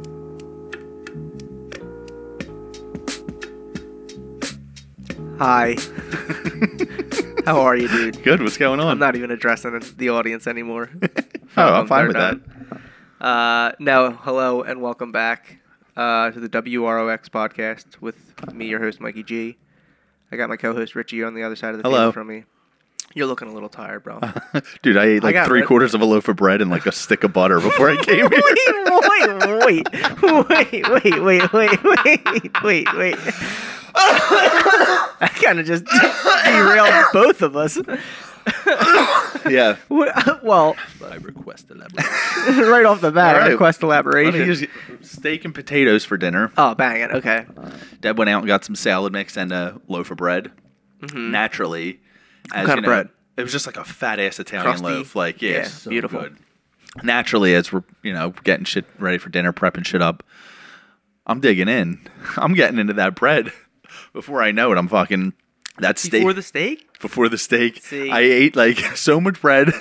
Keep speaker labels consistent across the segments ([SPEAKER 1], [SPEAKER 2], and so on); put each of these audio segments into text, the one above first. [SPEAKER 1] Hi. How are you, dude?
[SPEAKER 2] Good. What's going on?
[SPEAKER 1] I'm not even addressing the audience anymore.
[SPEAKER 2] oh, I'm
[SPEAKER 1] Um,
[SPEAKER 2] fine
[SPEAKER 1] they're
[SPEAKER 2] with
[SPEAKER 1] not. Uh, no, hello and welcome back uh, to the WROX podcast with me, your host, Mikey G. I got my co-host Richie on the other side of the
[SPEAKER 2] Hello. Uh,
[SPEAKER 1] table from me. You're looking a little tired, bro.
[SPEAKER 2] that, dude. I ate like
[SPEAKER 1] got
[SPEAKER 2] three
[SPEAKER 1] rid-
[SPEAKER 2] quarters of a loaf of bread and like a stick of butter before I came
[SPEAKER 1] wait,
[SPEAKER 2] here.
[SPEAKER 1] wait, wait, wait, wait, wait, wait, wait, wait. I kind of just derailed both of us.
[SPEAKER 2] yeah.
[SPEAKER 1] What- well,
[SPEAKER 2] I request elaboration.
[SPEAKER 1] right off the bat,
[SPEAKER 2] All
[SPEAKER 1] I
[SPEAKER 2] right.
[SPEAKER 1] request
[SPEAKER 2] Let me
[SPEAKER 1] elaboration.
[SPEAKER 2] use steak and potatoes for dinner.
[SPEAKER 1] oh, bang it. Okay.
[SPEAKER 2] Deb went out and got some salad mix and a loaf of bread. Naturally, as
[SPEAKER 1] Mm-hmm. kind of bread?
[SPEAKER 2] It was just like a fat ass Italian
[SPEAKER 1] Crusty?
[SPEAKER 2] loaf. Like yeah,
[SPEAKER 1] Yeah,
[SPEAKER 2] so
[SPEAKER 1] beautiful.
[SPEAKER 2] good. Naturally, as we're you know getting shit ready for dinner, prepping shit up, I'm digging in. I'm getting into that bread. Before I know it, I'm fucking that steak
[SPEAKER 1] Before the steak?
[SPEAKER 2] before the steak.
[SPEAKER 1] See.
[SPEAKER 2] I ate like so much bread.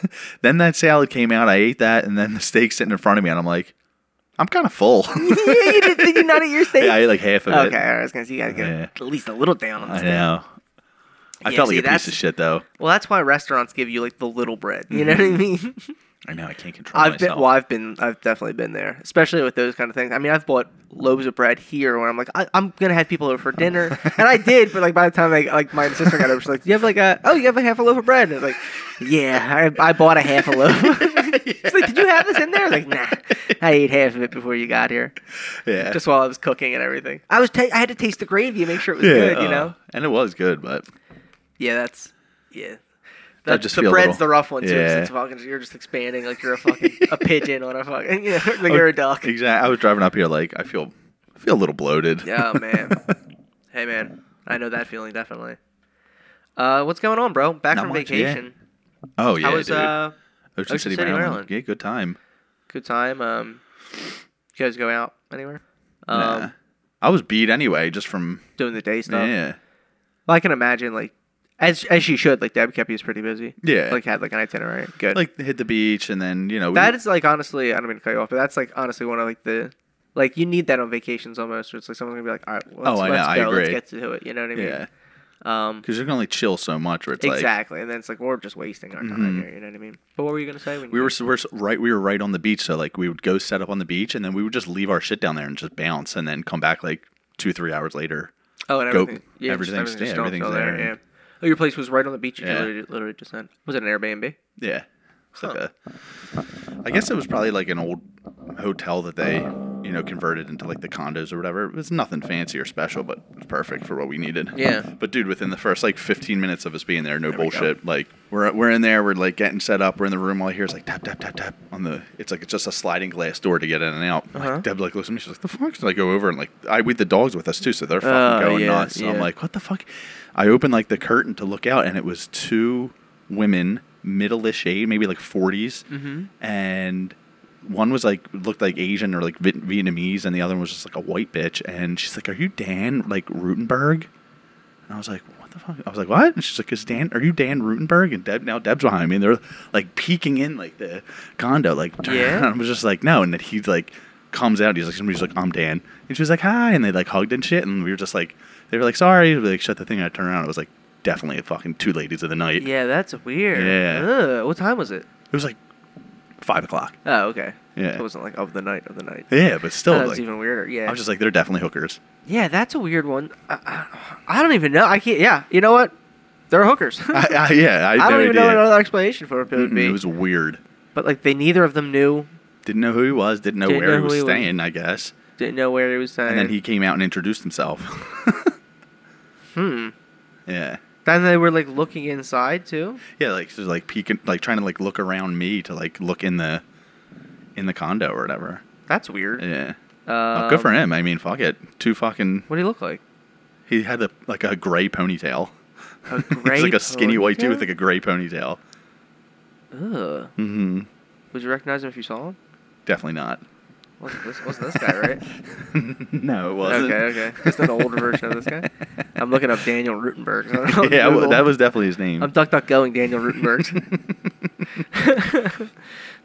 [SPEAKER 2] then that salad came out. I ate that, and then the steak sitting in front of me, and I'm like, I'm kind of full.
[SPEAKER 1] yeah, you did, did you not eat your steak?
[SPEAKER 2] I ate like half of
[SPEAKER 1] okay,
[SPEAKER 2] it.
[SPEAKER 1] I was going to say, you got to get
[SPEAKER 2] Yeah. Uh,
[SPEAKER 1] at least a little down on the
[SPEAKER 2] I
[SPEAKER 1] steak.
[SPEAKER 2] know. I
[SPEAKER 1] Yeah,
[SPEAKER 2] felt
[SPEAKER 1] see,
[SPEAKER 2] like a
[SPEAKER 1] that's-
[SPEAKER 2] piece of shit though.
[SPEAKER 1] Well, that's why restaurants give you, like, the little bread. You know what
[SPEAKER 2] Mm-hmm.
[SPEAKER 1] I mean?
[SPEAKER 2] I know I can't control
[SPEAKER 1] I've
[SPEAKER 2] myself.
[SPEAKER 1] been, well, I've been, I've definitely been there, especially with those kind of things. I mean, I've bought loaves of bread here where I'm like, I, I'm gonna have people over for dinner, and I did, but like by the time like, like my sister got over, she's like, "Do you have like a, oh, you have a half a loaf of bread?" And I was like, "Yeah, I, I bought a half a loaf." she's like, "Did you have this in there?" I was like, "Nah, I ate half of it before you got here,
[SPEAKER 2] yeah.
[SPEAKER 1] just while I was cooking and everything. I was, ta- I had to taste the gravy and make sure it was
[SPEAKER 2] yeah,
[SPEAKER 1] good, you
[SPEAKER 2] uh,
[SPEAKER 1] know?
[SPEAKER 2] and it was good, but
[SPEAKER 1] Yeah, that's, yeah."
[SPEAKER 2] I
[SPEAKER 1] That,
[SPEAKER 2] just
[SPEAKER 1] the
[SPEAKER 2] feel a
[SPEAKER 1] bread's the
[SPEAKER 2] little-
[SPEAKER 1] rough one too. 'cause
[SPEAKER 2] yeah.
[SPEAKER 1] It's fucking, you're just expanding like you're a fucking a pigeon on a fucking, you know,
[SPEAKER 2] Oh,
[SPEAKER 1] like you're a duck.
[SPEAKER 2] Exactly. I was driving up here like I feel, I feel a little bloated.
[SPEAKER 1] Yeah, oh, man. hey, man. I know that feeling definitely. Uh, what's going on, bro? Back
[SPEAKER 2] Not
[SPEAKER 1] from
[SPEAKER 2] much, yeah.
[SPEAKER 1] vacation.
[SPEAKER 2] oh yeah,
[SPEAKER 1] I was
[SPEAKER 2] dude.
[SPEAKER 1] uh,
[SPEAKER 2] Ocean,
[SPEAKER 1] Ocean
[SPEAKER 2] City,
[SPEAKER 1] City,
[SPEAKER 2] Maryland.
[SPEAKER 1] Maryland.
[SPEAKER 2] Yeah, good time.
[SPEAKER 1] good time. Um, you guys go out anywhere? Um,
[SPEAKER 2] Nah. I was beat anyway, just from
[SPEAKER 1] doing the day stuff.
[SPEAKER 2] yeah,
[SPEAKER 1] Well, I can imagine like. As, as she should, like Deb kept you pretty busy.
[SPEAKER 2] Yeah.
[SPEAKER 1] like had like an itinerary. Good.
[SPEAKER 2] like hit the beach and then you know we-
[SPEAKER 1] that is like honestly, I don't mean to cut you off, but that's like honestly one of like the, like you need that on vacations almost. Where it's like someone's gonna be like, all right, well, let's,
[SPEAKER 2] Oh, I know,
[SPEAKER 1] let's
[SPEAKER 2] I
[SPEAKER 1] go, let's
[SPEAKER 2] agree.
[SPEAKER 1] get to it. You know what I mean?
[SPEAKER 2] yeah,
[SPEAKER 1] Um,
[SPEAKER 2] because you're gonna only chill so much. Where it's like Mm-hmm.
[SPEAKER 1] exactly, and then it's like we're just wasting our time here. You know what I mean? But what were you gonna say? When
[SPEAKER 2] we
[SPEAKER 1] you
[SPEAKER 2] were, s- we're s- right we were right on the beach, so like we would go set up on the beach and then we would just leave our shit down there and just bounce and then come back like two three hours later.
[SPEAKER 1] Oh, and
[SPEAKER 2] Go-
[SPEAKER 1] everything. yeah, just
[SPEAKER 2] everything's- yeah,
[SPEAKER 1] still
[SPEAKER 2] everything's
[SPEAKER 1] still
[SPEAKER 2] there.
[SPEAKER 1] Yeah. Oh, your place was right on the beach. You
[SPEAKER 2] Yeah.
[SPEAKER 1] literally, literally just then. Was it an Airbnb?
[SPEAKER 2] Yeah. It's like a, I guess it was probably like an old hotel that they, you know, converted into like the condos or whatever. It was nothing fancy or special, but it was perfect for what we needed.
[SPEAKER 1] Yeah.
[SPEAKER 2] But dude, within the first like 15 minutes of us being there, no
[SPEAKER 1] we go.
[SPEAKER 2] bullshit. like we're we're in there, we're like getting set up, we're in the room. All I hear is like tap tap tap tap on the. It's like it's just a sliding glass door to get in and out.
[SPEAKER 1] Uh-huh.
[SPEAKER 2] Like, Deb like looks at me, she's like, "The fuck?" So I go over and like I we had the dogs with us too, so they're
[SPEAKER 1] Oh,
[SPEAKER 2] fucking going
[SPEAKER 1] yeah,
[SPEAKER 2] nuts. So I'm
[SPEAKER 1] yeah.
[SPEAKER 2] like like, what the fuck? I opened like the curtain to look out, and it was two women, middle-ish age, maybe like 40s, and one was like looked like Asian or like Viet- Vietnamese, and the other one was just like a white bitch. And she's like, "Are you Dan like Rutenberg?" And I was like, "What the fuck?" I was like, "What?" And she's like, "Is Dan? Are you Dan Rutenberg?" And Deb now Deb's behind me, and they're like peeking in like the condo, like
[SPEAKER 1] Yeah.
[SPEAKER 2] And I was just like, "No," and then he's like. Comes out, he's like, somebody's like, I'm Dan. And she was like, hi. And they like hugged and shit. And we were just like, they were like, sorry. We like, shut the thing. And I turned around. It was like, definitely fucking two ladies of the night.
[SPEAKER 1] Yeah, that's weird.
[SPEAKER 2] Yeah.
[SPEAKER 1] Ugh, what time was it?
[SPEAKER 2] It was like five o'clock.
[SPEAKER 1] Oh, okay.
[SPEAKER 2] Yeah.
[SPEAKER 1] It wasn't like of the night of the night.
[SPEAKER 2] Yeah, but still,
[SPEAKER 1] that was
[SPEAKER 2] like,
[SPEAKER 1] even weirder. Yeah.
[SPEAKER 2] I was just like, they're definitely hookers.
[SPEAKER 1] yeah, that's a weird one. I, I, I don't even know. I can't. Yeah. You know what? They're hookers.
[SPEAKER 2] I, I, yeah, I, had
[SPEAKER 1] I don't
[SPEAKER 2] no
[SPEAKER 1] even
[SPEAKER 2] idea.
[SPEAKER 1] know another explanation for it would
[SPEAKER 2] Mm-mm,
[SPEAKER 1] be.
[SPEAKER 2] It was weird.
[SPEAKER 1] But like they neither of them knew.
[SPEAKER 2] Didn't know who he was. Didn't know
[SPEAKER 1] Didn't
[SPEAKER 2] where
[SPEAKER 1] know
[SPEAKER 2] he
[SPEAKER 1] who
[SPEAKER 2] was
[SPEAKER 1] he was.
[SPEAKER 2] staying. I guess.
[SPEAKER 1] Didn't know where he was saying.
[SPEAKER 2] And then he came out and introduced himself.
[SPEAKER 1] Hmm.
[SPEAKER 2] yeah.
[SPEAKER 1] Then they were like looking inside too.
[SPEAKER 2] Yeah, like so, like peeking, like trying to like look around me to like look in the, in the condo or whatever.
[SPEAKER 1] That's weird.
[SPEAKER 2] Yeah.
[SPEAKER 1] Uh,
[SPEAKER 2] Oh, good for him. I mean, fuck it. Two fucking
[SPEAKER 1] What do you look like?
[SPEAKER 2] He had a, like a gray ponytail.
[SPEAKER 1] A
[SPEAKER 2] He's like a skinny white dude with
[SPEAKER 1] ponytail?
[SPEAKER 2] like a gray ponytail.
[SPEAKER 1] Ugh.
[SPEAKER 2] Mm-hmm.
[SPEAKER 1] Would you recognize him if you saw him?
[SPEAKER 2] Definitely not.
[SPEAKER 1] Wasn't this, wasn't this guy right?
[SPEAKER 2] no, it wasn't.
[SPEAKER 1] okay, okay. Just an older version of this guy. I'm looking up Daniel Rutenberg. on
[SPEAKER 2] yeah, well,
[SPEAKER 1] Google.
[SPEAKER 2] that was definitely his name.
[SPEAKER 1] I'm duck duck going Daniel Rutenberg. so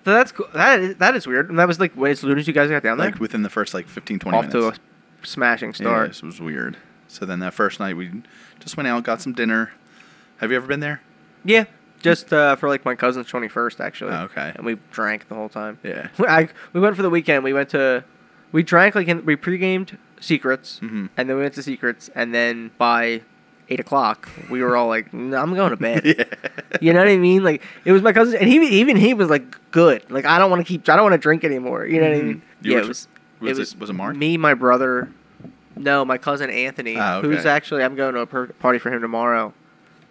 [SPEAKER 1] that's cool. That is, that is weird. And that was like when as soon as you guys got down there,
[SPEAKER 2] like within the first like 15, 20
[SPEAKER 1] off
[SPEAKER 2] minutes.
[SPEAKER 1] to a smashing
[SPEAKER 2] yeah,
[SPEAKER 1] start.
[SPEAKER 2] this was weird. So then that first night we just went out, got some dinner. Have you ever been there?
[SPEAKER 1] Yeah, just uh, for like my cousin's twenty first actually.
[SPEAKER 2] Oh, okay.
[SPEAKER 1] And we drank the whole time.
[SPEAKER 2] Yeah.
[SPEAKER 1] I, we went for the weekend. We went to, we drank like in, we pre-gamed secrets,
[SPEAKER 2] Mhm.
[SPEAKER 1] and then we went to secrets, and then by eight o'clock we were all like, "No, I'm going to bed.
[SPEAKER 2] yeah.
[SPEAKER 1] You know what I mean? Like it was my cousin, and he even he was like, "Good. Like I don't want to keep. I don't want to drink anymore. You know what I mean?
[SPEAKER 2] Mm-hmm. You
[SPEAKER 1] yeah,
[SPEAKER 2] were
[SPEAKER 1] it was.
[SPEAKER 2] Was
[SPEAKER 1] it was
[SPEAKER 2] it was it Mark?
[SPEAKER 1] me, my brother. No, my cousin Anthony,
[SPEAKER 2] Ah, okay.
[SPEAKER 1] who's actually I'm going to a per- party for him tomorrow,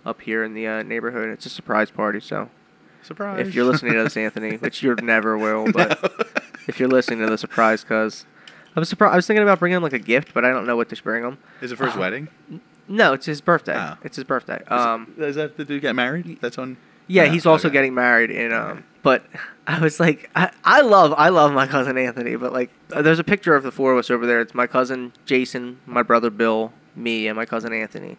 [SPEAKER 1] up here in the uh, neighborhood. It's a surprise party, so
[SPEAKER 2] Surprise.
[SPEAKER 1] if you're listening to this, Anthony, which you never will, but
[SPEAKER 2] No.
[SPEAKER 1] if you're listening to the surprise, cause I was surprised. I was thinking about bringing him like a gift, but I don't know what to bring him. Uh,
[SPEAKER 2] Is it for his wedding?
[SPEAKER 1] No, it's his birthday.
[SPEAKER 2] Oh.
[SPEAKER 1] It's his birthday. Um,
[SPEAKER 2] is, that the dude get married? That's on.
[SPEAKER 1] Yeah,
[SPEAKER 2] Yeah,
[SPEAKER 1] he's also
[SPEAKER 2] okay.
[SPEAKER 1] getting married in
[SPEAKER 2] Okay.
[SPEAKER 1] um but I was like I, I love I love my cousin Anthony, but like uh, there's a picture of the four of us over there. It's my cousin Jason, my brother Bill, me and my cousin Anthony.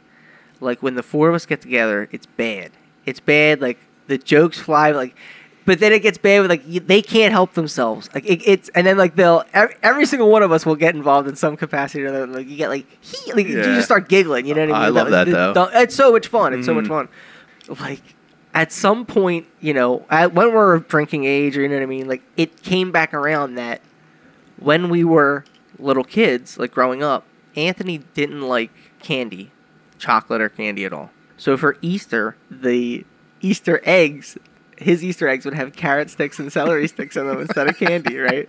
[SPEAKER 1] Like when the four of us get together, it's bad. It's bad like the jokes fly like but then it gets bad with like y- they can't help themselves. Like it, it's and then like they'll every, every single one of us will get involved in some capacity or another. Like you get like he like you
[SPEAKER 2] Yeah.
[SPEAKER 1] just start giggling. You know what I mean?
[SPEAKER 2] I love
[SPEAKER 1] Like,
[SPEAKER 2] that,
[SPEAKER 1] the-
[SPEAKER 2] though.
[SPEAKER 1] the- It's so much fun. It's so much
[SPEAKER 2] Mhm.
[SPEAKER 1] fun like at some point, you know, at, when we're of drinking age, or you know what I mean, like it came back around that when we were little kids, like growing up, Anthony didn't like candy, chocolate or candy at all. So for Easter, the Easter eggs, his Easter eggs would have carrot sticks and celery sticks in them instead of candy, right?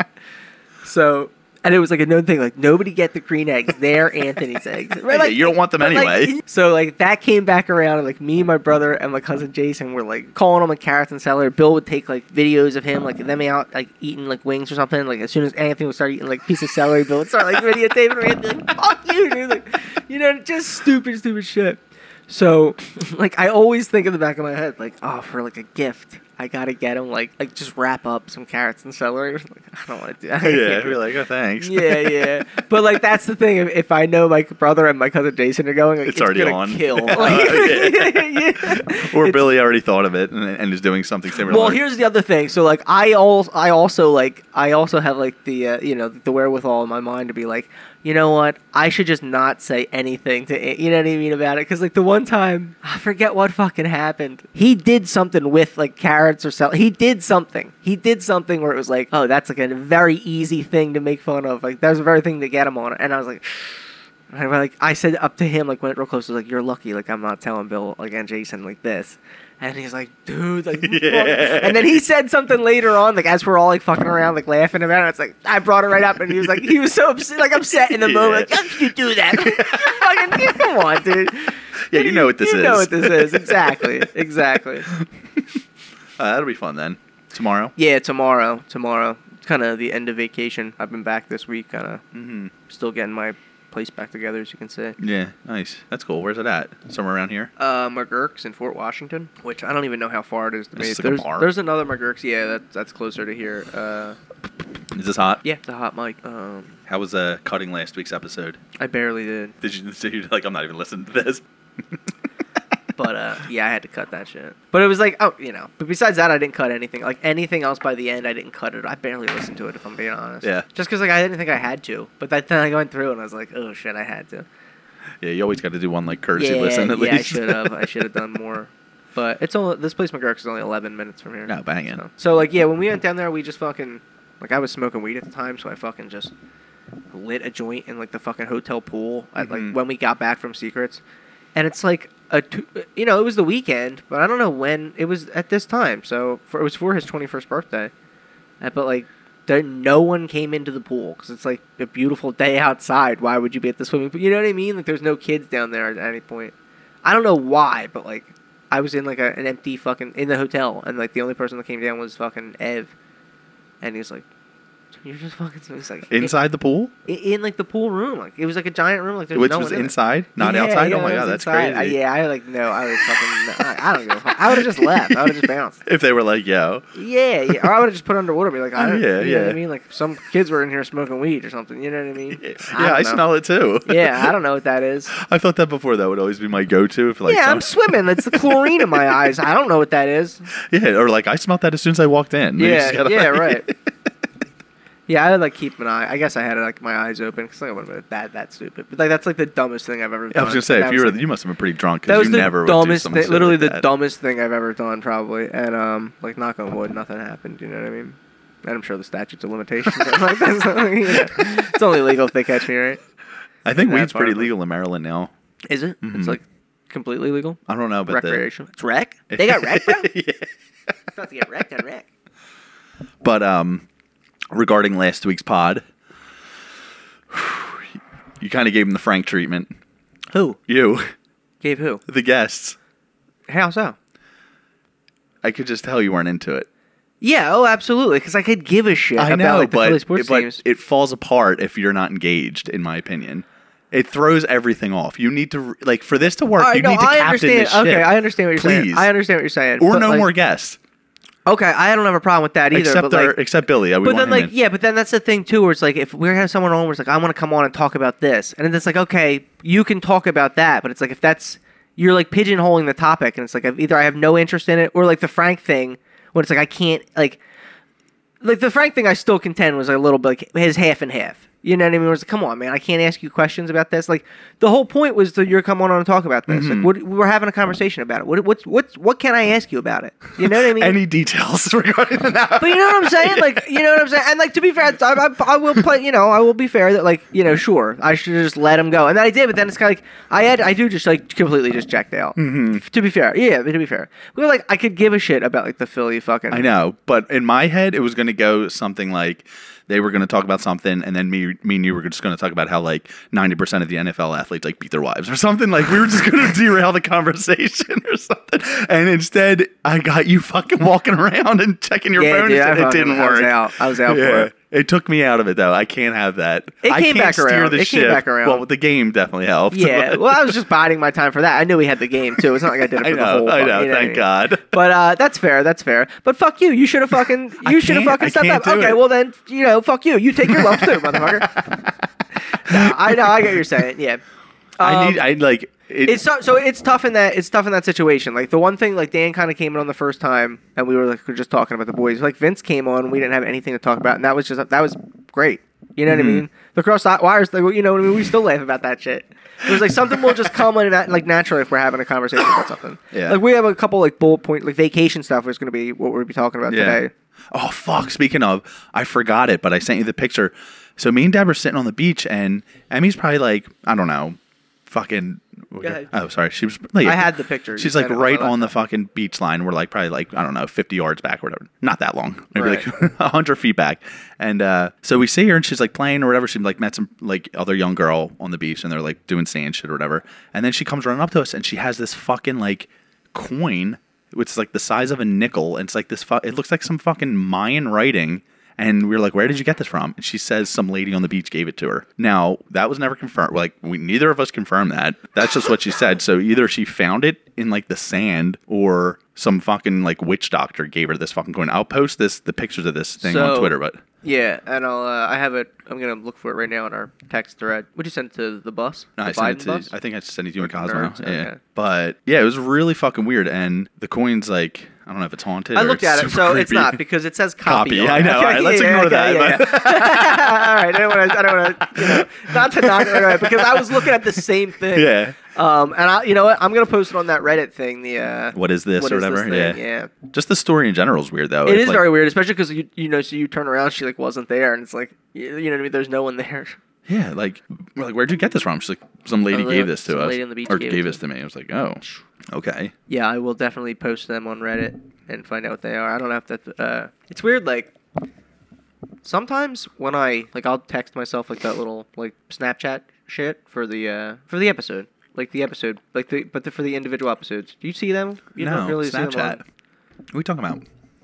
[SPEAKER 1] So, and it was like a known thing, like nobody get the green eggs, they're Anthony's eggs. Right?
[SPEAKER 2] Yeah,
[SPEAKER 1] Like,
[SPEAKER 2] you don't want them
[SPEAKER 1] but, like,
[SPEAKER 2] anyway.
[SPEAKER 1] so like that came back around, and like me, my brother, and my cousin Jason were like calling him a carrots and celery. Bill would take like videos of him, like them out like eating like wings or something. Like as soon as Anthony would start eating like piece of celery, Bill would start like videotaping him. Anthony, like fuck you, dude. Like, you know, just stupid, stupid shit. So, like, I always think in the back of my head, like, oh, for like a gift, I gotta get him like, like just wrap up some carrots and celery. Like, I don't want to do that. I can't
[SPEAKER 2] yeah.
[SPEAKER 1] do
[SPEAKER 2] We're like, oh, thanks.
[SPEAKER 1] yeah, yeah. But like that's the thing. If, if I know my brother and my cousin Jason are going, like,
[SPEAKER 2] It's already
[SPEAKER 1] gonna
[SPEAKER 2] on.
[SPEAKER 1] Kill.
[SPEAKER 2] Yeah.
[SPEAKER 1] Like,
[SPEAKER 2] Yeah.
[SPEAKER 1] yeah.
[SPEAKER 2] or
[SPEAKER 1] It's-
[SPEAKER 2] Billy already thought of it and, and is doing something similar.
[SPEAKER 1] Well, here's the other thing. So like I all I also like I also have like the uh, you know the wherewithal in my mind to be like, you know what? I should just not say anything to A- you know what I mean about it cuz like the one time I forget what fucking happened. He did something with like carrots or something. He did something. He did something where it was like, "Oh, that's like a very easy thing to make fun of. Like there's a very thing to get him on." it." And I was like, And I like I said up to him like when it real close I was like you're lucky like I'm not telling Bill like and Jason like this, and he's like dude like
[SPEAKER 2] Yeah.
[SPEAKER 1] and then he said something later on like as we're all like fucking around like laughing about it it's like I brought it right up and he was like he was so upset like upset in the moment like
[SPEAKER 2] Yeah.
[SPEAKER 1] how could you do that fucking come on dude
[SPEAKER 2] yeah, you know what this
[SPEAKER 1] you
[SPEAKER 2] is.
[SPEAKER 1] know what this is exactly exactly
[SPEAKER 2] Uh, that'll be fun then. Tomorrow.
[SPEAKER 1] yeah tomorrow tomorrow kind of the end of vacation I've been back this week kind of
[SPEAKER 2] Mm-hmm.
[SPEAKER 1] still getting my place back together as you can see.
[SPEAKER 2] Yeah, nice. That's cool. Where's it at? Somewhere around here.
[SPEAKER 1] uh, McGurk's in Fort Washington, which I don't even know how far it is to
[SPEAKER 2] It's
[SPEAKER 1] me.
[SPEAKER 2] just like a
[SPEAKER 1] There's,
[SPEAKER 2] bar.
[SPEAKER 1] there's another McGurk's, yeah, that, that's closer to here. Uh,
[SPEAKER 2] Is this hot?
[SPEAKER 1] yeah, the hot mic. Um,
[SPEAKER 2] How was uh, cutting last week's episode?
[SPEAKER 1] I barely did,
[SPEAKER 2] Did you, did you like? I'm not even listening to this.
[SPEAKER 1] but uh, yeah, I had to cut that shit. But it was like, oh, you know. But besides that, I didn't cut anything. Like anything else by the end, I didn't cut it. I barely listened to it, if I'm being honest.
[SPEAKER 2] Yeah.
[SPEAKER 1] Just because like I didn't think I had to, but that, then I went through and I was like, oh shit, I had to.
[SPEAKER 2] Yeah, you always got to do one like courtesy
[SPEAKER 1] yeah,
[SPEAKER 2] listen at
[SPEAKER 1] yeah,
[SPEAKER 2] least.
[SPEAKER 1] I should have. I should have done more. But it's only this place McGurk's is only eleven minutes from here.
[SPEAKER 2] No, banging.
[SPEAKER 1] So, so, like yeah, when we went down there, we just fucking like I was smoking weed at the time, so I fucking just lit a joint in like the fucking hotel pool at
[SPEAKER 2] Mhm.
[SPEAKER 1] like when we got back from Secrets, and it's like a two, you know it was the weekend, but I don't know when it was at this time. So for, it was for his twenty first birthday, Uh, but like. There, no one came into the pool because it's like a beautiful day outside. Why would you be at the swimming pool? You know what I mean? Like, there's no kids down there at any point. I don't know why, but like I was in like a, an empty fucking in the hotel, and like the only person that came down was fucking Ev, and he's like, "You're just fucking." He's like
[SPEAKER 2] Inside the pool,
[SPEAKER 1] in, in, like the pool room, like it was like a giant room, like there's
[SPEAKER 2] which
[SPEAKER 1] no
[SPEAKER 2] was
[SPEAKER 1] one in it.
[SPEAKER 2] inside, not
[SPEAKER 1] Yeah,
[SPEAKER 2] outside.
[SPEAKER 1] yeah,
[SPEAKER 2] oh my
[SPEAKER 1] it was
[SPEAKER 2] god, that's
[SPEAKER 1] inside.
[SPEAKER 2] crazy.
[SPEAKER 1] I- yeah, I like no, I was fucking. I, I don't give a fuck. I would have just left. I would have just bounced.
[SPEAKER 2] if they were like, "Yo,
[SPEAKER 1] Yeah, yeah. Or I would have just put it underwater. and Be like, I
[SPEAKER 2] Oh,
[SPEAKER 1] don't,
[SPEAKER 2] yeah,
[SPEAKER 1] you know what I
[SPEAKER 2] yeah.
[SPEAKER 1] mean? Like some kids were in here smoking weed or something. You know what I mean?
[SPEAKER 2] yeah,
[SPEAKER 1] don't
[SPEAKER 2] I
[SPEAKER 1] know.
[SPEAKER 2] smell it too."
[SPEAKER 1] Yeah, I don't know what that is.
[SPEAKER 2] I thought that before. That would always be my go-to. If like,
[SPEAKER 1] yeah, I'm
[SPEAKER 2] some-
[SPEAKER 1] swimming. That's the chlorine in my eyes. I don't know what that is.
[SPEAKER 2] yeah, or like I smelled that as soon as I walked in. You
[SPEAKER 1] Yeah,
[SPEAKER 2] just gotta,
[SPEAKER 1] yeah,
[SPEAKER 2] like-
[SPEAKER 1] right. Yeah, I would like keep an eye. I guess I had like my eyes open because like, I wouldn't have been that that stupid. But like that's like the dumbest thing I've ever.
[SPEAKER 2] I
[SPEAKER 1] done.
[SPEAKER 2] was gonna say
[SPEAKER 1] And I
[SPEAKER 2] if you
[SPEAKER 1] was
[SPEAKER 2] were,
[SPEAKER 1] like-
[SPEAKER 2] you must have been pretty drunk
[SPEAKER 1] that
[SPEAKER 2] because
[SPEAKER 1] was
[SPEAKER 2] you
[SPEAKER 1] the
[SPEAKER 2] never would do
[SPEAKER 1] dumbest,
[SPEAKER 2] something
[SPEAKER 1] thing,
[SPEAKER 2] silly
[SPEAKER 1] literally
[SPEAKER 2] like
[SPEAKER 1] the
[SPEAKER 2] that.
[SPEAKER 1] dumbest thing I've ever done, probably. And um, like knock on wood, nothing happened. You know what I mean? And I'm sure the statutes of limitations. are like that's not, you know, it's only legal if they catch me, right?
[SPEAKER 2] I think
[SPEAKER 1] that
[SPEAKER 2] weed's
[SPEAKER 1] part
[SPEAKER 2] pretty
[SPEAKER 1] of it.
[SPEAKER 2] legal in Maryland now.
[SPEAKER 1] Is it?
[SPEAKER 2] Mhm.
[SPEAKER 1] It's like completely legal.
[SPEAKER 2] I don't know, but the-
[SPEAKER 1] Recreational. It's wreck. They got wrecked, bro. It's
[SPEAKER 2] Yeah.
[SPEAKER 1] about to get wrecked on wreck.
[SPEAKER 2] But um, regarding last week's pod, you kind of gave him the Frank treatment.
[SPEAKER 1] Who
[SPEAKER 2] You,
[SPEAKER 1] gave who?
[SPEAKER 2] the guests,
[SPEAKER 1] How so?
[SPEAKER 2] I could just tell you weren't into it.
[SPEAKER 1] Yeah, oh, absolutely. Because I could give a shit
[SPEAKER 2] I
[SPEAKER 1] about
[SPEAKER 2] know,
[SPEAKER 1] like, the Philly
[SPEAKER 2] but,
[SPEAKER 1] sports
[SPEAKER 2] but
[SPEAKER 1] teams.
[SPEAKER 2] it falls apart if you're not engaged, in my opinion. It throws everything off. You need to like for this to work.
[SPEAKER 1] All right,
[SPEAKER 2] you
[SPEAKER 1] no,
[SPEAKER 2] need to
[SPEAKER 1] I
[SPEAKER 2] captain
[SPEAKER 1] understand.
[SPEAKER 2] this ship.
[SPEAKER 1] okay, I understand what you're
[SPEAKER 2] Please.
[SPEAKER 1] saying. I understand what you're saying.
[SPEAKER 2] or
[SPEAKER 1] but,
[SPEAKER 2] no
[SPEAKER 1] like-
[SPEAKER 2] more guests
[SPEAKER 1] Okay, I don't have a problem with that either.
[SPEAKER 2] except
[SPEAKER 1] but like,
[SPEAKER 2] our, except Billy. I would
[SPEAKER 1] but
[SPEAKER 2] want
[SPEAKER 1] then
[SPEAKER 2] him
[SPEAKER 1] like
[SPEAKER 2] in.
[SPEAKER 1] yeah, but then that's the thing too, where it's like if we have someone on, where it's like I want to come on and talk about this, and then it's like okay, you can talk about that, but it's like if that's you're like pigeonholing the topic, and it's like I've- either I have no interest in it, or like the Frank thing, when it's like I can't like like the Frank thing, I still contend was a little bit like his half and half. You know what I mean? It was like, come on, man, I can't ask you questions about this. Like the whole point was that you're coming on and talk about this.
[SPEAKER 2] Mm-hmm.
[SPEAKER 1] Like what, we were having a conversation about it. What what's what's what can I ask you about it? You know what I mean?
[SPEAKER 2] Any details regarding that?
[SPEAKER 1] But you know what I'm saying? Like, you know what I'm saying? And like, to be fair, I, I, I will play. You know, I will be fair that like, you know, sure, I should have just let him go, and then I did. But then it's kind of like I had, I do just like completely just checked out.
[SPEAKER 2] Mm-hmm.
[SPEAKER 1] To be fair, yeah, but to be fair, but like I could give a shit about like the Philly fucking.
[SPEAKER 2] I know, but in my head, it was going to go something like they were going to talk about something, and then me, me and you were just going to talk about how like ninety percent of the NFL athletes like beat their wives or something. Like we were just going to derail the conversation or something. And instead, I got you fucking walking around and checking your
[SPEAKER 1] Yeah,
[SPEAKER 2] phone,
[SPEAKER 1] dude, I
[SPEAKER 2] and it
[SPEAKER 1] fucking-
[SPEAKER 2] didn't
[SPEAKER 1] I was
[SPEAKER 2] work.
[SPEAKER 1] out. I was out for it.
[SPEAKER 2] took me out of it though. I can't have that.
[SPEAKER 1] It
[SPEAKER 2] I
[SPEAKER 1] came
[SPEAKER 2] can't
[SPEAKER 1] back
[SPEAKER 2] steer
[SPEAKER 1] around.
[SPEAKER 2] The
[SPEAKER 1] It came
[SPEAKER 2] ship.
[SPEAKER 1] back around.
[SPEAKER 2] Well, the game definitely helped.
[SPEAKER 1] Yeah, well, I was just biding my time for that. I knew we had the game too. It's not like I did it
[SPEAKER 2] I
[SPEAKER 1] for the
[SPEAKER 2] know.
[SPEAKER 1] whole.
[SPEAKER 2] I
[SPEAKER 1] fucking-
[SPEAKER 2] know.
[SPEAKER 1] you what I
[SPEAKER 2] Thank
[SPEAKER 1] mean?
[SPEAKER 2] God.
[SPEAKER 1] But uh, that's fair. That's fair. But fuck you. You should have fucking.
[SPEAKER 2] I
[SPEAKER 1] You should have
[SPEAKER 2] can't-
[SPEAKER 1] fucking
[SPEAKER 2] I
[SPEAKER 1] stepped
[SPEAKER 2] can't
[SPEAKER 1] up.
[SPEAKER 2] do
[SPEAKER 1] Okay.
[SPEAKER 2] it.
[SPEAKER 1] Well then, you know, fuck you. You take your lumps too, motherfucker. Nah, I know. I get what you're saying. Yeah.
[SPEAKER 2] I
[SPEAKER 1] Um,
[SPEAKER 2] need. I like. It,
[SPEAKER 1] it's tough, so it's tough in that it's tough in that situation. Like the one thing, like Dan kind of came in on the first time, and we were like just talking about the boys. Like Vince came on, we didn't have anything to talk about, and that was just that was great. You know what I
[SPEAKER 2] Mm-hmm.
[SPEAKER 1] mean? The cross wires, like you know what I mean. We still laugh about that shit. It was like something will just come in that, like naturally if we're having a conversation about something.
[SPEAKER 2] Yeah.
[SPEAKER 1] Like we have a couple like bullet point like vacation stuff is going to be what we'll be talking about today.
[SPEAKER 2] Oh fuck! Speaking of, I forgot it, but I sent you the picture. So me and Deb are sitting on the beach, and Emmy's probably like, I don't know, fucking.
[SPEAKER 1] ahead.
[SPEAKER 2] Oh, sorry. She was. Like,
[SPEAKER 1] I had the picture. You
[SPEAKER 2] She's like
[SPEAKER 1] sent it on
[SPEAKER 2] right
[SPEAKER 1] my
[SPEAKER 2] on the fucking beach line. We're like probably like I don't know, fifty yards back or whatever. Not that long. Maybe
[SPEAKER 1] Right.
[SPEAKER 2] like hundred feet back. And uh, so we see her, and she's like playing or whatever. She like met some like other young girl on the beach, and they're like doing sand shit or whatever. And then she comes running up to us, and she has this fucking like coin, which is like the size of a nickel, and it's like this. Fu- it looks like some fucking Mayan writing. And we were like, "Where did you get this from?" And she says, "Some lady on the beach gave it to her." Now that was never confirmed. Like we, neither of us confirmed that. That's just what she said. So either she found it in like the sand, or some fucking like witch doctor gave her this fucking coin. I'll post this the pictures of this thing on
[SPEAKER 1] So-
[SPEAKER 2] Twitter, but
[SPEAKER 1] Yeah, and I'll uh, I have it. I'm gonna look for it right now in our text thread. Would you send it to the bus?
[SPEAKER 2] No,
[SPEAKER 1] the
[SPEAKER 2] I sent
[SPEAKER 1] Biden
[SPEAKER 2] it to.
[SPEAKER 1] bus?
[SPEAKER 2] I think I sent it to you in
[SPEAKER 1] Fucking
[SPEAKER 2] Cosmo.
[SPEAKER 1] nerds,
[SPEAKER 2] Yeah.
[SPEAKER 1] okay.
[SPEAKER 2] But yeah, it was really fucking weird. And the coin's like I don't know if it's haunted.
[SPEAKER 1] I
[SPEAKER 2] or
[SPEAKER 1] looked
[SPEAKER 2] it's
[SPEAKER 1] at it,
[SPEAKER 2] super
[SPEAKER 1] so it's
[SPEAKER 2] creepy.
[SPEAKER 1] not because it says copy.
[SPEAKER 2] Copy,
[SPEAKER 1] on it.
[SPEAKER 2] I know, all right, let's ignore that,
[SPEAKER 1] yeah. all right, I don't want to. I don't want to. You know, not to knock it right, because I was looking at the same thing.
[SPEAKER 2] yeah.
[SPEAKER 1] Um, and I, you know what? I'm gonna post it on that Reddit thing. The uh,
[SPEAKER 2] What is this
[SPEAKER 1] what
[SPEAKER 2] or
[SPEAKER 1] is
[SPEAKER 2] whatever?
[SPEAKER 1] this thing?
[SPEAKER 2] yeah.
[SPEAKER 1] yeah.
[SPEAKER 2] Just the story in general is weird though.
[SPEAKER 1] It
[SPEAKER 2] It's
[SPEAKER 1] is
[SPEAKER 2] like-
[SPEAKER 1] very weird, especially because you you know, so you turn around, she like wasn't there, and it's like you, you know what I mean. There's no one there.
[SPEAKER 2] Yeah, like we're like, where'd you get this from? She's like, some lady
[SPEAKER 1] Oh,
[SPEAKER 2] gave
[SPEAKER 1] yeah,
[SPEAKER 2] this to
[SPEAKER 1] some
[SPEAKER 2] us,
[SPEAKER 1] lady on the beach
[SPEAKER 2] or
[SPEAKER 1] gave
[SPEAKER 2] gave,
[SPEAKER 1] it to
[SPEAKER 2] this to me. I was like, oh, okay.
[SPEAKER 1] Yeah, I will definitely post them on Reddit and find out what they are. I don't know if that. Uh, it's weird. Like sometimes when I like, I'll text myself like that little like Snapchat shit for the uh for the episode, like the episode, like the but the, for the individual episodes. Do you see them? You
[SPEAKER 2] no,
[SPEAKER 1] see them on-
[SPEAKER 2] Snapchat. What are we talking about?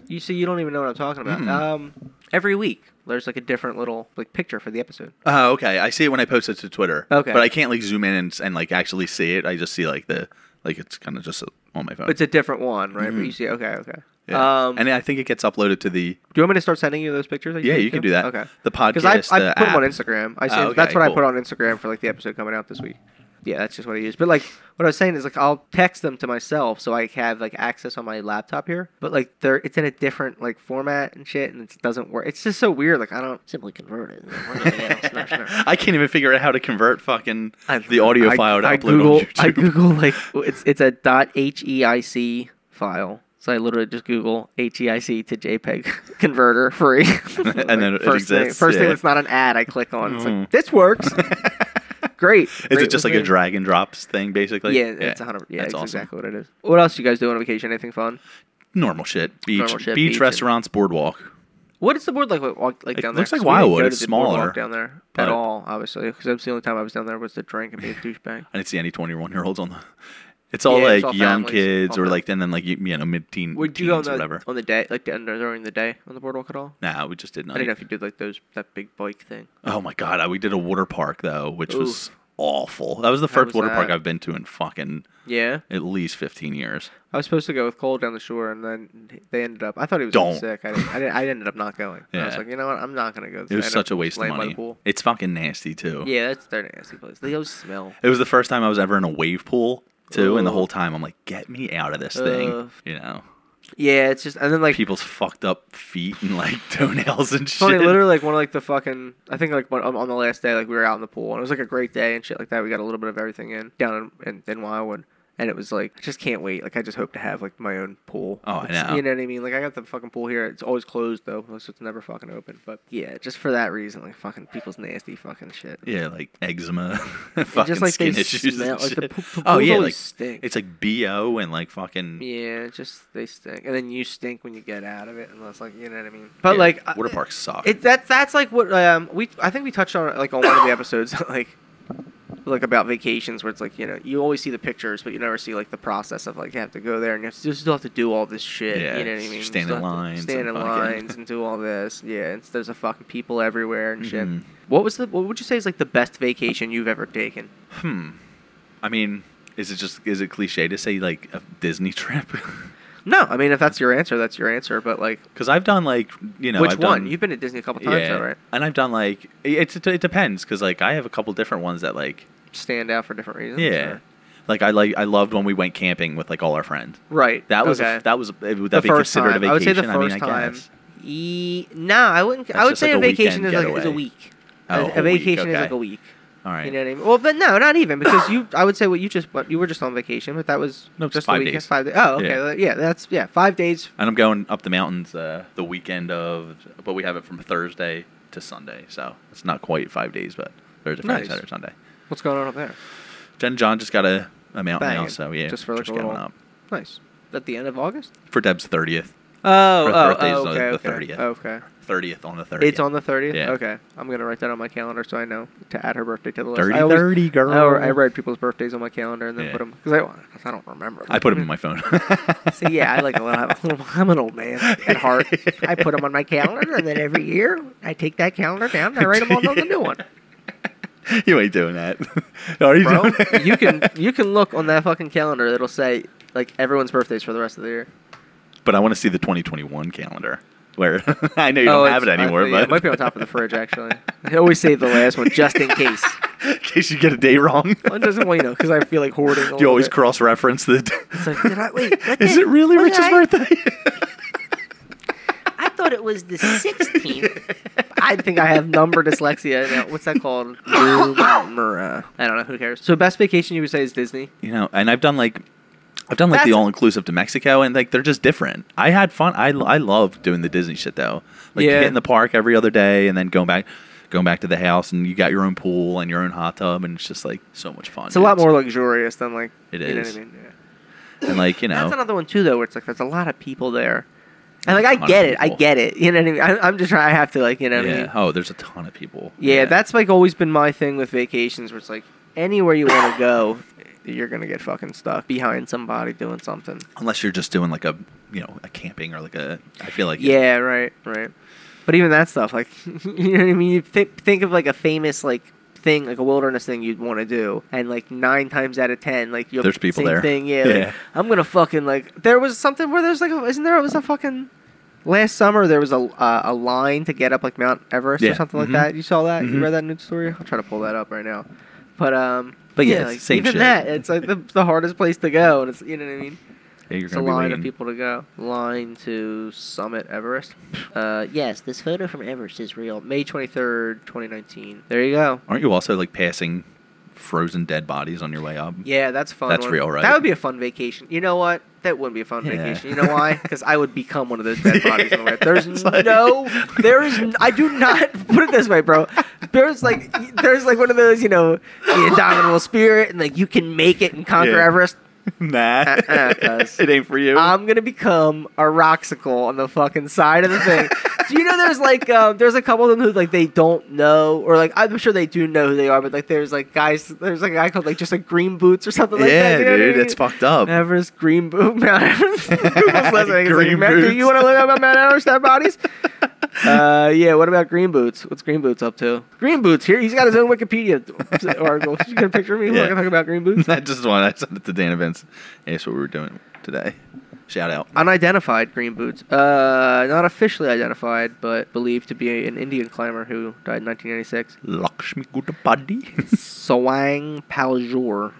[SPEAKER 1] you see, you don't even know what I'm talking about.
[SPEAKER 2] Mm.
[SPEAKER 1] Um, every week there's like a different little like picture for the episode.
[SPEAKER 2] Oh, okay. I see it when I post it to Twitter.
[SPEAKER 1] Okay.
[SPEAKER 2] but I can't like zoom in and, and like actually see it. I just see like the like it's kind of just on my phone.
[SPEAKER 1] It's a different one, right? But
[SPEAKER 2] Mhm.
[SPEAKER 1] you see, okay, okay.
[SPEAKER 2] Oh. Yeah.
[SPEAKER 1] Um,
[SPEAKER 2] and I think it gets uploaded to the
[SPEAKER 1] do you want me to start sending you those pictures? that
[SPEAKER 2] yeah. You
[SPEAKER 1] take
[SPEAKER 2] can
[SPEAKER 1] too?
[SPEAKER 2] do that.
[SPEAKER 1] Okay.
[SPEAKER 2] The podcast.
[SPEAKER 1] Because I, I
[SPEAKER 2] the
[SPEAKER 1] put them on
[SPEAKER 2] app.
[SPEAKER 1] Instagram. I
[SPEAKER 2] Oh,
[SPEAKER 1] see that's
[SPEAKER 2] okay,
[SPEAKER 1] what I
[SPEAKER 2] cool.
[SPEAKER 1] put on Instagram for like the episode coming out this week. yeah, that's just what I use. But like what I was saying is like I'll text them to myself so I have like access on my laptop here. But like they're it's in a different like format and shit, and it doesn't work. It's just so weird. Like I don't
[SPEAKER 3] Simply convert it.
[SPEAKER 2] I can't even figure out how to convert fucking
[SPEAKER 1] I-
[SPEAKER 2] the audio
[SPEAKER 1] I-
[SPEAKER 2] file to
[SPEAKER 1] I
[SPEAKER 2] upload
[SPEAKER 1] Google,
[SPEAKER 2] on YouTube.
[SPEAKER 1] I Google like it's it's a dot .heic file. So I literally just Google HEIC to JPEG converter free.
[SPEAKER 2] And then it
[SPEAKER 1] first
[SPEAKER 2] exists,
[SPEAKER 1] Thing, first
[SPEAKER 2] yeah.
[SPEAKER 1] thing that's not an ad, I click on. It's
[SPEAKER 2] Mhm.
[SPEAKER 1] like this works. Great.
[SPEAKER 2] Is
[SPEAKER 1] Great
[SPEAKER 2] it just like a
[SPEAKER 1] review.
[SPEAKER 2] drag and drops thing, basically?
[SPEAKER 1] yeah, it's 100. Yeah,
[SPEAKER 2] that's
[SPEAKER 1] that's
[SPEAKER 2] awesome.
[SPEAKER 1] exactly what it is. What else you guys do on vacation? Anything fun?
[SPEAKER 2] Normal shit. Beach,
[SPEAKER 1] Normal shit,
[SPEAKER 2] beach,
[SPEAKER 1] beach and-
[SPEAKER 2] restaurants, boardwalk.
[SPEAKER 1] What is the board like? Like, walk, like
[SPEAKER 2] It
[SPEAKER 1] down
[SPEAKER 2] looks
[SPEAKER 1] there?
[SPEAKER 2] like
[SPEAKER 1] 'Cause we didn't
[SPEAKER 2] Wildwood,
[SPEAKER 1] go to
[SPEAKER 2] it's
[SPEAKER 1] the boardwalk
[SPEAKER 2] smaller,
[SPEAKER 1] down there
[SPEAKER 2] but-
[SPEAKER 1] at all, obviously, because that's the only time I was down there was to drink and be a douchebag.
[SPEAKER 2] I didn't see any 21 year olds on the. It's all
[SPEAKER 1] Yeah,
[SPEAKER 2] like
[SPEAKER 1] it's all
[SPEAKER 2] young
[SPEAKER 1] families,
[SPEAKER 2] kids
[SPEAKER 1] all
[SPEAKER 2] or like, and then like, you, you know, mid teen
[SPEAKER 1] Would
[SPEAKER 2] teens
[SPEAKER 1] you
[SPEAKER 2] or
[SPEAKER 1] go on the,
[SPEAKER 2] whatever.
[SPEAKER 1] on the day, like the, during the day on the boardwalk at all?
[SPEAKER 2] Nah, we just did
[SPEAKER 1] I
[SPEAKER 2] not.
[SPEAKER 1] didn't know if you did like those that big bike thing.
[SPEAKER 2] Oh my God. I, we did a water park though, which was
[SPEAKER 1] Oof.
[SPEAKER 2] awful. That was the first
[SPEAKER 1] was
[SPEAKER 2] water park
[SPEAKER 1] that?
[SPEAKER 2] I've been to in fucking
[SPEAKER 1] Yeah,
[SPEAKER 2] at least 15 years.
[SPEAKER 1] I was supposed to go with Cole down the shore, and then they ended up. I thought he was
[SPEAKER 2] Don't.
[SPEAKER 1] sick. I didn't, I didn't. I ended up not going. I was
[SPEAKER 2] Yeah.
[SPEAKER 1] like, you know what? I'm not gonna go.
[SPEAKER 2] It was such a waste of
[SPEAKER 1] By the
[SPEAKER 2] money.
[SPEAKER 1] pool.
[SPEAKER 2] It's fucking nasty too.
[SPEAKER 1] Yeah, that's their nasty place. They always smell.
[SPEAKER 2] It was the first time I was ever in a wave pool too, and the
[SPEAKER 1] Ugh.
[SPEAKER 2] whole time I'm like, "Get me out of this
[SPEAKER 1] Ugh.
[SPEAKER 2] thing!" You know,
[SPEAKER 1] Yeah, it's just and then like
[SPEAKER 2] people's fucked up feet and like toenails and shit.
[SPEAKER 1] Funny, literally, like one of like the fucking. I think like one, on on the last day, like we were out in the pool, and it was like a great day and shit like that. We got a little bit of everything in down in in, in Wildwood, and it was like I just can't wait. Like I just hope to have like my own pool.
[SPEAKER 2] Oh, I
[SPEAKER 1] It's-
[SPEAKER 2] know.
[SPEAKER 1] You know what I mean? Like I got the fucking pool here. It's always closed though, so it's never fucking open. But yeah, just for that reason, like fucking people's nasty fucking shit.
[SPEAKER 2] Yeah, like eczema, fucking
[SPEAKER 1] just like
[SPEAKER 2] skin
[SPEAKER 1] they
[SPEAKER 2] issues.
[SPEAKER 1] smell
[SPEAKER 2] and
[SPEAKER 1] like the
[SPEAKER 2] shit.
[SPEAKER 1] pool,
[SPEAKER 2] oh yeah,
[SPEAKER 1] always
[SPEAKER 2] like
[SPEAKER 1] stink.
[SPEAKER 2] it's like bo and like fucking.
[SPEAKER 1] yeah, just they stink, and then you stink when you get out of it, unless like you know what I mean. But
[SPEAKER 2] yeah,
[SPEAKER 1] like I-
[SPEAKER 2] water parks suck.
[SPEAKER 1] It that that's like what um we I think we touched on it like on one of the episodes like like about vacations where it's like you know you always see the pictures but you never see like the process of like you have to go there and you, have to, you still have to do all this shit
[SPEAKER 2] Yeah,
[SPEAKER 1] you know what I
[SPEAKER 2] you
[SPEAKER 1] mean You
[SPEAKER 2] stand
[SPEAKER 1] still
[SPEAKER 2] in
[SPEAKER 1] have to
[SPEAKER 2] lines
[SPEAKER 1] stand
[SPEAKER 2] and
[SPEAKER 1] in
[SPEAKER 2] fucking-
[SPEAKER 1] lines and do all this yeah it's, there's a fucking people everywhere and shit
[SPEAKER 2] Mhm.
[SPEAKER 1] what was the what would you say is like the best vacation you've ever taken
[SPEAKER 2] hmm. I mean, is it just is it cliche to say like a Disney trip?
[SPEAKER 1] no I mean if that's your answer that's your answer but like
[SPEAKER 2] Because I've done like you know
[SPEAKER 1] which
[SPEAKER 2] I've
[SPEAKER 1] one
[SPEAKER 2] done,
[SPEAKER 1] you've been to Disney a couple times though right
[SPEAKER 2] And I've done like it. It, it depends because like I have a couple different ones that like
[SPEAKER 1] stand out for different reasons
[SPEAKER 2] yeah,
[SPEAKER 1] or-
[SPEAKER 2] like I like I loved when we went camping with like all our friends.
[SPEAKER 1] right
[SPEAKER 2] That was
[SPEAKER 1] okay.
[SPEAKER 2] a, that was a- would that
[SPEAKER 1] the
[SPEAKER 2] be
[SPEAKER 1] first
[SPEAKER 2] considered
[SPEAKER 1] time.
[SPEAKER 2] a vacation?
[SPEAKER 1] I would say the first
[SPEAKER 2] mean, I
[SPEAKER 1] time.
[SPEAKER 2] guess.
[SPEAKER 1] E- nah, I wouldn't.
[SPEAKER 2] That's
[SPEAKER 1] I would
[SPEAKER 2] just
[SPEAKER 1] say
[SPEAKER 2] like
[SPEAKER 1] a
[SPEAKER 2] a
[SPEAKER 1] vacation
[SPEAKER 2] weekend
[SPEAKER 1] is like, is a
[SPEAKER 2] getaway.
[SPEAKER 1] week.
[SPEAKER 2] Oh,
[SPEAKER 1] a,
[SPEAKER 2] a
[SPEAKER 1] a
[SPEAKER 2] whole week,
[SPEAKER 1] vacation is like
[SPEAKER 2] okay.
[SPEAKER 1] a week.
[SPEAKER 2] All right.
[SPEAKER 1] You know what I mean? Well, but no, not even because you. I would say what you just what you were just on vacation, but that was
[SPEAKER 2] No, it's
[SPEAKER 1] just
[SPEAKER 2] five
[SPEAKER 1] a weekend,
[SPEAKER 2] days.
[SPEAKER 1] five days. Oh, okay,
[SPEAKER 2] Yeah.
[SPEAKER 1] yeah. that's yeah, five days.
[SPEAKER 2] and I'm going up the mountains uh, the weekend of, but we have it from Thursday to Sunday, so it's not quite five days, but Thursday, Friday,
[SPEAKER 1] Nice.
[SPEAKER 2] Saturday, Sunday.
[SPEAKER 1] What's going on up there?
[SPEAKER 2] Jen and John just got a, a mountain
[SPEAKER 1] Banging.
[SPEAKER 2] now, so yeah,
[SPEAKER 1] Just for, like, a
[SPEAKER 2] going
[SPEAKER 1] little-
[SPEAKER 2] up
[SPEAKER 1] Nice. At the end of August.
[SPEAKER 2] for Deb's thirtieth,
[SPEAKER 1] Oh,
[SPEAKER 2] Her
[SPEAKER 1] oh,
[SPEAKER 2] birthday is
[SPEAKER 1] oh,
[SPEAKER 2] on
[SPEAKER 1] okay,
[SPEAKER 2] the
[SPEAKER 1] okay,
[SPEAKER 2] 30th.
[SPEAKER 1] okay.
[SPEAKER 2] thirtieth on the thirtieth.
[SPEAKER 1] It's on the thirtieth.
[SPEAKER 2] Yeah.
[SPEAKER 1] Okay, I'm gonna write that on my calendar so I know to add her birthday to the list.
[SPEAKER 2] Dirty
[SPEAKER 1] I always-
[SPEAKER 2] thirty, girl.
[SPEAKER 1] I, I write people's birthdays on my calendar and then
[SPEAKER 2] Yeah.
[SPEAKER 1] put them because I, I don't remember.
[SPEAKER 2] I put him in my phone.
[SPEAKER 1] So Mm. yeah, I like a little, I'm a little- I'm an old man at heart. I put them on my calendar, and then every year I take that calendar down and I write them all on the new one.
[SPEAKER 2] you ain't doing that. Are you
[SPEAKER 1] Bro,
[SPEAKER 2] doing that?
[SPEAKER 1] you can you can look on that fucking calendar. It'll say like everyone's birthdays for the rest of the year.
[SPEAKER 2] But I want to see the 2021 calendar. Where I know you don't have it
[SPEAKER 1] Oh, it's- I
[SPEAKER 2] anymore,
[SPEAKER 1] think- yeah,
[SPEAKER 2] but
[SPEAKER 1] it might be on top of the fridge actually. I always save the last one just in case.
[SPEAKER 2] in case you get a day wrong.
[SPEAKER 1] One doesn't want you know because I feel like hoarding. A
[SPEAKER 2] Do you always
[SPEAKER 1] cry.
[SPEAKER 2] cross-reference the? Is
[SPEAKER 1] like, did I- wait, what
[SPEAKER 2] Is
[SPEAKER 1] the-
[SPEAKER 2] it really
[SPEAKER 1] what
[SPEAKER 2] Rich's
[SPEAKER 1] did I-
[SPEAKER 2] birthday?
[SPEAKER 3] I thought it was the 16th.
[SPEAKER 1] I think I have number dyslexia. Now. What's that called? Numera. I don't know. Who cares? So best vacation you would say is Disney.
[SPEAKER 2] you know, and I've done like, I've done like the
[SPEAKER 1] That's-
[SPEAKER 2] all-inclusive to Mexico, and like they're just different. I had fun. I I love doing the Disney shit though, like
[SPEAKER 1] Yeah.
[SPEAKER 2] hitting the park every other day, and then going back, going back to the house, and you got your own pool and your own hot tub, and it's just like so much fun.
[SPEAKER 1] It's a lot
[SPEAKER 2] dude.
[SPEAKER 1] more luxurious than like
[SPEAKER 2] It
[SPEAKER 1] you know what
[SPEAKER 2] is.
[SPEAKER 1] I mean? Yeah.
[SPEAKER 2] and like you know,
[SPEAKER 1] That's another one too, though, where it's like there's a lot of people there, and like I
[SPEAKER 2] Ton of
[SPEAKER 1] get it, I
[SPEAKER 2] people.
[SPEAKER 1] get it. You know what I mean? I, I'm just trying. I have to like, you know what
[SPEAKER 2] yeah.
[SPEAKER 1] I mean?
[SPEAKER 2] Oh, there's a ton of people.
[SPEAKER 1] Yeah, that's like always been my thing with vacations, where it's like anywhere you want to go, you're gonna get fucking stuck behind somebody doing something.
[SPEAKER 2] unless you're just doing like a you know a camping or like a. I feel like
[SPEAKER 1] Yeah, right, right. But even that stuff, like, you know what I mean? You th- think of like a famous like thing, like a wilderness thing you'd want to do, and like nine times out of ten, like you'll
[SPEAKER 2] There's people
[SPEAKER 1] same
[SPEAKER 2] there.
[SPEAKER 1] Thing, yeah. like,
[SPEAKER 2] Yeah.
[SPEAKER 1] I'm gonna fucking like. There was something where there's like, a, isn't there? It was a fucking. Last summer there was a uh, a line to get up like Mount Everest
[SPEAKER 2] Yeah.
[SPEAKER 1] or something
[SPEAKER 2] Mhm.
[SPEAKER 1] like that. You saw that?
[SPEAKER 2] Mhm.
[SPEAKER 1] You read that news story? I'll try to pull that up right now. But um,
[SPEAKER 2] But yeah, it's
[SPEAKER 1] like,
[SPEAKER 2] the same
[SPEAKER 1] even
[SPEAKER 2] shit.
[SPEAKER 1] that, it's like the, the hardest place to go, and it's you know what I mean.
[SPEAKER 2] Yeah, you're
[SPEAKER 1] It's a
[SPEAKER 2] gonna be
[SPEAKER 1] line of
[SPEAKER 2] waiting.
[SPEAKER 1] people to go. Line to summit Everest. Uh,
[SPEAKER 3] Yes, this photo from Everest is real.
[SPEAKER 1] May twenty third, twenty nineteen. There you go.
[SPEAKER 2] Aren't you also like passing frozen dead bodies on your way up?
[SPEAKER 1] Yeah, that's a fun.
[SPEAKER 2] That's
[SPEAKER 1] one.
[SPEAKER 2] real, right?
[SPEAKER 1] That would be a fun vacation. You know what? That wouldn't be a fun
[SPEAKER 2] Yeah.
[SPEAKER 1] vacation. You know why? Because I would become one of those dead bodies on the way. There's
[SPEAKER 2] It's like-
[SPEAKER 1] no, there is. n- I do not put it this way, bro. There's like, there's like one of those, you know, the indomitable spirit, and like you can make it and conquer
[SPEAKER 2] Yeah.
[SPEAKER 1] Everest.
[SPEAKER 2] nah,
[SPEAKER 1] Uh-uh, cuz.
[SPEAKER 2] it ain't for you.
[SPEAKER 1] I'm gonna become a roxicle on the fucking side of the thing. do you know there's like um, there's a couple of them who like they don't know or like I'm sure they do know who they are, but like there's like guys there's like a guy called like just like Green Boots or something like
[SPEAKER 2] yeah,
[SPEAKER 1] that. you know what I
[SPEAKER 2] dude,
[SPEAKER 1] mean?
[SPEAKER 2] it's fucked up.
[SPEAKER 1] Everest Green Boot Mount Everest. Google's last name. It's
[SPEAKER 2] Green
[SPEAKER 1] like, Matt, Do
[SPEAKER 2] Boots.
[SPEAKER 1] you want to look up Mount Everest dead bodies? Uh, yeah. What about Green Boots? What's Green Boots up to? Green Boots here. He's got his own Wikipedia article. You got a picture of me?
[SPEAKER 2] Yeah.
[SPEAKER 1] We're talking about Green Boots.
[SPEAKER 2] I just wanted I sent it to Dan Events. That's what we were doing today. Shout out.
[SPEAKER 1] Unidentified green boots. Uh, not officially identified, but believed to be an Indian climber who died in 1996.
[SPEAKER 2] Lakshmi Gudapadi.
[SPEAKER 1] Sawang Paljor.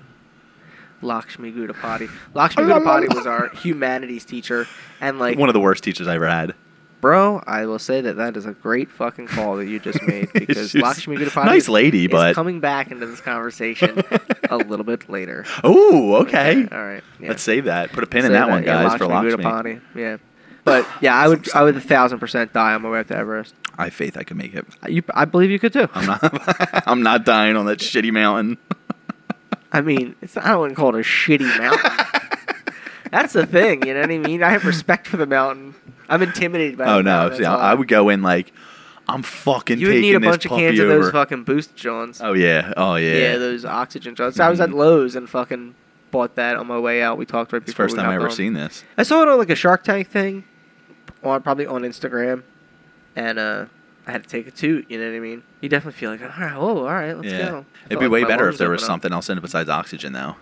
[SPEAKER 1] Lakshmi Gudapati. Lakshmi
[SPEAKER 2] La, la, la.
[SPEAKER 1] Gudapati was our humanities teacher, and like,
[SPEAKER 2] One of the worst teachers I ever had.
[SPEAKER 1] bro, I will say that that is a great fucking call that you just made because
[SPEAKER 2] She's
[SPEAKER 1] Lakshmi Gudapati
[SPEAKER 2] nice
[SPEAKER 1] is-
[SPEAKER 2] lady,
[SPEAKER 1] is
[SPEAKER 2] but
[SPEAKER 1] coming back into this conversation a little bit later.
[SPEAKER 2] oh, okay.
[SPEAKER 1] All right. yeah.
[SPEAKER 2] Let's save that. Put a pin in
[SPEAKER 1] Say
[SPEAKER 2] that, one,
[SPEAKER 1] yeah,
[SPEAKER 2] guys, for Lakshmi.
[SPEAKER 1] Gudapati, Yeah. But yeah, I would I would a thousand percent die on my way up to Everest.
[SPEAKER 2] I have faith I can make it.
[SPEAKER 1] You, I believe you could too.
[SPEAKER 2] I'm not. I'm not dying on that shitty mountain.
[SPEAKER 1] I mean, it's I wouldn't call it a shitty mountain. That's the thing, you know what I mean? I have respect for the mountain. I'm intimidated by.
[SPEAKER 2] oh
[SPEAKER 1] the
[SPEAKER 2] no!
[SPEAKER 1] mountain,
[SPEAKER 2] See,
[SPEAKER 1] that's
[SPEAKER 2] I, I
[SPEAKER 1] all.
[SPEAKER 2] would go in like, I'm fucking
[SPEAKER 1] You would
[SPEAKER 2] taking
[SPEAKER 1] need a
[SPEAKER 2] this
[SPEAKER 1] bunch of
[SPEAKER 2] puppy
[SPEAKER 1] cans
[SPEAKER 2] over.
[SPEAKER 1] of those fucking Boost Johns.
[SPEAKER 2] oh yeah. Oh yeah.
[SPEAKER 1] yeah. those oxygen Johns. So I was at
[SPEAKER 2] Mhm.
[SPEAKER 1] Lowe's and fucking bought that on my way out. We talked right
[SPEAKER 2] it's the
[SPEAKER 1] before.
[SPEAKER 2] first
[SPEAKER 1] we
[SPEAKER 2] time I
[SPEAKER 1] hopped
[SPEAKER 2] ever
[SPEAKER 1] on.
[SPEAKER 2] seen this.
[SPEAKER 1] I saw it on like a Shark Tank thing, on probably on Instagram, and uh, I had to take a toot. You know what I mean? You definitely feel like, all right, whoa, all right, let's
[SPEAKER 2] yeah.
[SPEAKER 1] go. I
[SPEAKER 2] It'd
[SPEAKER 1] felt
[SPEAKER 2] be
[SPEAKER 1] like
[SPEAKER 2] way
[SPEAKER 1] Oh, my
[SPEAKER 2] better if
[SPEAKER 1] lungs
[SPEAKER 2] there was
[SPEAKER 1] opened up.
[SPEAKER 2] something else in it besides oxygen, though.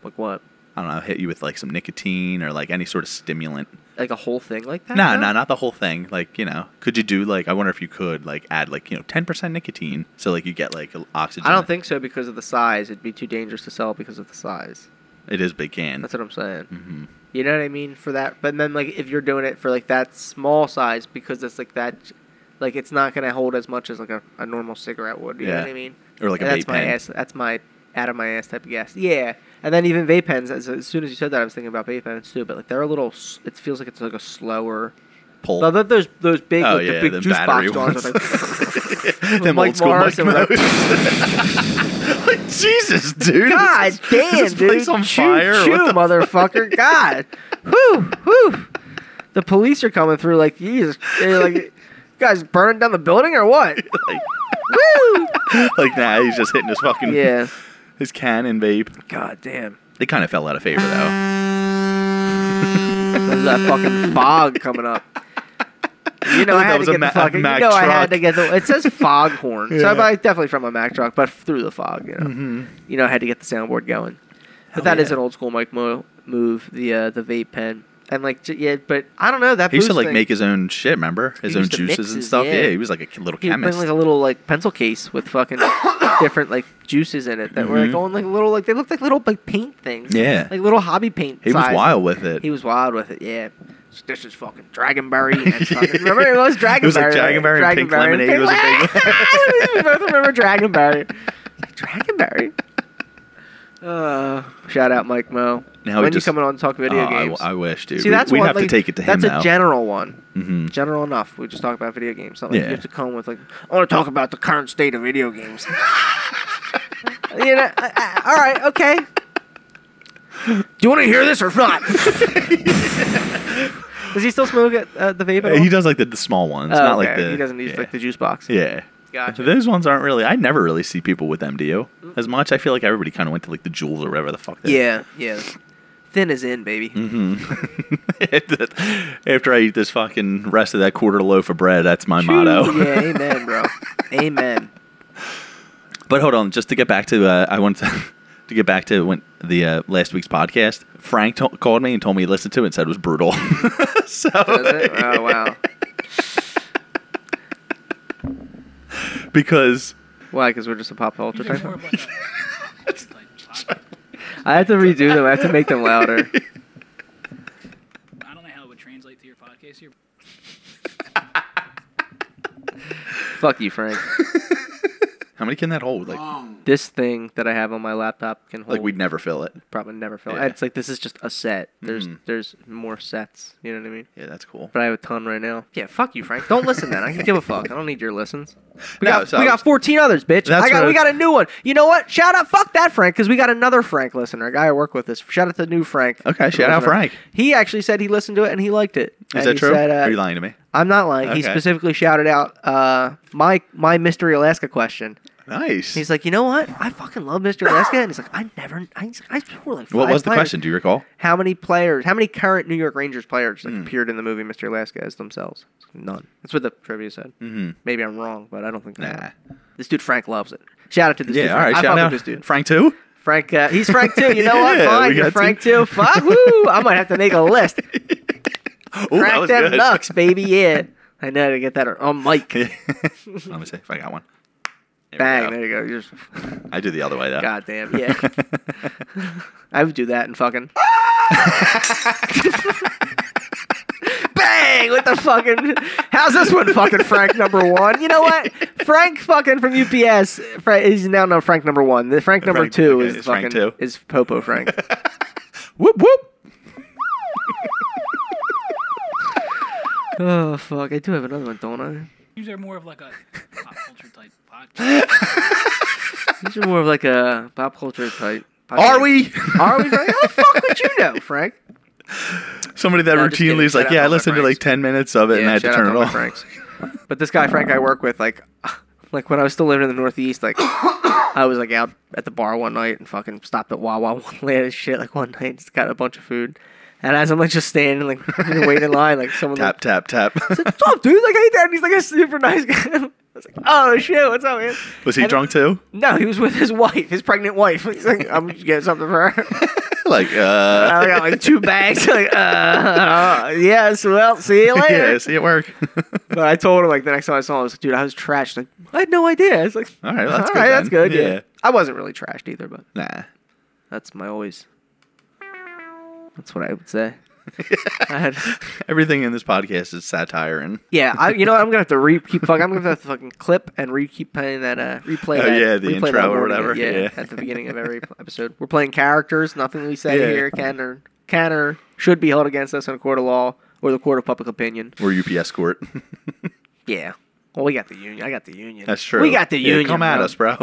[SPEAKER 1] Like what?
[SPEAKER 2] I don't know. Hit you with like some nicotine or like any sort of stimulant.
[SPEAKER 1] Like a whole thing like that?
[SPEAKER 2] No, no, not the whole thing. Like you know, could you do like? I wonder if you could like add like you know ten percent nicotine, so like you get like a- oxygen.
[SPEAKER 1] I don't think so because of the size. It'd be too dangerous to sell because of the size.
[SPEAKER 2] it is big can.
[SPEAKER 1] That's what I'm saying.
[SPEAKER 2] hmm
[SPEAKER 1] You know what I mean for that. But then like if you're doing it for like that small size because it's like that, like it's not gonna hold as much as like a, a normal cigarette would. You know
[SPEAKER 2] Yeah.
[SPEAKER 1] what I mean?
[SPEAKER 2] Or like a
[SPEAKER 1] And that's
[SPEAKER 2] vape
[SPEAKER 1] my
[SPEAKER 2] pen.
[SPEAKER 1] ass. That's my out of my ass type of gas. Yeah, and then even vape pens. As, as soon as you said that, I was thinking about vape pens too. But like they're a little. s- It feels like it's like a slower.
[SPEAKER 2] Pull.
[SPEAKER 1] Although those those big
[SPEAKER 2] oh
[SPEAKER 1] like,
[SPEAKER 2] yeah,
[SPEAKER 1] the big
[SPEAKER 2] the
[SPEAKER 1] juice
[SPEAKER 2] battery
[SPEAKER 1] box ones. Are like,
[SPEAKER 2] ones. Them
[SPEAKER 1] Mike
[SPEAKER 2] old school
[SPEAKER 1] Morris
[SPEAKER 2] Mike
[SPEAKER 1] and like-
[SPEAKER 2] Morris. Like, Jesus, dude.
[SPEAKER 1] God
[SPEAKER 2] Is this-
[SPEAKER 1] damn,
[SPEAKER 2] is this
[SPEAKER 1] dude!
[SPEAKER 2] place on
[SPEAKER 1] chew,
[SPEAKER 2] fire.
[SPEAKER 1] chew,
[SPEAKER 2] What the
[SPEAKER 1] motherfucker! God, whoo, whoo! The police are coming through. Like Jesus, they're like, you guys burning down the building or what? Woo!
[SPEAKER 2] Like, like, nah, he's just hitting his fucking
[SPEAKER 1] Yeah.
[SPEAKER 2] his can and vape.
[SPEAKER 1] God damn.
[SPEAKER 2] They kind of fell out of favor though.
[SPEAKER 1] There's that fucking fog coming up. You know, I
[SPEAKER 2] I thought that
[SPEAKER 1] had to
[SPEAKER 2] was a
[SPEAKER 1] get
[SPEAKER 2] Ma-
[SPEAKER 1] the fucking. You know,
[SPEAKER 2] Mack
[SPEAKER 1] I had
[SPEAKER 2] truck.
[SPEAKER 1] to get the. It says foghorn, so
[SPEAKER 2] Yeah. Mm-hmm.
[SPEAKER 1] I'm like, definitely from a Mac truck, but through the fog. You know, you know, I had to get the soundboard going.
[SPEAKER 2] Hell
[SPEAKER 1] But that is
[SPEAKER 2] yeah.
[SPEAKER 1] an old school Mike Mo move. The uh, the vape pen and like j- yeah, but I don't know that.
[SPEAKER 2] He used to
[SPEAKER 1] boost
[SPEAKER 2] like
[SPEAKER 1] thing-
[SPEAKER 2] make his own shit. Remember his
[SPEAKER 1] He
[SPEAKER 2] own
[SPEAKER 1] used to mix
[SPEAKER 2] juices and
[SPEAKER 1] his-
[SPEAKER 2] stuff. Yeah.
[SPEAKER 1] yeah.
[SPEAKER 2] he was like a k- little
[SPEAKER 1] He would bring
[SPEAKER 2] chemist.
[SPEAKER 1] like a little like pencil case with fucking different like juices in it that were like
[SPEAKER 2] Mhm.
[SPEAKER 1] going like little like they looked like little like paint things.
[SPEAKER 2] Yeah.
[SPEAKER 1] Like little hobby paint.
[SPEAKER 2] he was
[SPEAKER 1] size.
[SPEAKER 2] wild with it.
[SPEAKER 1] He was wild with it. Yeah. So This is fucking dragonberry. And fucking, remember it was dragonberry.
[SPEAKER 2] It was like
[SPEAKER 1] right?
[SPEAKER 2] Dragonberry and Pink Lemonade was a big
[SPEAKER 1] Lemonade. we both remember dragonberry. Like dragonberry. Uh, shout out Mike Mo.
[SPEAKER 2] Now we
[SPEAKER 1] when
[SPEAKER 2] just-
[SPEAKER 1] you coming on to talk video
[SPEAKER 2] Oh, I,
[SPEAKER 1] games?
[SPEAKER 2] I wish, dude.
[SPEAKER 1] See,
[SPEAKER 2] we,
[SPEAKER 1] that's
[SPEAKER 2] we
[SPEAKER 1] one,
[SPEAKER 2] have
[SPEAKER 1] like,
[SPEAKER 2] to take it to him
[SPEAKER 1] That's a
[SPEAKER 2] now.
[SPEAKER 1] general one.
[SPEAKER 2] Mhm.
[SPEAKER 1] General enough. We just talk about video games. Something
[SPEAKER 2] Yeah.
[SPEAKER 1] you have to come with like, I want to talk about the current state of video games. you know, I- I- all right, okay. Do you want to hear this or not? does he still smoke at uh, the vape? at
[SPEAKER 2] He
[SPEAKER 1] all?
[SPEAKER 2] does like the, the small ones,
[SPEAKER 1] Oh,
[SPEAKER 2] not like
[SPEAKER 1] okay.
[SPEAKER 2] the.
[SPEAKER 1] he doesn't use
[SPEAKER 2] yeah.
[SPEAKER 1] like the juice box.
[SPEAKER 2] Yeah.
[SPEAKER 1] Gotcha.
[SPEAKER 2] Those ones aren't really. I never really see people with MDO as much. I feel like everybody kind of went to like the jewels or whatever the fuck. They
[SPEAKER 1] yeah, yeah. Thin is in, baby.
[SPEAKER 2] hmm After I eat this fucking rest of that quarter loaf of bread, that's my motto.
[SPEAKER 1] yeah, amen, bro. amen.
[SPEAKER 2] But hold on, just to get back to, uh, I wanted to, to get back to when the uh, last week's podcast. Frank to- called me and told me he listened to it and said it was brutal. so
[SPEAKER 1] Does it? Oh wow.
[SPEAKER 2] because
[SPEAKER 1] Why? Because we're just a pop culture
[SPEAKER 4] Even
[SPEAKER 1] type.
[SPEAKER 4] more
[SPEAKER 1] of-
[SPEAKER 4] about that. It's like,
[SPEAKER 1] I have to redo them. I have to make them louder.
[SPEAKER 4] I don't know how it would translate to your podcast here.
[SPEAKER 1] Fuck you, Frank.
[SPEAKER 2] How many can that hold? Like,
[SPEAKER 1] This thing that I have on my laptop can hold.
[SPEAKER 2] like we'd never fill it.
[SPEAKER 1] probably never fill.
[SPEAKER 2] Yeah.
[SPEAKER 1] It's like this is just a set. There's
[SPEAKER 2] Mhm.
[SPEAKER 1] there's more sets. You know what I mean?
[SPEAKER 2] Yeah, that's cool.
[SPEAKER 1] But I have a ton right now. Yeah, fuck you, Frank. Don't listen then. I can give a fuck. I don't need your listens. We,
[SPEAKER 2] No,
[SPEAKER 1] got,
[SPEAKER 2] so
[SPEAKER 1] we
[SPEAKER 2] I
[SPEAKER 1] got
[SPEAKER 2] was-
[SPEAKER 1] 14 others, bitch.
[SPEAKER 2] That's
[SPEAKER 1] I
[SPEAKER 2] what
[SPEAKER 1] got,
[SPEAKER 2] I
[SPEAKER 1] we
[SPEAKER 2] was-
[SPEAKER 1] got a new one. You know what? Shout out, fuck that Frank, because we got another Frank listener, a guy I work with. This shout out to new Frank.
[SPEAKER 2] Okay, shout out
[SPEAKER 1] listener.
[SPEAKER 2] Frank.
[SPEAKER 1] He actually said he listened to it and he liked it.
[SPEAKER 2] Is
[SPEAKER 1] And
[SPEAKER 2] that
[SPEAKER 1] he
[SPEAKER 2] true?
[SPEAKER 1] said, uh,
[SPEAKER 2] Are you lying to me?
[SPEAKER 1] I'm not lying. He
[SPEAKER 2] Okay.
[SPEAKER 1] specifically shouted out uh, my my Mystery Alaska question.
[SPEAKER 2] Nice.
[SPEAKER 1] He's like, you know what? I fucking love Mr. Alaska, and he's like, I never. I, he's like, I swore like
[SPEAKER 2] what
[SPEAKER 1] five
[SPEAKER 2] was the
[SPEAKER 1] players.
[SPEAKER 2] question? Do you recall?
[SPEAKER 1] How many players? How many current New York Rangers players like,
[SPEAKER 2] Mm.
[SPEAKER 1] appeared in the movie Mr. Alaska as themselves? None. That's what the trivia said.
[SPEAKER 2] Mm-hmm.
[SPEAKER 1] Maybe I'm wrong, but I don't think that.
[SPEAKER 2] Nah.
[SPEAKER 1] This dude Frank loves it. Shout out to this dude.
[SPEAKER 2] Yeah, all
[SPEAKER 1] Frank.
[SPEAKER 2] right.
[SPEAKER 1] I
[SPEAKER 2] Shout
[SPEAKER 1] fuck
[SPEAKER 2] out
[SPEAKER 1] with this dude.
[SPEAKER 2] Frank too.
[SPEAKER 1] Frank, uh, he's Frank too. You know what?
[SPEAKER 2] Yeah,
[SPEAKER 1] Fine,
[SPEAKER 2] we
[SPEAKER 1] you're
[SPEAKER 2] got
[SPEAKER 1] Frank
[SPEAKER 2] two.
[SPEAKER 1] too. Fuck, woo! I might have to make a list.
[SPEAKER 2] Ooh,
[SPEAKER 1] Crack
[SPEAKER 2] was
[SPEAKER 1] them
[SPEAKER 2] good.
[SPEAKER 1] knucks, baby. Yeah. I know how to get that on mic.
[SPEAKER 2] Let me see if I got one. There we
[SPEAKER 1] Bang.
[SPEAKER 2] go.
[SPEAKER 1] There you go. You're just,
[SPEAKER 2] I do the other way though.
[SPEAKER 1] goddamn. Yeah. I would do that and fucking. Bang with the fucking. How's this one, fucking Frank number one? You know what? Frank fucking from UPS Frank, is now no Frank number one. The Frank number
[SPEAKER 2] Frank-
[SPEAKER 1] two
[SPEAKER 2] okay,
[SPEAKER 1] is
[SPEAKER 2] it's Frank
[SPEAKER 1] fucking
[SPEAKER 2] two.
[SPEAKER 1] is Popo Frank.
[SPEAKER 2] whoop whoop.
[SPEAKER 1] oh fuck! I do have another one, don't I?
[SPEAKER 4] These are more of like a pop culture type podcast.
[SPEAKER 1] These are more of like a pop culture type.
[SPEAKER 2] Are we?
[SPEAKER 1] Are we Frank? How the fuck would you know, Frank?
[SPEAKER 2] Somebody that
[SPEAKER 1] No, just kidding.
[SPEAKER 2] routinely is like,
[SPEAKER 1] Shout out
[SPEAKER 2] yeah,
[SPEAKER 1] to
[SPEAKER 2] I
[SPEAKER 1] all my
[SPEAKER 2] listened to like
[SPEAKER 1] Franks.
[SPEAKER 2] ten minutes of it and I had to
[SPEAKER 1] shout out
[SPEAKER 2] turn it
[SPEAKER 1] all my
[SPEAKER 2] off.
[SPEAKER 1] Franks. But this guy Frank I work with, like, like when I was still living in the Northeast, like I was like out at the bar one night and fucking stopped at Wawa one late as shit, like one night, just got a bunch of food, and as I'm like just standing like waiting in line, like someone
[SPEAKER 2] Tap tap tap.
[SPEAKER 1] like, what's up, dude? Like, hey, Dad, he's like a super nice guy. I was like, oh shit, what's up, man?
[SPEAKER 2] Was he
[SPEAKER 1] And-
[SPEAKER 2] drunk too?
[SPEAKER 1] No, he was with his wife, his pregnant wife. He's like, I'm just getting something for her.
[SPEAKER 2] like
[SPEAKER 1] And I
[SPEAKER 2] uh.
[SPEAKER 1] got like two bags. Like, uh, yes, well, see you later.
[SPEAKER 2] yeah, see it work.
[SPEAKER 1] But I told him like the next time I saw him, I was like, dude, I was trashed. Like, I had no idea. It's like,
[SPEAKER 2] All right, well, that's
[SPEAKER 1] all
[SPEAKER 2] good
[SPEAKER 1] right, that's
[SPEAKER 2] then.
[SPEAKER 1] good. Yeah.
[SPEAKER 2] Yeah.
[SPEAKER 1] I wasn't really trashed either, but
[SPEAKER 2] nah.
[SPEAKER 1] that's my always. That's what I would say. I had,
[SPEAKER 2] Everything in this podcast is satire and
[SPEAKER 1] yeah, I, you know what? I'm gonna have to re keep fuck. I'm gonna have to fucking clip and re keep playing that uh replay.
[SPEAKER 2] Oh,
[SPEAKER 1] that,
[SPEAKER 2] yeah, the
[SPEAKER 1] replay
[SPEAKER 2] intro
[SPEAKER 1] that
[SPEAKER 2] or
[SPEAKER 1] warning,
[SPEAKER 2] whatever,
[SPEAKER 1] Yeah,
[SPEAKER 2] yeah.
[SPEAKER 1] at the beginning of every episode, we're playing characters. Nothing we say
[SPEAKER 2] Yeah.
[SPEAKER 1] here can or can or should be held against us in a court of law or the court of public opinion.
[SPEAKER 2] or UPS court.
[SPEAKER 1] Yeah. Well, we got the union. I got the union.
[SPEAKER 2] that's true.
[SPEAKER 1] We got the
[SPEAKER 2] Yeah,
[SPEAKER 1] union.
[SPEAKER 2] Come at
[SPEAKER 1] bro.
[SPEAKER 2] us, bro.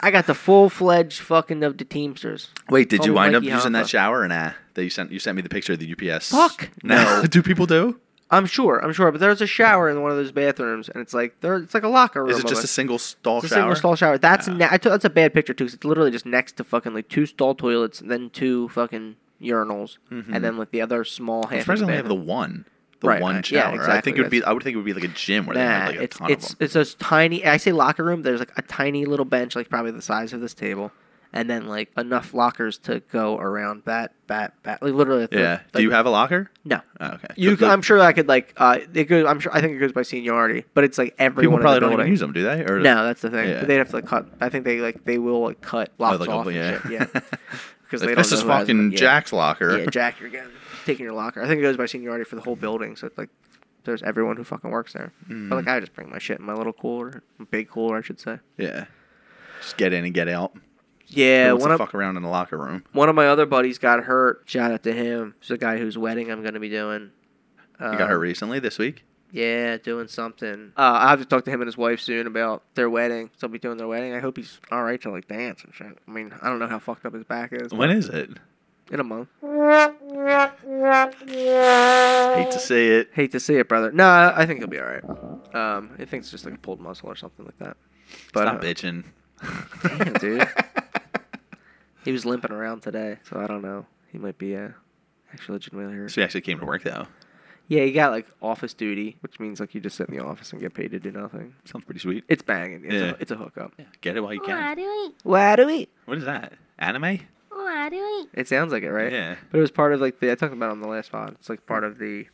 [SPEAKER 1] I got the full fledged fucking of the Teamsters.
[SPEAKER 2] Wait, did
[SPEAKER 1] Call
[SPEAKER 2] you
[SPEAKER 1] me
[SPEAKER 2] wind up
[SPEAKER 1] Mikey
[SPEAKER 2] using that
[SPEAKER 1] Hoffa.
[SPEAKER 2] shower or nah? That you sent you sent me the picture of the UPS.
[SPEAKER 1] Fuck
[SPEAKER 2] No.
[SPEAKER 1] no.
[SPEAKER 2] do people do?
[SPEAKER 1] I'm sure, I'm sure, but there's a shower in one of those bathrooms, and it's like there, it's like a locker room.
[SPEAKER 2] Is it just a
[SPEAKER 1] almost.
[SPEAKER 2] single stall
[SPEAKER 1] It's a
[SPEAKER 2] shower?
[SPEAKER 1] single stall shower? That's
[SPEAKER 2] Ah.
[SPEAKER 1] ne- I took that's a bad picture too. 'cause it's literally just next to fucking like two stall toilets, and then two fucking urinals, and then like the other small half.
[SPEAKER 2] I'm
[SPEAKER 1] of
[SPEAKER 2] Mm-hmm. surprised they only have the
[SPEAKER 1] bathroom.
[SPEAKER 2] one. The
[SPEAKER 1] Right,
[SPEAKER 2] one
[SPEAKER 1] right.
[SPEAKER 2] shower.
[SPEAKER 1] Yeah,
[SPEAKER 2] I think
[SPEAKER 1] exactly,
[SPEAKER 2] it would be
[SPEAKER 1] that's-
[SPEAKER 2] I would think it would be like a gym where they
[SPEAKER 1] Nah,
[SPEAKER 2] have like a
[SPEAKER 1] it's
[SPEAKER 2] ton
[SPEAKER 1] it's
[SPEAKER 2] of them.
[SPEAKER 1] it's those tiny. I say locker room. There's like a tiny little bench, like probably the size of this table, and then like enough lockers to go around that, that, that. Like literally.
[SPEAKER 2] Yeah. do you have a locker?
[SPEAKER 1] no?
[SPEAKER 2] Oh, okay.
[SPEAKER 1] You,
[SPEAKER 2] The- the-
[SPEAKER 1] I'm sure I could like. Uh, it goes. I'm sure. I think it goes by seniority, but it's like
[SPEAKER 2] people
[SPEAKER 1] everyone
[SPEAKER 2] probably
[SPEAKER 1] in the
[SPEAKER 2] don't even
[SPEAKER 1] building.
[SPEAKER 2] use them, do they? Or
[SPEAKER 1] no, that's the thing.
[SPEAKER 2] Yeah.
[SPEAKER 1] But they'd have to like cut. I think they like they will like cut locks
[SPEAKER 2] oh, like,
[SPEAKER 1] off.
[SPEAKER 2] oh, yeah.
[SPEAKER 1] and shit, yeah. Because
[SPEAKER 2] Like, this is fucking Jack's locker.
[SPEAKER 1] Yeah, Jack, you're getting, taking your locker. I think it goes by seniority for the whole building. So it's like there's everyone who fucking works there.
[SPEAKER 2] Mm.
[SPEAKER 1] But like I just bring my shit in my little cooler, big cooler, I should say.
[SPEAKER 2] Yeah. Just get in and get out.
[SPEAKER 1] Yeah,
[SPEAKER 2] Yeah, Who wants
[SPEAKER 1] one
[SPEAKER 2] to
[SPEAKER 1] of
[SPEAKER 2] fuck around in the locker room?
[SPEAKER 1] one of my other buddies got hurt. Shout out to him. It's a guy whose wedding I'm gonna be doing.
[SPEAKER 2] You
[SPEAKER 1] Uh,
[SPEAKER 2] got her recently this week?
[SPEAKER 1] Yeah, doing something. Uh, I have to talk to him and his wife soon about their wedding. So I'll be doing their wedding. I hope he's all right to like dance and shit. I mean, I don't know how fucked up his back is.
[SPEAKER 2] When is it?
[SPEAKER 1] In a month.
[SPEAKER 2] Hate to see it.
[SPEAKER 1] Hate to see it, brother. Nah, I think he'll be all right. Um, I think it's just like a pulled muscle or something like that. But
[SPEAKER 2] Stop
[SPEAKER 1] uh,
[SPEAKER 2] bitching.
[SPEAKER 1] Damn, dude. he was limping around today, so I don't know. He might be uh, actually legitimately hurt.
[SPEAKER 2] So you actually came to work though.
[SPEAKER 1] Yeah, he got like office duty, which means like you just sit in the office and get paid to do nothing.
[SPEAKER 2] Sounds pretty sweet.
[SPEAKER 1] It's banging. It's,
[SPEAKER 2] Yeah.
[SPEAKER 1] a, it's a hookup.
[SPEAKER 2] Get it while you can.
[SPEAKER 3] Wadui,
[SPEAKER 1] Why do we?
[SPEAKER 2] What is that? Anime?
[SPEAKER 3] wadui,
[SPEAKER 1] It sounds like it, right?
[SPEAKER 2] Yeah.
[SPEAKER 1] But it was part of like the I talked about it on the last pod. It's like part of the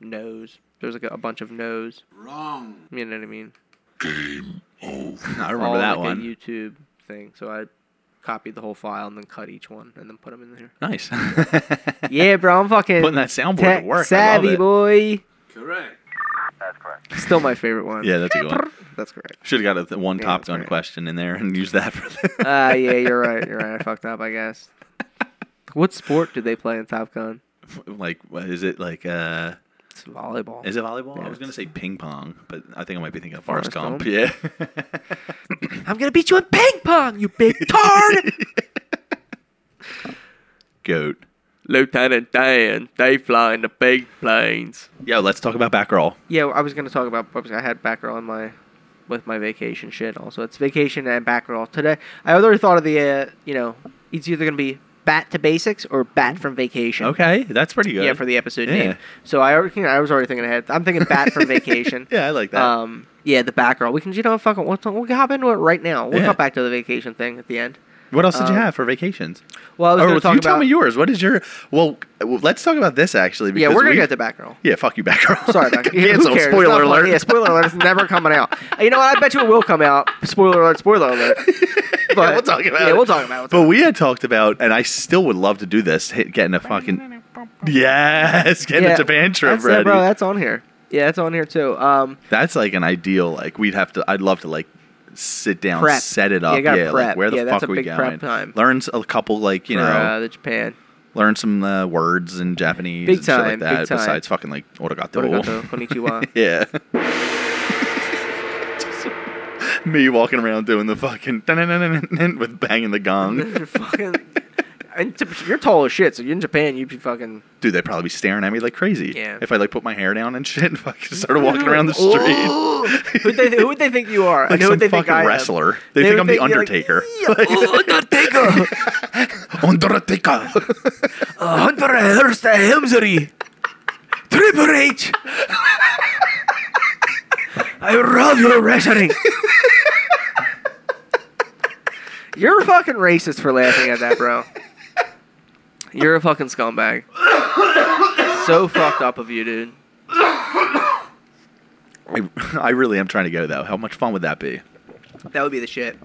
[SPEAKER 1] nose. There was like a, a bunch of nose. Wrong. You know what I mean?
[SPEAKER 2] I remember
[SPEAKER 1] all like
[SPEAKER 2] that one.
[SPEAKER 1] A YouTube thing. So I copied the whole file and then cut each one and then put them in there.
[SPEAKER 2] Nice.
[SPEAKER 1] Yeah, bro, I'm fucking
[SPEAKER 2] Putting that soundboard
[SPEAKER 1] tech
[SPEAKER 2] to work. I love
[SPEAKER 1] savvy
[SPEAKER 2] it.
[SPEAKER 1] boy.
[SPEAKER 5] Correct.
[SPEAKER 1] Still my favorite one.
[SPEAKER 2] Yeah, that's a good one.
[SPEAKER 1] that's correct.
[SPEAKER 2] Should have got a th- one
[SPEAKER 1] Yeah,
[SPEAKER 2] Top
[SPEAKER 1] that's
[SPEAKER 2] Gun
[SPEAKER 1] right.
[SPEAKER 2] question in there and used that for. The-
[SPEAKER 1] Ah, yeah, you're right. You're right. I fucked up. I guess. What sport do they play in Top Gun?
[SPEAKER 2] like, what is it like? uh
[SPEAKER 1] It's volleyball.
[SPEAKER 2] Is it volleyball? I
[SPEAKER 1] Yeah,
[SPEAKER 2] was gonna
[SPEAKER 1] it's-
[SPEAKER 2] say ping pong, but I think I might be thinking of Forrest
[SPEAKER 1] Forrest
[SPEAKER 2] Gump.
[SPEAKER 1] Gump.
[SPEAKER 2] Yeah.
[SPEAKER 1] I'm gonna beat you in ping pong, you big tarn.
[SPEAKER 2] Goat.
[SPEAKER 1] Lieutenant Dan, they fly in the big planes.
[SPEAKER 2] Yo, let's talk about Batgirl.
[SPEAKER 1] Yeah, I was gonna talk about. I had Batgirl on my with my vacation shit. Also, it's vacation and Batgirl today. I already thought of the. Uh, you know, it's either gonna be Bat to Basics or Bat from Vacation.
[SPEAKER 2] Okay, that's pretty good.
[SPEAKER 1] Yeah, for the episode
[SPEAKER 2] Yeah.
[SPEAKER 1] name. So I already, I was already thinking ahead. I'm thinking Bat from Vacation.
[SPEAKER 2] yeah, I like that.
[SPEAKER 1] Um, yeah, the Batgirl. We can, you know, fucking, we'll, we'll hop into it right now. We'll
[SPEAKER 2] Yeah.
[SPEAKER 1] come back to the vacation thing at the end.
[SPEAKER 2] what else did you
[SPEAKER 1] um,
[SPEAKER 2] have for vacations?
[SPEAKER 1] Well, I was
[SPEAKER 2] Oh,
[SPEAKER 1] going
[SPEAKER 2] you
[SPEAKER 1] to talk
[SPEAKER 2] tell
[SPEAKER 1] about.
[SPEAKER 2] me yours. What is your? Well, well, let's talk about this actually.
[SPEAKER 1] yeah,
[SPEAKER 2] Because
[SPEAKER 1] we're gonna
[SPEAKER 2] we-
[SPEAKER 1] get to Batgirl.
[SPEAKER 2] Yeah, fuck you, Batgirl.
[SPEAKER 1] Sorry, Batgirl. Yeah, who
[SPEAKER 2] Cancel.
[SPEAKER 1] cares? It's not
[SPEAKER 2] Spoiler
[SPEAKER 1] funny.
[SPEAKER 2] alert.
[SPEAKER 1] Yeah, spoiler alert. It's never coming out. You know what? I bet you it will come out. Spoiler alert. Spoiler alert. But,
[SPEAKER 2] yeah, we'll talk about
[SPEAKER 1] yeah,
[SPEAKER 2] it.
[SPEAKER 1] we'll talk about it.
[SPEAKER 2] But we had talked about, and I still would love to do this. Hit, getting a fucking yes, getting
[SPEAKER 1] yeah,
[SPEAKER 2] a Japan trip
[SPEAKER 1] that's it,
[SPEAKER 2] ready.
[SPEAKER 1] bro.
[SPEAKER 2] that's,
[SPEAKER 1] That's on here. Yeah, that's on here too. Um,
[SPEAKER 2] like an ideal. Like we'd have to. I'd love to like sit down,
[SPEAKER 1] Prep.
[SPEAKER 2] set it
[SPEAKER 1] Yeah,
[SPEAKER 2] up.
[SPEAKER 1] you gotta
[SPEAKER 2] like
[SPEAKER 1] prep.
[SPEAKER 2] where the
[SPEAKER 1] Yeah,
[SPEAKER 2] fuck
[SPEAKER 1] that's a
[SPEAKER 2] are we
[SPEAKER 1] big prep
[SPEAKER 2] going?
[SPEAKER 1] time.
[SPEAKER 2] Learn s- a couple like you
[SPEAKER 1] for,
[SPEAKER 2] know,
[SPEAKER 1] uh, the Japan.
[SPEAKER 2] learn some uh, words in Japanese,
[SPEAKER 1] Big
[SPEAKER 2] and shit
[SPEAKER 1] time,
[SPEAKER 2] like that.
[SPEAKER 1] big time.
[SPEAKER 2] Besides fucking like origato.
[SPEAKER 1] Arigato, konnichiwa.
[SPEAKER 2] yeah. Me walking around doing the fucking with banging the gong.
[SPEAKER 1] You're fucking. And t- you're tall as shit, so you're in Japan. You'd be fucking.
[SPEAKER 2] dude, they'd probably be staring at me like crazy.
[SPEAKER 1] Yeah.
[SPEAKER 2] If I like put my hair down and shit and fucking started walking around the street.
[SPEAKER 1] Who they who would they think you are?
[SPEAKER 2] Like
[SPEAKER 1] and who
[SPEAKER 2] some
[SPEAKER 1] would they think
[SPEAKER 2] fucking
[SPEAKER 1] I am?
[SPEAKER 2] wrestler. They, think
[SPEAKER 1] would
[SPEAKER 2] I'm the
[SPEAKER 1] you're like,
[SPEAKER 2] Undertaker.
[SPEAKER 1] "Yeah, oh, Undertaker.
[SPEAKER 2] Undertaker.
[SPEAKER 1] Uh, Hunter Hearst Helmsley. Triple H. I love your wrestling. You're fucking racist for laughing at that, bro. You're a fucking scumbag. so fucked up of you, dude.
[SPEAKER 2] I, I really am trying to go though. How much fun would that be?
[SPEAKER 1] That would be the shit.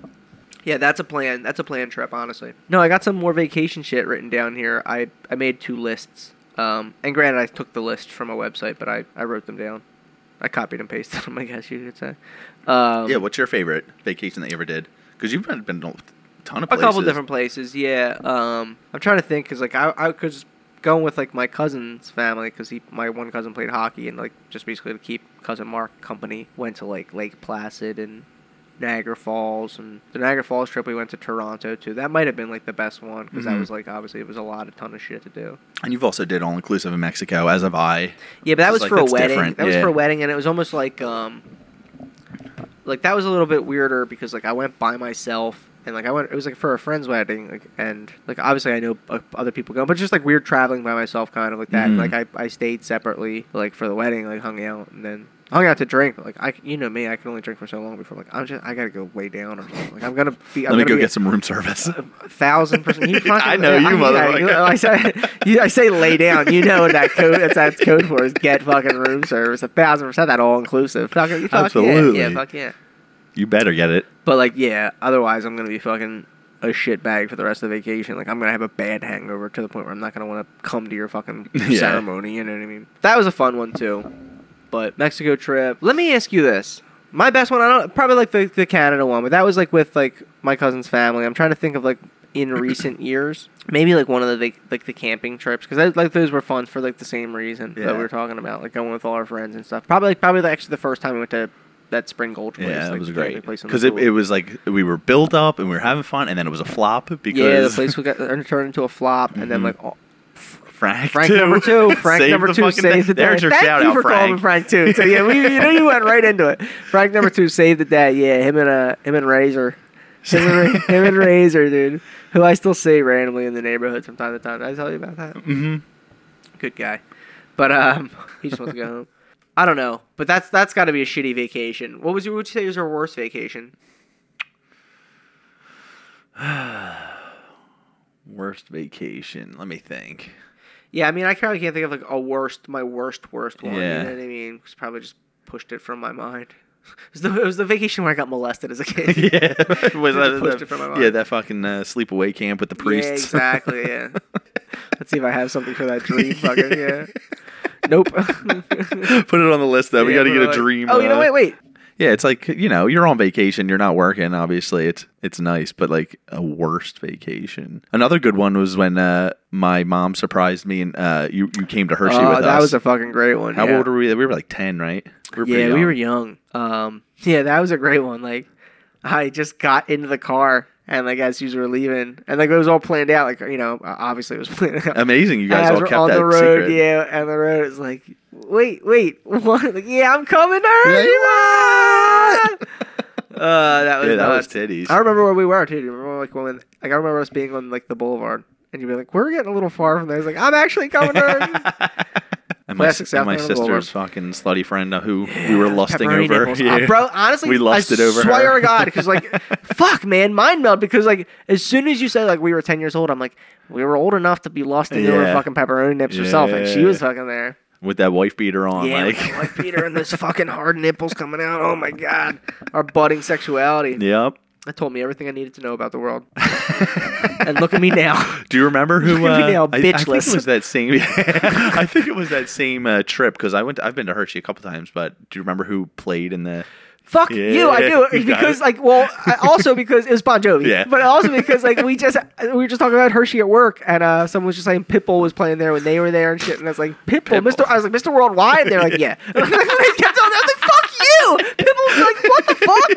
[SPEAKER 1] Yeah, that's a plan. That's a plan trip, honestly. No, I got some more vacation shit written down here. I, I made two lists. Um, and granted, I took the list from a website, but I, I wrote them down. I copied and pasted them, I guess you could say. Um,
[SPEAKER 2] yeah, what's your favorite vacation that you ever did? Because you've been, been to a ton of
[SPEAKER 1] a
[SPEAKER 2] places.
[SPEAKER 1] couple different places. Yeah. Um, I'm trying to think because like I I was going with like my cousin's family because he my one cousin played hockey and like just basically to keep cousin Mark company went to like Lake Placid and Niagara Falls and the Niagara Falls trip we went to Toronto too. That might have been like the best one because that
[SPEAKER 2] Mhm.
[SPEAKER 1] was like obviously it was a lot a ton of shit to do.
[SPEAKER 2] And you've also did all inclusive in Mexico, as have I.
[SPEAKER 1] Yeah, but that
[SPEAKER 2] It's
[SPEAKER 1] was
[SPEAKER 2] like,
[SPEAKER 1] for a
[SPEAKER 2] that's
[SPEAKER 1] wedding.
[SPEAKER 2] different,
[SPEAKER 1] That was
[SPEAKER 2] yeah.
[SPEAKER 1] for a wedding, and it was almost like, um, like that was a little bit weirder because like I went by myself, and like I went. It was like for a friend's wedding, like, and like obviously I know uh, other people go, but just like weird traveling by myself, kind of like that.
[SPEAKER 2] Mhm.
[SPEAKER 1] Like I, I stayed separately, like for the wedding, like hung out, and then hung out to drink. But, like I, you know me, I can only drink for so long before like I'm just I gotta go lay down or something. Like I'm gonna be. I'm
[SPEAKER 2] Let me
[SPEAKER 1] gonna
[SPEAKER 2] go
[SPEAKER 1] be
[SPEAKER 2] get some room service.
[SPEAKER 1] a thousand percent. You fucking,
[SPEAKER 2] I know you,
[SPEAKER 1] yeah,
[SPEAKER 2] motherfucker.
[SPEAKER 1] I say, you, I say lay down. You know what that code that's that's code for is get fucking room service. A thousand percent that all inclusive. Fuck, you fuck
[SPEAKER 2] Absolutely.
[SPEAKER 1] Yeah, yeah, fuck yeah.
[SPEAKER 2] you better get it.
[SPEAKER 1] But like, yeah. Otherwise, I'm gonna be fucking a shit bag for the rest of the vacation. Like, I'm gonna have a bad hangover to the point where I'm not gonna want to come to your fucking
[SPEAKER 2] Yeah.
[SPEAKER 1] ceremony. You know what I mean? That was a fun one too. But Mexico trip. Let me ask you this. My best one, I don't probably like the, the Canada one, but that was like with like my cousin's family. I'm trying to think of like in recent years, maybe like one of the like, like the camping trips because like those were fun for like the same reason
[SPEAKER 2] Yeah.
[SPEAKER 1] that we were talking about, like going with all our friends and stuff. Probably like, probably like, actually the first time we went to that Spring Gulch place.
[SPEAKER 2] Yeah,
[SPEAKER 1] like,
[SPEAKER 2] it was
[SPEAKER 1] the camping
[SPEAKER 2] great.
[SPEAKER 1] place in the
[SPEAKER 2] Because it,
[SPEAKER 1] pool.
[SPEAKER 2] it was like we were built up and we were having fun, and then it was a flop because
[SPEAKER 1] yeah, the place would get turned into a flop, and then
[SPEAKER 2] Mhm.
[SPEAKER 1] like all,
[SPEAKER 2] Frank,
[SPEAKER 1] Frank
[SPEAKER 2] too.
[SPEAKER 1] number two, Frank
[SPEAKER 2] Saved
[SPEAKER 1] number
[SPEAKER 2] the
[SPEAKER 1] two
[SPEAKER 2] fucking
[SPEAKER 1] saved the
[SPEAKER 2] day.
[SPEAKER 1] day.
[SPEAKER 2] There's your
[SPEAKER 1] Thank
[SPEAKER 2] shout
[SPEAKER 1] you
[SPEAKER 2] out,
[SPEAKER 1] for calling him
[SPEAKER 2] Frank.
[SPEAKER 1] Frank too. So yeah, we you know you went right into it. Frank number two saved the day. Yeah, him and uh him and Razor, him and, Ra- him and Razor, dude, who I still see randomly in the neighborhood from time to time. Did I tell you about that?
[SPEAKER 2] hmm
[SPEAKER 1] Good guy, but um, he just wants to go home. I don't know, but that's that's got to be a shitty vacation. What was your? Would you say was your worst vacation?
[SPEAKER 2] Worst vacation. Let me think.
[SPEAKER 1] Yeah, I mean, I probably can't think of like a worst, my worst, worst one.
[SPEAKER 2] Yeah.
[SPEAKER 1] You know what I mean? It's probably just pushed it from my mind. was the, it was the vacation where I got molested as a kid.
[SPEAKER 2] yeah, was
[SPEAKER 1] Just
[SPEAKER 2] that,
[SPEAKER 1] pushed
[SPEAKER 2] that-
[SPEAKER 1] it from my
[SPEAKER 2] yeah
[SPEAKER 1] mind.
[SPEAKER 2] that fucking uh, sleepaway camp with the priests.
[SPEAKER 1] Yeah, exactly. Yeah. Let's see if I have something for that dream. Fucking yeah. Nope.
[SPEAKER 2] Put it on the list though. we
[SPEAKER 1] Yeah,
[SPEAKER 2] got to
[SPEAKER 1] but
[SPEAKER 2] get a
[SPEAKER 1] like-
[SPEAKER 2] dream.
[SPEAKER 1] Oh, you know,
[SPEAKER 2] uh,
[SPEAKER 1] wait, wait.
[SPEAKER 2] Yeah, it's like you know, you're on vacation, you're not working. Obviously, it's it's nice, but like a worst vacation. Another good one was when uh, my mom surprised me and uh, you you came to Hershey
[SPEAKER 1] Oh,
[SPEAKER 2] with
[SPEAKER 1] that
[SPEAKER 2] us.
[SPEAKER 1] was a fucking great one.
[SPEAKER 2] How
[SPEAKER 1] yeah.
[SPEAKER 2] old were we? We were like ten, right? We were
[SPEAKER 1] yeah,
[SPEAKER 2] pretty
[SPEAKER 1] we
[SPEAKER 2] young.
[SPEAKER 1] were young. Um, yeah, that was a great one. Like, I just got into the car, and like as you were leaving, and like it was all planned out. Like you know, obviously it was planned out.
[SPEAKER 2] amazing. You guys
[SPEAKER 1] As
[SPEAKER 2] all
[SPEAKER 1] we're
[SPEAKER 2] kept
[SPEAKER 1] on
[SPEAKER 2] that
[SPEAKER 1] the road,
[SPEAKER 2] secret.
[SPEAKER 1] yeah, and the road is like, wait, wait, what? Like, yeah, I'm coming to
[SPEAKER 2] You're
[SPEAKER 1] Hershey.
[SPEAKER 2] like, "What?"
[SPEAKER 1] Uh, that was
[SPEAKER 2] Yeah, that was
[SPEAKER 1] nuts.
[SPEAKER 2] titties.
[SPEAKER 1] I remember where we were too. Do you remember like when like I remember us being on like the boulevard and you'd be like, We're getting a little far from there. It's like, I'm actually coming to
[SPEAKER 2] and my,
[SPEAKER 1] Classic
[SPEAKER 2] s- and my
[SPEAKER 1] South Carolina
[SPEAKER 2] sister's fucking slutty friend uh, who we were lusting
[SPEAKER 1] pepperoni
[SPEAKER 2] over.
[SPEAKER 1] nipples.
[SPEAKER 2] Yeah.
[SPEAKER 1] Uh, bro, honestly,
[SPEAKER 2] We lusted
[SPEAKER 1] I
[SPEAKER 2] over her.
[SPEAKER 1] swear to God, because like, fuck, man, mind meld. Because like, as soon as you said like we were ten years old, I'm like, we were old enough to be lost in your
[SPEAKER 2] Yeah.
[SPEAKER 1] fucking pepperoni nips herself, and she
[SPEAKER 2] Yeah.
[SPEAKER 1] was fucking there.
[SPEAKER 2] with that wife beater on,
[SPEAKER 1] yeah,
[SPEAKER 2] like.
[SPEAKER 1] with that white Peter and those fucking hard nipples coming out. Oh my God, our budding sexuality.
[SPEAKER 2] Yep.
[SPEAKER 1] That told me everything I needed to know about the world. and look at me now.
[SPEAKER 2] Do you remember who?
[SPEAKER 1] Look at
[SPEAKER 2] Uh,
[SPEAKER 1] me now,
[SPEAKER 2] I, I think it
[SPEAKER 1] bitchless.
[SPEAKER 2] was that same. I think it was that same uh, trip because I went. To, I've been to Hershey a couple times, but do you remember who played in the?
[SPEAKER 1] Fuck
[SPEAKER 2] Yeah,
[SPEAKER 1] you! I do
[SPEAKER 2] you got
[SPEAKER 1] because
[SPEAKER 2] it.
[SPEAKER 1] like well, I also because it was Bon Jovi,
[SPEAKER 2] Yeah.
[SPEAKER 1] but also because like we just we were just talking about Hershey at work, and uh, someone was just saying Pitbull was playing there when they were there and shit, and I was like Pitbull,
[SPEAKER 2] Pitbull.
[SPEAKER 1] Mr. I was like Mr. Worldwide, and they're like yeah, and I kept on, I was like fuck you, Pitbull's like what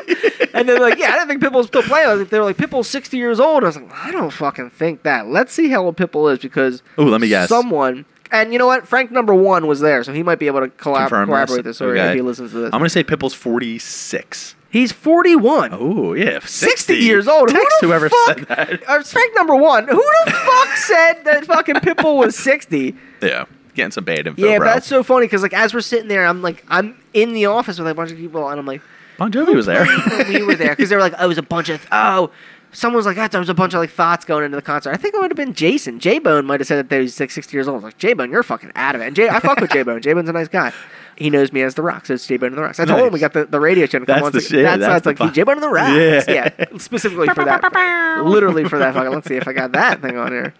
[SPEAKER 1] the fuck, and they're like yeah, I didn't think Pitbull's still playing. I was like they were like Pitbull's sixty years old. I was like I don't fucking think that. Let's see how old Pitbull is because
[SPEAKER 2] Ooh, let me guess.
[SPEAKER 1] someone. And you know what? Frank number one was there, so he might be able to collab-
[SPEAKER 2] Confirm this?
[SPEAKER 1] collaborate this, or
[SPEAKER 2] Okay.
[SPEAKER 1] if he listens to this.
[SPEAKER 2] I'm gonna say Pipple's 46.
[SPEAKER 1] He's 41.
[SPEAKER 2] Oh yeah, 60,
[SPEAKER 1] 60 years old.
[SPEAKER 2] Text
[SPEAKER 1] who the
[SPEAKER 2] whoever
[SPEAKER 1] fuck,
[SPEAKER 2] said that.
[SPEAKER 1] Uh, fact number one. Who the fuck said that fucking Pitbull was 60?
[SPEAKER 2] Yeah, getting some bad info,
[SPEAKER 1] yeah,
[SPEAKER 2] bro.
[SPEAKER 1] but that's so funny because, like, as we're sitting there, I'm like, I'm in the office with like, a bunch of people, and I'm like,
[SPEAKER 2] bon Jovi was there.
[SPEAKER 1] when we were there because they were like, oh, it was a bunch of, oh, someone was like, oh, there was a bunch of like thoughts going into the concert. I think it would have been Jason. J Bone might have said that they was like 60 years old. I was like, J Bone, you're fucking out of it. And J- I fuck with J Bone. J Bone's a nice guy. He knows me as The Rock, so it's J Bone and The Rocks. I told
[SPEAKER 2] Nice.
[SPEAKER 1] him we got the, the radio show. to come
[SPEAKER 2] That's
[SPEAKER 1] on
[SPEAKER 2] the
[SPEAKER 1] sec-
[SPEAKER 2] shit.
[SPEAKER 1] That's,
[SPEAKER 2] That's
[SPEAKER 1] that's
[SPEAKER 2] the
[SPEAKER 1] like
[SPEAKER 2] fu-
[SPEAKER 1] J Bone and The Rocks.
[SPEAKER 2] Yeah.
[SPEAKER 1] Yeah. specifically for that. Literally for that. Fucking. Let's see if I got that thing on here.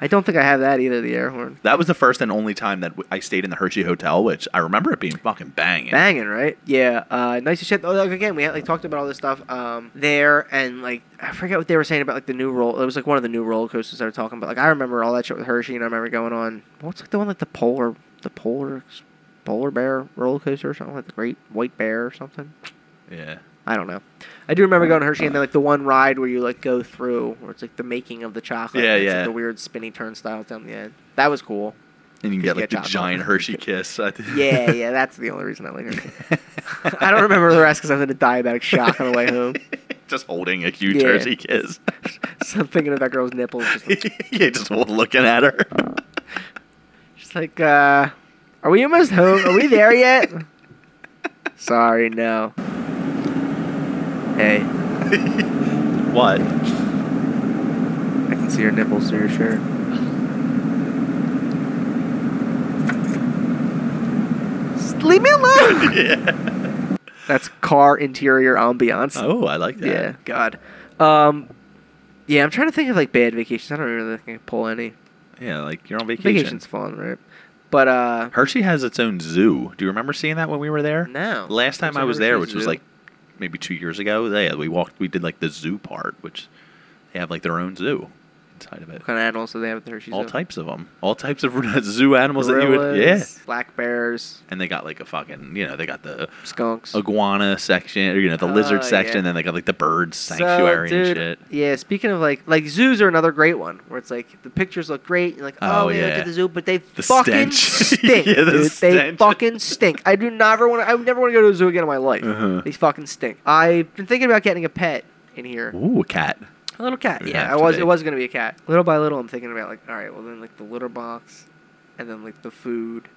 [SPEAKER 1] I don't think I have that either. The air horn.
[SPEAKER 2] that was the first and only time that w- I stayed in the Hershey Hotel, which I remember it being fucking banging.
[SPEAKER 1] banging, right? Yeah, uh, nice as shit. Oh, like, again, we had, like talked about all this stuff um, there, and like I forget what they were saying about like the new roll. It was like one of the new roller coasters they were talking about. Like I remember all that shit with Hershey, and I remember going on what's like the one like the polar, the polar, polar bear roller coaster or something like the Great White Bear or something.
[SPEAKER 2] Yeah.
[SPEAKER 1] I don't know. I do remember going to Hershey and then like the one ride where you like go through where it's like the making of the chocolate.
[SPEAKER 2] Yeah,
[SPEAKER 1] and it's, like,
[SPEAKER 2] yeah.
[SPEAKER 1] the weird spinny turnstiles down the end. That was cool.
[SPEAKER 2] And you can
[SPEAKER 1] Could
[SPEAKER 2] get like
[SPEAKER 1] get
[SPEAKER 2] the
[SPEAKER 1] chocolate.
[SPEAKER 2] giant Hershey kiss. I think.
[SPEAKER 1] Yeah, yeah. That's the only reason I like Hershey. I don't remember the rest because I was in a diabetic shock on the way home.
[SPEAKER 2] just holding a huge
[SPEAKER 1] Yeah.
[SPEAKER 2] Hershey kiss.
[SPEAKER 1] So I'm thinking of that girl's nipples. Just like,
[SPEAKER 2] yeah, just looking at her.
[SPEAKER 1] just like, uh, are we almost home? Are we there yet? Sorry, no. Hey,
[SPEAKER 2] What?
[SPEAKER 1] I can see your nipples through your shirt. Just leave me alone. That's car interior ambiance.
[SPEAKER 2] Oh, I like that.
[SPEAKER 1] yeah, God. Um, yeah, I'm trying to think of like bad vacations. I don't really think I can pull any.
[SPEAKER 2] Yeah, like you're on vacation.
[SPEAKER 1] Vacation's fun, right? But uh,
[SPEAKER 2] Hershey has its own zoo. Do you remember seeing that when we were there?
[SPEAKER 1] no.
[SPEAKER 2] Last time
[SPEAKER 1] There's
[SPEAKER 2] I
[SPEAKER 1] a
[SPEAKER 2] was there,
[SPEAKER 1] Hershey
[SPEAKER 2] which was
[SPEAKER 1] Zoo.
[SPEAKER 2] like maybe two years ago, yeah, we walked. We did like the zoo part, which they have like their own zoo inside of it.
[SPEAKER 1] What kind of animals do they have at the Hershey
[SPEAKER 2] All
[SPEAKER 1] Zoo?
[SPEAKER 2] types of them. All types of zoo animals that you would. Yeah.
[SPEAKER 1] Gorillas, Black bears,
[SPEAKER 2] And they got like a fucking, you know, they got the
[SPEAKER 1] skunks.
[SPEAKER 2] iguana section, or you know, the
[SPEAKER 1] Oh,
[SPEAKER 2] lizard section.
[SPEAKER 1] yeah.
[SPEAKER 2] Then they got like the bird
[SPEAKER 1] So,
[SPEAKER 2] sanctuary and
[SPEAKER 1] dude,
[SPEAKER 2] shit.
[SPEAKER 1] Yeah, speaking of like like zoos are another great one where it's like the pictures look great and like oh,
[SPEAKER 2] Oh,
[SPEAKER 1] man, look
[SPEAKER 2] yeah.
[SPEAKER 1] at the zoo but they
[SPEAKER 2] The
[SPEAKER 1] fucking
[SPEAKER 2] stench.
[SPEAKER 1] stink.
[SPEAKER 2] Yeah, the
[SPEAKER 1] dude. They
[SPEAKER 2] stench.
[SPEAKER 1] fucking stink. I do never want to I would never want to go to a zoo again in my life.
[SPEAKER 2] Uh-huh.
[SPEAKER 1] They fucking stink. I've been thinking about getting a pet in here.
[SPEAKER 2] Ooh, a cat.
[SPEAKER 1] A little cat.
[SPEAKER 2] It would
[SPEAKER 1] Yeah, I
[SPEAKER 2] have to
[SPEAKER 1] was
[SPEAKER 2] be.
[SPEAKER 1] it was gonna be a cat. Little by little, I'm thinking about like, all right, well then like the litter box, and then like the food,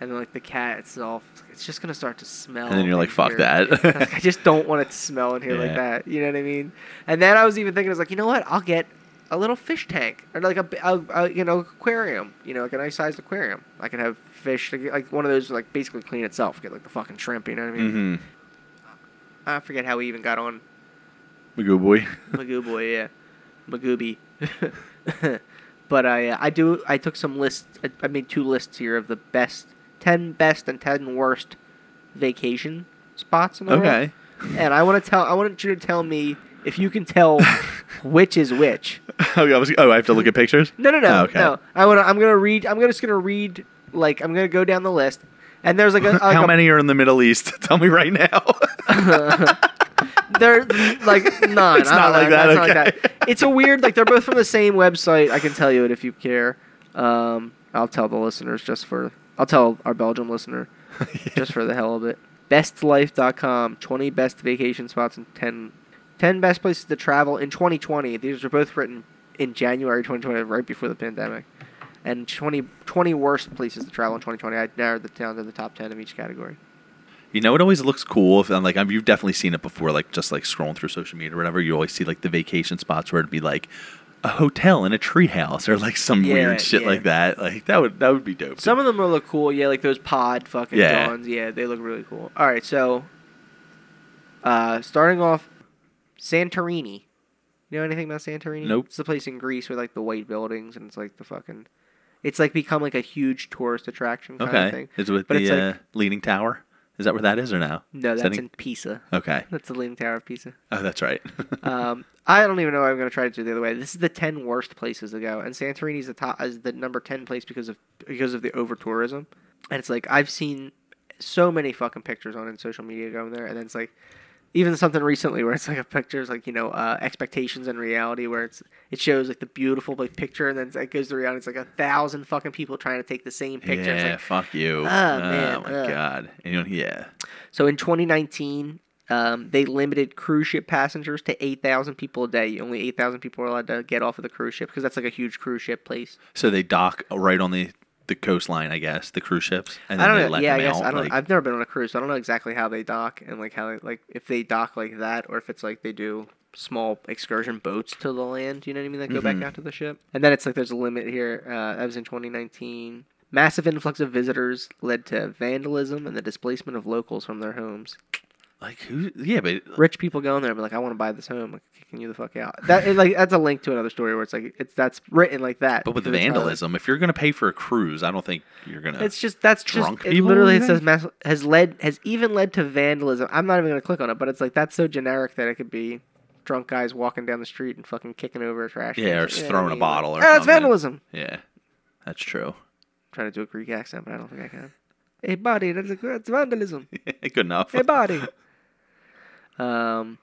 [SPEAKER 1] and then like the cat itself. It's just gonna start to smell.
[SPEAKER 2] And then you're
[SPEAKER 1] in
[SPEAKER 2] like, fuck
[SPEAKER 1] here.
[SPEAKER 2] that.
[SPEAKER 1] Like, I just don't want it to smell in here like
[SPEAKER 2] Yeah.
[SPEAKER 1] that. You know what I mean? And then I was even thinking, I was like, you know what? I'll get a little fish tank or like a, bi- a, a you know aquarium. You know, like a nice sized aquarium. I
[SPEAKER 2] Mm-hmm.
[SPEAKER 1] can have fish like, like one of those like basically clean itself. Get like the fucking shrimp. You know what I mean?
[SPEAKER 2] hmm
[SPEAKER 1] I forget how we even got on
[SPEAKER 2] Magoo Mm-hmm. boy.
[SPEAKER 1] Magoo boy, yeah, Magooby. but I uh, I do I took some lists. I, I made two lists here of the best ten best and ten worst vacation spots in the world.
[SPEAKER 2] okay.
[SPEAKER 1] And I want to tell I want you to tell me if you can tell which is which.
[SPEAKER 2] oh, I was, oh, I have to look at pictures.
[SPEAKER 1] No, no, no,
[SPEAKER 2] Oh, okay.
[SPEAKER 1] no. I want. to I'm gonna read. I'm gonna, just gonna read. Like I'm gonna go down the list, and there's like a like
[SPEAKER 2] How
[SPEAKER 1] a-
[SPEAKER 2] many are in the Middle East? Tell me right now.
[SPEAKER 1] They're like none.
[SPEAKER 2] It's
[SPEAKER 1] I don't
[SPEAKER 2] not
[SPEAKER 1] know.
[SPEAKER 2] like that,
[SPEAKER 1] It's not
[SPEAKER 2] okay.
[SPEAKER 1] like that. It's a weird. Like they're both from the same website. I can tell you it if you care. Um, I'll tell the listeners just for. I'll tell our Belgium listener just for the hell of it. Bestlife.com. 20 best vacation spots and 10, 10 best places to travel in 2020. These are both written in January 2020, right before the pandemic. And 20, 20 worst places to travel in 2020. I narrowed it down to the top 10 of each category.
[SPEAKER 2] You know, it always looks cool. If and like I've, you've definitely seen it before, like just like scrolling through social media or whatever, you always see like the vacation spots where it'd be like a hotel in a treehouse or like some
[SPEAKER 1] Yeah,
[SPEAKER 2] weird shit
[SPEAKER 1] yeah.
[SPEAKER 2] like that. Like that would that would be dope.
[SPEAKER 1] Some of them will look cool, yeah, like those pod fucking
[SPEAKER 2] Yeah.
[SPEAKER 1] dons. Yeah, they look really cool. All right, so uh, starting off, Santorini. You know anything about Santorini?
[SPEAKER 2] Nope.
[SPEAKER 1] It's the place in Greece with like the white buildings, and it's like the fucking, it's like become like a huge tourist attraction kind of
[SPEAKER 2] okay,
[SPEAKER 1] thing.
[SPEAKER 2] is it with
[SPEAKER 1] But
[SPEAKER 2] the
[SPEAKER 1] it's, like-
[SPEAKER 2] uh, leaning tower? Is that where that is or no?
[SPEAKER 1] No,
[SPEAKER 2] Is that
[SPEAKER 1] that's
[SPEAKER 2] in-
[SPEAKER 1] in Pisa.
[SPEAKER 2] Okay.
[SPEAKER 1] That's the Leaning Tower of Pisa.
[SPEAKER 2] Oh, that's right.
[SPEAKER 1] Um, I don't even know. What I'm gonna try to do the other way. This is the ten worst places to go, and Santorini's the top is the number ten place because of because of the over tourism. And it's like I've seen so many fucking pictures on in social media going there, and then it's like even something recently where it's like a picture is like you know uh, expectations and reality where it's it shows like the beautiful like picture and then it goes to reality. It's like a thousand fucking people trying to take the same picture. It's
[SPEAKER 2] yeah,
[SPEAKER 1] like,
[SPEAKER 2] fuck you. Oh,
[SPEAKER 1] man,
[SPEAKER 2] my
[SPEAKER 1] ugh.
[SPEAKER 2] god. And, you know, yeah.
[SPEAKER 1] So in 2019, um, they limited cruise ship passengers to 8,000 people a day. Only 8,000 people are allowed to get off of the cruise ship because that's like a huge cruise ship place.
[SPEAKER 2] So they dock right on the the coastline, I guess, the cruise ships, and
[SPEAKER 1] I
[SPEAKER 2] then
[SPEAKER 1] don't
[SPEAKER 2] they
[SPEAKER 1] know.
[SPEAKER 2] let
[SPEAKER 1] Yeah, I
[SPEAKER 2] them
[SPEAKER 1] guess
[SPEAKER 2] out.
[SPEAKER 1] I don't.
[SPEAKER 2] like,
[SPEAKER 1] I've never been on a cruise, so I don't know exactly how they dock and like how they like if they dock like that or if it's like they do small excursion boats to the land. You know what I mean? That go
[SPEAKER 2] Mm-hmm.
[SPEAKER 1] back out to the ship. And then it's like there's a limit here. Uh, that was in 2019. Massive influx of visitors led to vandalism and the displacement of locals from their homes.
[SPEAKER 2] like who? Yeah, but
[SPEAKER 1] rich people going there and be like, I want to buy this home. Like, kicking you the fuck out. That it, like that's a link to another story where it's like it's that's written like that.
[SPEAKER 2] but with
[SPEAKER 1] So
[SPEAKER 2] the
[SPEAKER 1] it's uh, probably-
[SPEAKER 2] vandalism, if you're gonna pay for a cruise, I don't think you're gonna.
[SPEAKER 1] it's just that's
[SPEAKER 2] Drunk
[SPEAKER 1] just it
[SPEAKER 2] people,
[SPEAKER 1] literally
[SPEAKER 2] you
[SPEAKER 1] it says
[SPEAKER 2] think?
[SPEAKER 1] mass, has led has even led to vandalism. I'm not even gonna click on it, but it's like that's so generic that it could be drunk guys walking down the street and fucking kicking over a trash.
[SPEAKER 2] Yeah,
[SPEAKER 1] can.
[SPEAKER 2] or
[SPEAKER 1] You
[SPEAKER 2] just
[SPEAKER 1] know what I
[SPEAKER 2] throwing a
[SPEAKER 1] mean?
[SPEAKER 2] bottle or
[SPEAKER 1] Like, "Ah, that's
[SPEAKER 2] something."
[SPEAKER 1] vandalism.
[SPEAKER 2] Yeah, that's true.
[SPEAKER 1] i trying to do a Greek accent, but I don't think I can. Hey, buddy, that's, a, that's vandalism.
[SPEAKER 2] Good enough.
[SPEAKER 1] Hey, buddy. um,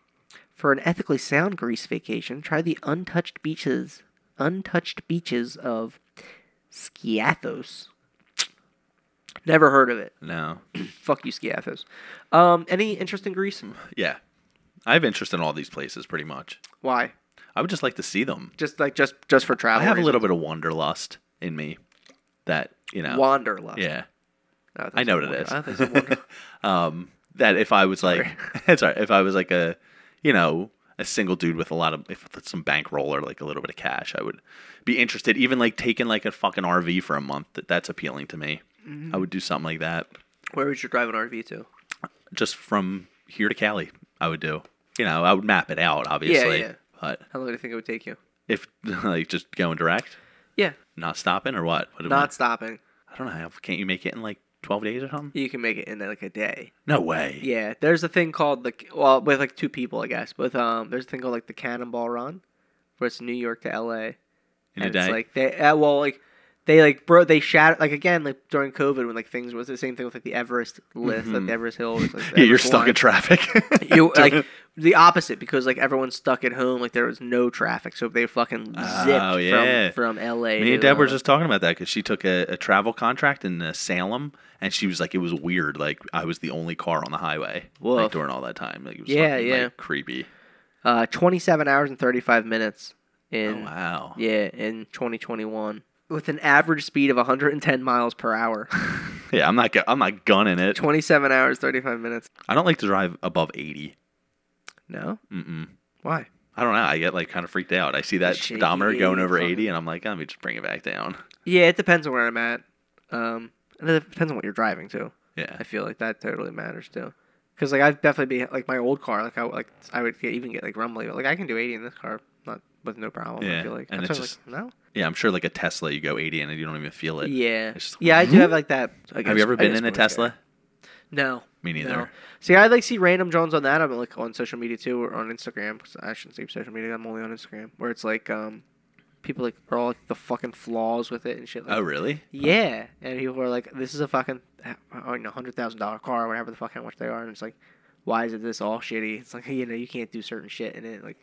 [SPEAKER 1] for an ethically sound Greece vacation, try the untouched beaches, untouched beaches of Skiathos. Never heard of it.
[SPEAKER 2] No.
[SPEAKER 1] Fuck you, Skiathos. Um, any interest in Greece?
[SPEAKER 2] Yeah, I have interest in all these places pretty much.
[SPEAKER 1] Why?
[SPEAKER 2] I would just like to see them.
[SPEAKER 1] Just like just just for travel.
[SPEAKER 2] I have a little bit of wanderlust in me. That you know.
[SPEAKER 1] wanderlust.
[SPEAKER 2] Yeah,
[SPEAKER 1] No, thought
[SPEAKER 2] I know what
[SPEAKER 1] said
[SPEAKER 2] it is.
[SPEAKER 1] wander- I thought you said wander-
[SPEAKER 2] um, that if I was like, it's all right. If I was like a, you know, a single dude with a lot of, if with some bankroll or like a little bit of cash, I would be interested. Even like taking like a fucking RV for a month. That that's appealing to me.
[SPEAKER 1] Mm-hmm.
[SPEAKER 2] I would do something like that.
[SPEAKER 1] Where would you drive an RV to?
[SPEAKER 2] Just from here to Cali, I would do. You know, I would map it out, obviously.
[SPEAKER 1] yeah.
[SPEAKER 2] But
[SPEAKER 1] How long do you think it would take you?
[SPEAKER 2] if like just going direct,
[SPEAKER 1] Yeah,
[SPEAKER 2] not stopping or what? what do we-
[SPEAKER 1] not stopping.
[SPEAKER 2] I don't know. how- Can't you make it in like twelve days or something?
[SPEAKER 1] You can make it in like a day.
[SPEAKER 2] No way.
[SPEAKER 1] Yeah, there's a thing called the well with like two people, I guess. With um, there's a thing called like the Cannonball Run, where it's New York to L.A.
[SPEAKER 2] in a
[SPEAKER 1] and
[SPEAKER 2] day.
[SPEAKER 1] it's like they uh, well like they like bro they shat like again like during COVID when like things was the same thing with like the Everest list, like the Everest Hill. Was, like, the
[SPEAKER 2] Mm-hmm. yeah, you're
[SPEAKER 1] Everest
[SPEAKER 2] stuck
[SPEAKER 1] line.
[SPEAKER 2] in traffic.
[SPEAKER 1] You
[SPEAKER 2] Doing-
[SPEAKER 1] like the opposite because like everyone's stuck at home, like there was no traffic, so they fucking zipped
[SPEAKER 2] Oh, yeah.
[SPEAKER 1] from from L.A.
[SPEAKER 2] Me
[SPEAKER 1] to,
[SPEAKER 2] and Deb were
[SPEAKER 1] uh,
[SPEAKER 2] just talking about that because she took a, a travel contract in uh, Salem, and she was like, it was weird. Like I was the only car on the highway like,
[SPEAKER 1] Woof.
[SPEAKER 2] during all that time. Like, it was
[SPEAKER 1] Yeah,
[SPEAKER 2] fucking,
[SPEAKER 1] yeah.
[SPEAKER 2] like, creepy.
[SPEAKER 1] uh, 27 hours and 35 minutes in
[SPEAKER 2] Oh, wow.
[SPEAKER 1] Yeah, in 2021. With an average speed of 110 miles per hour.
[SPEAKER 2] Yeah, I'm not. gu- I'm not gunning it.
[SPEAKER 1] 27 hours, 35 minutes.
[SPEAKER 2] I don't like to drive above 80.
[SPEAKER 1] No?
[SPEAKER 2] Mm-mm.
[SPEAKER 1] Why?
[SPEAKER 2] I don't know. I get like kind of freaked out. I see that
[SPEAKER 1] shaky
[SPEAKER 2] speedometer
[SPEAKER 1] 80,
[SPEAKER 2] going over
[SPEAKER 1] fucking-
[SPEAKER 2] 80, and I'm like, "Oh, let me just bring it back down.
[SPEAKER 1] Yeah, it depends on where I'm at. Um, and it depends on what you're driving, too.
[SPEAKER 2] Yeah.
[SPEAKER 1] I feel like that totally matters, too. Because like I'd definitely be like my old car, like I like I would get, even get like rumbly, but like I can do eighty in this car, not with no problem. I
[SPEAKER 2] Yeah,
[SPEAKER 1] feel like
[SPEAKER 2] and
[SPEAKER 1] That's
[SPEAKER 2] it's
[SPEAKER 1] why I was like,
[SPEAKER 2] Yeah, I'm sure like a Tesla, you go 80 and you don't even feel
[SPEAKER 1] no.
[SPEAKER 2] it.
[SPEAKER 1] Yeah,
[SPEAKER 2] It's just-
[SPEAKER 1] yeah, I do have like that. I guess-
[SPEAKER 2] Have you ever
[SPEAKER 1] I
[SPEAKER 2] been
[SPEAKER 1] guess
[SPEAKER 2] in a
[SPEAKER 1] motor scare.
[SPEAKER 2] Tesla?
[SPEAKER 1] No.
[SPEAKER 2] Me neither.
[SPEAKER 1] No. See, I like see random drones on that. I'm like on social media too, or on Instagram. 'cause I shouldn't say social media. I'm only on Instagram, where it's like um, people like are all like the fucking flaws with it and shit. Like,
[SPEAKER 2] Oh, really?
[SPEAKER 1] Yeah, and people are like, "This is a fucking, oh, you know, hundred thousand dollar car, or whatever the fuck how much they are," and it's like, "Why is it this all shitty?" It's like you know, you can't do certain shit in it. Like,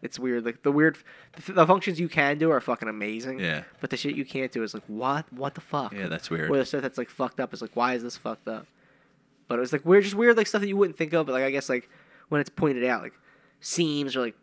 [SPEAKER 1] it's weird. Like the weird, the, the functions you can do are fucking amazing.
[SPEAKER 2] Yeah.
[SPEAKER 1] But the shit you can't do is like, what? What the fuck?
[SPEAKER 2] Yeah, that's weird.
[SPEAKER 1] Or the stuff that's like fucked up is like, why is this fucked up? But it was like weird, just weird like stuff that you wouldn't think of. But like I guess like when it's pointed out, like seams or like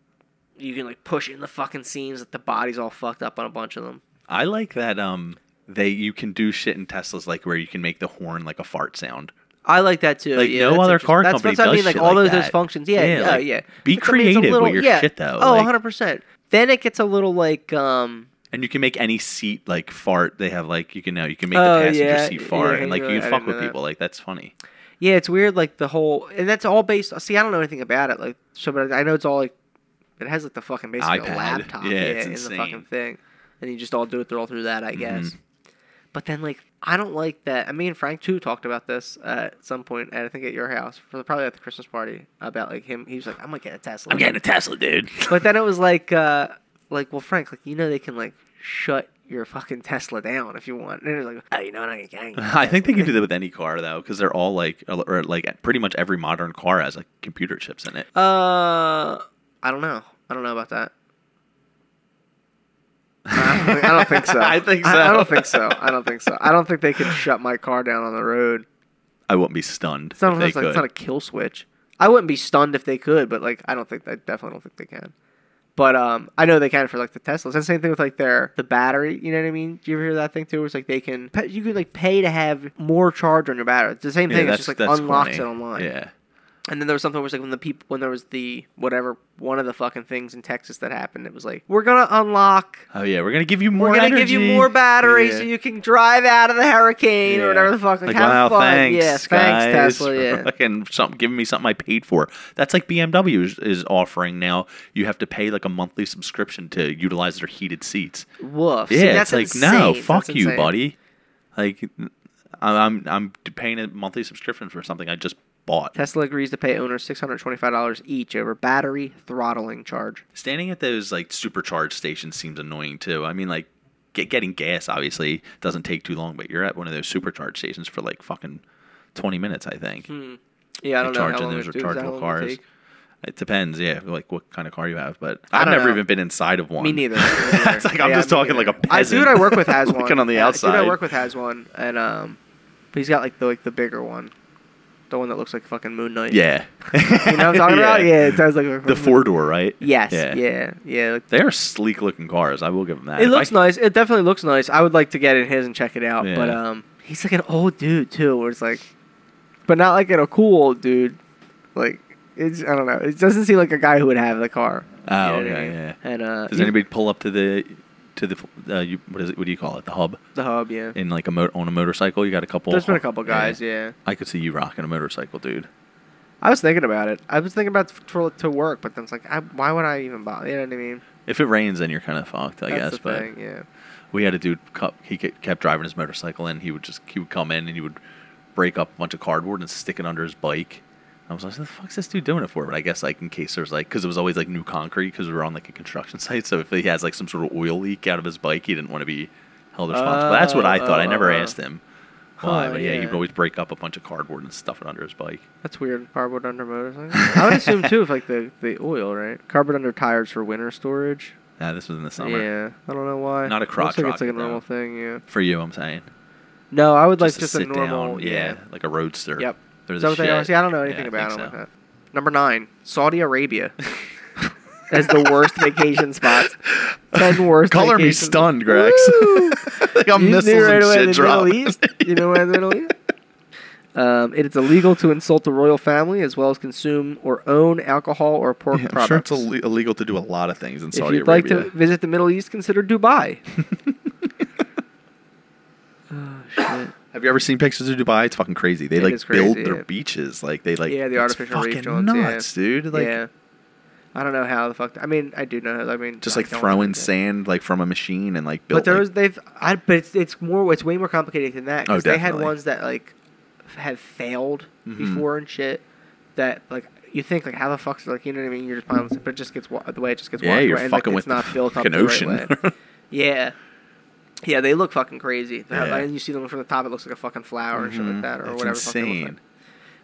[SPEAKER 1] you can like push in the fucking seams, like the body's all fucked up on a bunch of them.
[SPEAKER 2] I like that um they you can do shit in Teslas like where you can make the horn like a fart sound.
[SPEAKER 1] I like that too.
[SPEAKER 2] Like,
[SPEAKER 1] yeah,
[SPEAKER 2] no
[SPEAKER 1] that's
[SPEAKER 2] other
[SPEAKER 1] interesting.
[SPEAKER 2] car
[SPEAKER 1] that's
[SPEAKER 2] company
[SPEAKER 1] what I
[SPEAKER 2] does
[SPEAKER 1] mean. Like
[SPEAKER 2] shit
[SPEAKER 1] all
[SPEAKER 2] like
[SPEAKER 1] those, those
[SPEAKER 2] that.
[SPEAKER 1] functions. Yeah,
[SPEAKER 2] Yeah,
[SPEAKER 1] yeah, yeah.
[SPEAKER 2] like, be
[SPEAKER 1] Like, I mean, it's a
[SPEAKER 2] creative with
[SPEAKER 1] little-
[SPEAKER 2] your
[SPEAKER 1] yeah.
[SPEAKER 2] shit, though,
[SPEAKER 1] Oh,
[SPEAKER 2] like-
[SPEAKER 1] 100 percent. Then it gets a little like um.
[SPEAKER 2] And you can make any seat like fart. They have like you can now you can make
[SPEAKER 1] Oh,
[SPEAKER 2] the passenger
[SPEAKER 1] yeah,
[SPEAKER 2] seat
[SPEAKER 1] yeah,
[SPEAKER 2] fart
[SPEAKER 1] yeah,
[SPEAKER 2] and like
[SPEAKER 1] you're
[SPEAKER 2] you
[SPEAKER 1] right, I
[SPEAKER 2] can fuck
[SPEAKER 1] didn't
[SPEAKER 2] with
[SPEAKER 1] know that.
[SPEAKER 2] people. Like that's funny.
[SPEAKER 1] Yeah, it's weird. Like the whole, and that's all based. See, I don't know anything about it. Like so, but I know it's all like it has like the fucking basically a
[SPEAKER 2] iPad.
[SPEAKER 1] laptop.
[SPEAKER 2] Yeah, it's
[SPEAKER 1] in the fucking
[SPEAKER 2] insane. Mm-hmm.
[SPEAKER 1] thing, and you just all do it through all through that, I guess. But then like I don't like that. I mean, Frank too talked about this uh, at some point, and I think at your house, for probably at the Christmas party, about like him. He was like, "I'm gonna get a Tesla."
[SPEAKER 2] a Tesla, dude.
[SPEAKER 1] But then it was like, uh, like, well, Frank, like, you know, they can like shut your fucking Tesla down if you want. And it was like, oh, you know what? I ain't getting.
[SPEAKER 2] I think they can do that with any car though, because they're all like, or like pretty much every modern car has like computer chips in it.
[SPEAKER 1] Uh, I don't know. I don't know about that. I don't think- I don't think so.
[SPEAKER 2] I think so.
[SPEAKER 1] I, I don't think so. I don't think so. I don't think they could shut my car down on the road.
[SPEAKER 2] I wouldn't be stunned
[SPEAKER 1] It's not,
[SPEAKER 2] if they
[SPEAKER 1] it's like,
[SPEAKER 2] could.
[SPEAKER 1] it's not a kill switch. I wouldn't be stunned if they could, but like I don't think I definitely don't think they can. But um, I know they can for like the Teslas. That's the same thing with like their the battery. You know what I mean? Do you ever hear that thing too? Where it's like they can pa- you can like pay to have more charge on your battery. It's the same
[SPEAKER 2] Yeah,
[SPEAKER 1] thing.
[SPEAKER 2] that's-
[SPEAKER 1] it's just like
[SPEAKER 2] that's
[SPEAKER 1] unlocks
[SPEAKER 2] corny.
[SPEAKER 1] it online.
[SPEAKER 2] Yeah,
[SPEAKER 1] And then there was something where it's like when the people when there was the whatever one of the fucking things in Texas that happened. It was like we're gonna unlock.
[SPEAKER 2] Oh yeah, we're gonna give you more.
[SPEAKER 1] we're gonna
[SPEAKER 2] energy.
[SPEAKER 1] give you more battery
[SPEAKER 2] Yeah.
[SPEAKER 1] so you can drive out of the hurricane
[SPEAKER 2] Yeah.
[SPEAKER 1] or whatever the fuck. Like,
[SPEAKER 2] Like,
[SPEAKER 1] have
[SPEAKER 2] wow,
[SPEAKER 1] fun.
[SPEAKER 2] thanks,
[SPEAKER 1] yeah, thanks
[SPEAKER 2] guys,
[SPEAKER 1] Tesla.
[SPEAKER 2] for
[SPEAKER 1] Yeah.
[SPEAKER 2] fucking something, giving me something I paid for. That's like BMW is, is offering now. You have to pay like a monthly subscription to utilize their heated seats.
[SPEAKER 1] Woof. See,
[SPEAKER 2] Yeah,
[SPEAKER 1] that's
[SPEAKER 2] it's like no,
[SPEAKER 1] insane. That's
[SPEAKER 2] fuck you,
[SPEAKER 1] insane.
[SPEAKER 2] buddy. Like, I'm I'm I'm paying a monthly subscription for something I just bought.
[SPEAKER 1] Tesla agrees to pay owners six hundred twenty-five dollars each over battery throttling charge.
[SPEAKER 2] Standing at those like supercharge stations seems annoying too. I mean, like get, getting gas obviously doesn't take too long, but you're at one of those supercharge stations for like fucking twenty minutes, I think.
[SPEAKER 1] Yeah, I don't
[SPEAKER 2] They
[SPEAKER 1] know
[SPEAKER 2] charge
[SPEAKER 1] how
[SPEAKER 2] in
[SPEAKER 1] long
[SPEAKER 2] those
[SPEAKER 1] it- is that how
[SPEAKER 2] rechargeable
[SPEAKER 1] long it
[SPEAKER 2] cars.
[SPEAKER 1] take?
[SPEAKER 2] It depends, yeah, like what kind of car you have. But
[SPEAKER 1] I
[SPEAKER 2] I've
[SPEAKER 1] don't
[SPEAKER 2] never
[SPEAKER 1] know.
[SPEAKER 2] even been inside of one.
[SPEAKER 1] Me neither.
[SPEAKER 2] it's like I'm
[SPEAKER 1] Yeah,
[SPEAKER 2] just
[SPEAKER 1] me
[SPEAKER 2] talking like a
[SPEAKER 1] neither.
[SPEAKER 2] peasant.
[SPEAKER 1] I, dude, I work with has one.
[SPEAKER 2] looking on the
[SPEAKER 1] Yeah,
[SPEAKER 2] outside.
[SPEAKER 1] Dude, I work with has one, and um, but he's got like the like the bigger one, the one that looks like fucking Moon Knight.
[SPEAKER 2] Yeah.
[SPEAKER 1] you know what I'm talking about? Yeah, it does look like
[SPEAKER 2] The four door, right?
[SPEAKER 1] Yes.
[SPEAKER 2] Yeah.
[SPEAKER 1] Yeah. Yeah. like- uh,
[SPEAKER 2] They are sleek looking cars. I will give them that.
[SPEAKER 1] it
[SPEAKER 2] If I
[SPEAKER 1] looks nice. It definitely looks nice. I would like to get in his and check it out.
[SPEAKER 2] Yeah.
[SPEAKER 1] But um, he's like an old dude too, where it's like, but not like a cool old dude. Like it's I don't know. It doesn't seem like a guy who would have the car. You
[SPEAKER 2] Oh,
[SPEAKER 1] know what I
[SPEAKER 2] okay,
[SPEAKER 1] mean?
[SPEAKER 2] yeah.
[SPEAKER 1] And uh,
[SPEAKER 2] Does
[SPEAKER 1] you-
[SPEAKER 2] anybody pull up to the to the uh, you, what is it? What do you call it? The hub
[SPEAKER 1] the hub? Yeah.
[SPEAKER 2] in like a mo- on a motorcycle? You got a couple.
[SPEAKER 1] There's been a couple guys. yeah.
[SPEAKER 2] I could see you rocking a motorcycle, dude.
[SPEAKER 1] I was thinking about it. I was thinking about f- to, to work, but then it's like, I, why would I even bother? You know what I mean?
[SPEAKER 2] If it rains, then you're kind of fucked, I
[SPEAKER 1] That's
[SPEAKER 2] guess.
[SPEAKER 1] the
[SPEAKER 2] but
[SPEAKER 1] thing, yeah.
[SPEAKER 2] we had a dude. cu- He ke- kept driving his motorcycle, and he would just he would come in and he would break up a bunch of cardboard and stick it under his bike. I was like, "What the fuck's this dude doing it for?" But I guess like in case there's like because it was always like new concrete because we were on like a construction site. So if he has like some sort of oil leak out of his bike, he didn't want to be held responsible. That's what I
[SPEAKER 1] Oh,
[SPEAKER 2] thought. I
[SPEAKER 1] oh,
[SPEAKER 2] never
[SPEAKER 1] oh.
[SPEAKER 2] asked him why,
[SPEAKER 1] Huh,
[SPEAKER 2] but yeah, he
[SPEAKER 1] yeah.
[SPEAKER 2] would always break up a bunch of cardboard and stuff it under his bike.
[SPEAKER 1] That's weird. Cardboard under motorcycle. I would assume too, if like the, the oil, right? Carbon under tires for winter storage.
[SPEAKER 2] Nah, this was in the summer.
[SPEAKER 1] Yeah, I don't know why.
[SPEAKER 2] Not a
[SPEAKER 1] Looks
[SPEAKER 2] crotch
[SPEAKER 1] like it's like a
[SPEAKER 2] rocket, though.
[SPEAKER 1] normal thing. Yeah.
[SPEAKER 2] For you, I'm saying.
[SPEAKER 1] No, I would
[SPEAKER 2] to
[SPEAKER 1] like just a
[SPEAKER 2] sit
[SPEAKER 1] normal.
[SPEAKER 2] down,
[SPEAKER 1] yeah.
[SPEAKER 2] like a roadster.
[SPEAKER 1] Yep. Is
[SPEAKER 2] There's
[SPEAKER 1] that what they are? See, I don't know anything about them. Like that. Number nine, Saudi Arabia. As the worst vacation spots. 10 worst
[SPEAKER 2] Color me
[SPEAKER 1] vacation-
[SPEAKER 2] stunned, Grex.
[SPEAKER 1] Woo!
[SPEAKER 2] like I'm
[SPEAKER 1] You
[SPEAKER 2] missiles
[SPEAKER 1] knew right
[SPEAKER 2] and
[SPEAKER 1] away
[SPEAKER 2] shit
[SPEAKER 1] the
[SPEAKER 2] dropping.
[SPEAKER 1] Middle East. You know where the Middle East? Um, it is illegal to insult the royal family as well as consume or own alcohol or pork
[SPEAKER 2] Yeah, I'm
[SPEAKER 1] products.
[SPEAKER 2] sure it's ill- illegal to do a lot of things in
[SPEAKER 1] if
[SPEAKER 2] Saudi
[SPEAKER 1] you'd
[SPEAKER 2] Arabia.
[SPEAKER 1] like to visit the Middle East, consider Dubai. oh, shit.
[SPEAKER 2] Have you ever seen pictures of Dubai? It's fucking crazy. They
[SPEAKER 1] It
[SPEAKER 2] like
[SPEAKER 1] is crazy,
[SPEAKER 2] build their
[SPEAKER 1] yeah.
[SPEAKER 2] beaches like they like
[SPEAKER 1] Yeah, the
[SPEAKER 2] it's
[SPEAKER 1] artificial reef
[SPEAKER 2] fucking
[SPEAKER 1] joints, yeah.
[SPEAKER 2] nuts, dude. Like
[SPEAKER 1] yeah. I don't know how the fuck. I mean, I do know. how I mean,
[SPEAKER 2] just
[SPEAKER 1] I
[SPEAKER 2] like
[SPEAKER 1] don't
[SPEAKER 2] throwing
[SPEAKER 1] know.
[SPEAKER 2] sand like from a machine and like built.
[SPEAKER 1] But there
[SPEAKER 2] like-
[SPEAKER 1] was they've. I but it's it's more. It's way more complicated than that.
[SPEAKER 2] Oh,
[SPEAKER 1] 'cause they had
[SPEAKER 2] definitely.
[SPEAKER 1] ones that like f- have failed
[SPEAKER 2] Mhm.
[SPEAKER 1] before and shit. That like you think like how the fuck's like you know what I mean? You're just piling, but it just gets wa- the way it just gets
[SPEAKER 2] yeah,
[SPEAKER 1] washed
[SPEAKER 2] you're
[SPEAKER 1] away, and, like,
[SPEAKER 2] fucking
[SPEAKER 1] it's
[SPEAKER 2] with
[SPEAKER 1] not
[SPEAKER 2] the
[SPEAKER 1] built up
[SPEAKER 2] fucking
[SPEAKER 1] the right
[SPEAKER 2] ocean.
[SPEAKER 1] way. Yeah. Yeah, they look fucking crazy. They're-
[SPEAKER 2] Yeah.
[SPEAKER 1] And you see them from the top, it looks like a fucking flower and shit like
[SPEAKER 2] Mhm.
[SPEAKER 1] that, or
[SPEAKER 2] It's
[SPEAKER 1] whatever. the fuck they look like.
[SPEAKER 2] insane.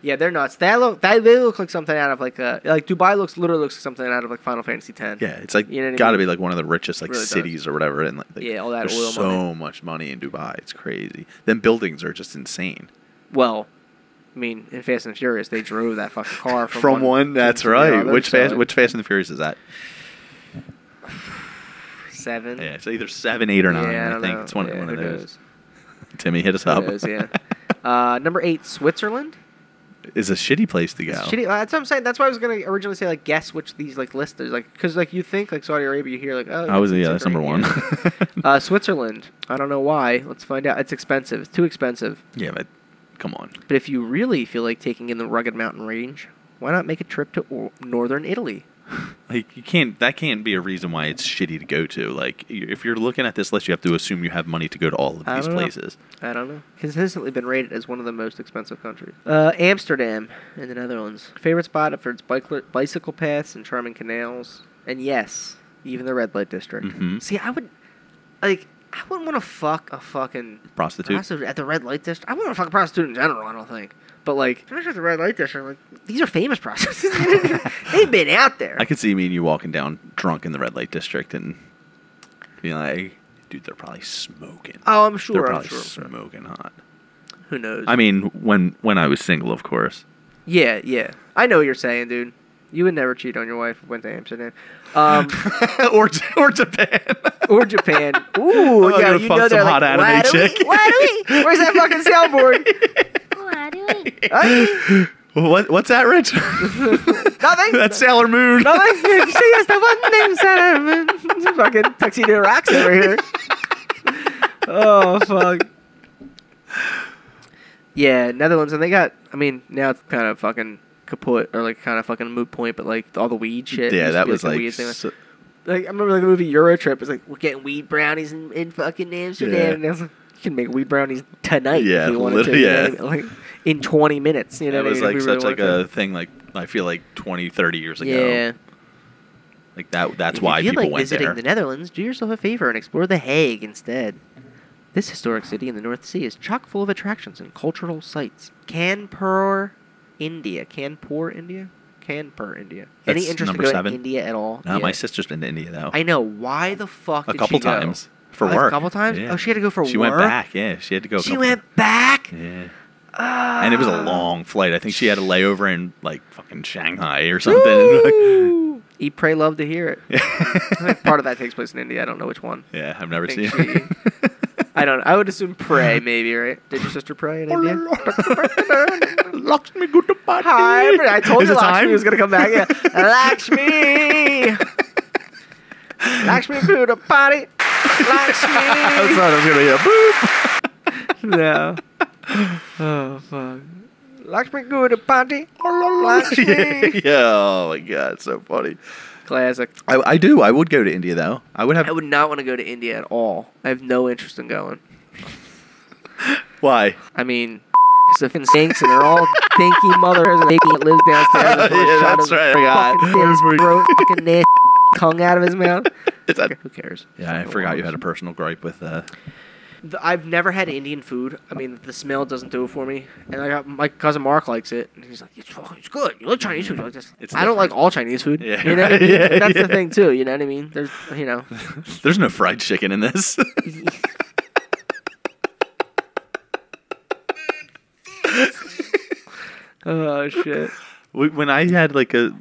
[SPEAKER 1] Yeah, they're nuts. They look, they, they look like something out of like a like Dubai looks literally looks like something out of like Final Fantasy X.
[SPEAKER 2] Yeah, it's like
[SPEAKER 1] You know what I
[SPEAKER 2] got to
[SPEAKER 1] mean?
[SPEAKER 2] be like one of the richest like
[SPEAKER 1] Really does.
[SPEAKER 2] cities or whatever. And like, like,
[SPEAKER 1] Yeah, all that
[SPEAKER 2] there's
[SPEAKER 1] oil
[SPEAKER 2] so
[SPEAKER 1] money.
[SPEAKER 2] much money in Dubai. It's crazy. Then buildings are just insane.
[SPEAKER 1] Well, I mean, in Fast and Furious, they drove that fucking car from,
[SPEAKER 2] From, one, that's
[SPEAKER 1] to the
[SPEAKER 2] right.
[SPEAKER 1] other,
[SPEAKER 2] which
[SPEAKER 1] so
[SPEAKER 2] fast?
[SPEAKER 1] it-
[SPEAKER 2] Which Fast and the Furious is that?
[SPEAKER 1] seven?
[SPEAKER 2] Yeah, it's either seven, eight, or nine.
[SPEAKER 1] Yeah,
[SPEAKER 2] I,
[SPEAKER 1] don't
[SPEAKER 2] think
[SPEAKER 1] know.
[SPEAKER 2] it's one,
[SPEAKER 1] Yeah,
[SPEAKER 2] one of
[SPEAKER 1] who
[SPEAKER 2] those.
[SPEAKER 1] knows?
[SPEAKER 2] Timmy, hit us
[SPEAKER 1] Who
[SPEAKER 2] up.
[SPEAKER 1] knows, yeah. Uh, number eight, Switzerland.
[SPEAKER 2] is a shitty place to go.
[SPEAKER 1] It's Shitty. uh, That's what I'm saying. That's why I was gonna originally say like guess which these like list is like because like you think like Saudi Arabia, you hear like oh
[SPEAKER 2] I was
[SPEAKER 1] it's
[SPEAKER 2] yeah,
[SPEAKER 1] a
[SPEAKER 2] that's number
[SPEAKER 1] great-
[SPEAKER 2] one.
[SPEAKER 1] yeah. uh, Switzerland. I don't know why. Let's find out. It's expensive. It's too expensive.
[SPEAKER 2] yeah, but come on.
[SPEAKER 1] But if you really feel like taking in the rugged mountain range, why not make a trip to or- northern Italy?
[SPEAKER 2] Like you can't. That can't be a reason why it's shitty to go to. Like y- if you're looking at this list, you have to assume you have money to go to all of
[SPEAKER 1] I
[SPEAKER 2] these
[SPEAKER 1] don't know.
[SPEAKER 2] places.
[SPEAKER 1] I don't know. Consistently been rated as one of the most expensive countries. Uh, Amsterdam in the Netherlands. Favorite spot for its bike- bicycle paths and charming canals. And yes, even the red light district.
[SPEAKER 2] Mhm.
[SPEAKER 1] See, I would, like, I wouldn't want to fuck a fucking
[SPEAKER 2] Prostitute.
[SPEAKER 1] prostitute at the red light district. I wouldn't want to fuck a prostitute in general, I don't think. But, like, especially at the red light district, like, these are famous prostitutes. They've been out there.
[SPEAKER 2] I could see me and you walking down drunk in the red light district and being like, dude, they're probably smoking.
[SPEAKER 1] oh, I'm
[SPEAKER 2] they're
[SPEAKER 1] sure. I'm
[SPEAKER 2] probably
[SPEAKER 1] sure.
[SPEAKER 2] smoking hot.
[SPEAKER 1] Who knows?
[SPEAKER 2] I mean, when when I was single, of course.
[SPEAKER 1] Yeah, yeah. I know what you're saying, dude. You would never cheat on your wife if you went to Amsterdam. Um,
[SPEAKER 2] or or Japan.
[SPEAKER 1] or Japan. Ooh,
[SPEAKER 2] I'm
[SPEAKER 1] yeah,
[SPEAKER 2] Oh, gonna
[SPEAKER 1] you
[SPEAKER 2] fuck
[SPEAKER 1] know they're
[SPEAKER 2] some
[SPEAKER 1] like,
[SPEAKER 2] hot anime
[SPEAKER 1] why do
[SPEAKER 2] chick."
[SPEAKER 1] we? Why do we? Where's that fucking soundboard?
[SPEAKER 3] Why do it?
[SPEAKER 1] Huh?
[SPEAKER 2] what what's that, Rich?
[SPEAKER 1] Nothing.
[SPEAKER 2] That's Sailor Moon.
[SPEAKER 1] No, like, she has the one name set up. fucking tuxedo rocks over here. Oh fuck. Yeah, Netherlands, and they got. I mean, now it's kind of fucking kaput or like kind of fucking moot point, but like all the weed shit.
[SPEAKER 2] yeah,
[SPEAKER 1] used to
[SPEAKER 2] that
[SPEAKER 1] be,
[SPEAKER 2] was
[SPEAKER 1] a
[SPEAKER 2] like.
[SPEAKER 1] weed thing.
[SPEAKER 2] so-
[SPEAKER 1] Like I remember like the movie Euro Trip was like we're getting weed brownies in, in fucking Amsterdam,
[SPEAKER 2] Yeah.
[SPEAKER 1] and I was like, you can make weed brownies tonight
[SPEAKER 2] Yeah,
[SPEAKER 1] if you wanted to.
[SPEAKER 2] literally,
[SPEAKER 1] you know
[SPEAKER 2] yeah.
[SPEAKER 1] what I mean? Like in 20 minutes, you know.
[SPEAKER 2] that
[SPEAKER 1] what I
[SPEAKER 2] was
[SPEAKER 1] mean? If
[SPEAKER 2] like
[SPEAKER 1] we
[SPEAKER 2] such
[SPEAKER 1] really
[SPEAKER 2] like
[SPEAKER 1] wanted
[SPEAKER 2] a thing like I feel like 20, 30 years
[SPEAKER 1] to.
[SPEAKER 2] ago.
[SPEAKER 1] yeah.
[SPEAKER 2] Like that that's
[SPEAKER 1] If
[SPEAKER 2] why
[SPEAKER 1] you feel
[SPEAKER 2] people
[SPEAKER 1] like
[SPEAKER 2] went
[SPEAKER 1] visiting
[SPEAKER 2] there.
[SPEAKER 1] the Netherlands, do yourself a favor and explore The Hague instead. This historic city in the North Sea is chock full of attractions and cultural sites. Kanpur, India. Kanpur, India. Kanpur, India. Any
[SPEAKER 2] That's
[SPEAKER 1] interest in
[SPEAKER 2] number
[SPEAKER 1] going
[SPEAKER 2] seven?
[SPEAKER 1] to India at all?
[SPEAKER 2] no,
[SPEAKER 1] Yeah.
[SPEAKER 2] my sister's been to India though.
[SPEAKER 1] I know. Why the fuck?
[SPEAKER 2] a
[SPEAKER 1] did
[SPEAKER 2] couple
[SPEAKER 1] she go?
[SPEAKER 2] times for
[SPEAKER 1] Oh, that's a
[SPEAKER 2] work.
[SPEAKER 1] couple times?
[SPEAKER 2] Yeah.
[SPEAKER 1] Oh, she had to go for
[SPEAKER 2] She
[SPEAKER 1] work.
[SPEAKER 2] went back. Yeah, she had to go. a
[SPEAKER 1] She
[SPEAKER 2] couple-
[SPEAKER 1] went back.
[SPEAKER 2] Yeah.
[SPEAKER 1] Ah.
[SPEAKER 2] And it was a long flight. I think she had a layover in like fucking Shanghai or something.
[SPEAKER 1] Woo! Eat, pray, love to hear it. I think part of that takes place in India. I don't know which one.
[SPEAKER 2] yeah, I've never seen
[SPEAKER 1] Think
[SPEAKER 2] it.
[SPEAKER 1] I don't. I would assume pray maybe right. Did your sister pray
[SPEAKER 2] Oh,
[SPEAKER 1] in India?
[SPEAKER 2] Lakshmi, good to party.
[SPEAKER 1] Hi, but I told
[SPEAKER 2] Is
[SPEAKER 1] you
[SPEAKER 2] it
[SPEAKER 1] Lakshmi
[SPEAKER 2] time?
[SPEAKER 1] was gonna come back. Yeah. Lakshmi, Lakshmi, Buddha potty,
[SPEAKER 2] I
[SPEAKER 1] Lakshmi.
[SPEAKER 2] thought I was gonna hear boop.
[SPEAKER 1] no. Oh fuck. Lakshmi, Buddha potty, Lakshmi.
[SPEAKER 2] yeah, oh my god, so funny.
[SPEAKER 1] Classic.
[SPEAKER 2] I, I do. I would go to India though. I would have.
[SPEAKER 1] I would not want to go to India at all. I have no interest in going.
[SPEAKER 2] Why?
[SPEAKER 1] I mean, it's the fin sinks and they're all dinky mothers and baby that lives downstairs. with a
[SPEAKER 2] Yeah,
[SPEAKER 1] shot
[SPEAKER 2] that's
[SPEAKER 1] of
[SPEAKER 2] right, I got
[SPEAKER 1] fucking
[SPEAKER 2] it.
[SPEAKER 1] thin throat, fucking nasty tongue out of his mouth.
[SPEAKER 2] It's a,
[SPEAKER 1] Who cares?
[SPEAKER 2] yeah, I forgot you had a personal gripe with. Uh,
[SPEAKER 1] The- I've never had Indian food. I mean, the smell doesn't do it for me. And I got, my cousin Mark likes it, and he's like, "It's, fucking- it's good. You like Chinese food? You're like this."
[SPEAKER 2] It's
[SPEAKER 1] I don't like all Chinese food.
[SPEAKER 2] Yeah,
[SPEAKER 1] you know, what I
[SPEAKER 2] right,
[SPEAKER 1] mean?
[SPEAKER 2] yeah,
[SPEAKER 1] that's
[SPEAKER 2] yeah.
[SPEAKER 1] the thing too. You know what I mean? There's, you know,
[SPEAKER 2] there's no fried chicken in this.
[SPEAKER 1] oh shit.
[SPEAKER 2] We- when I had like a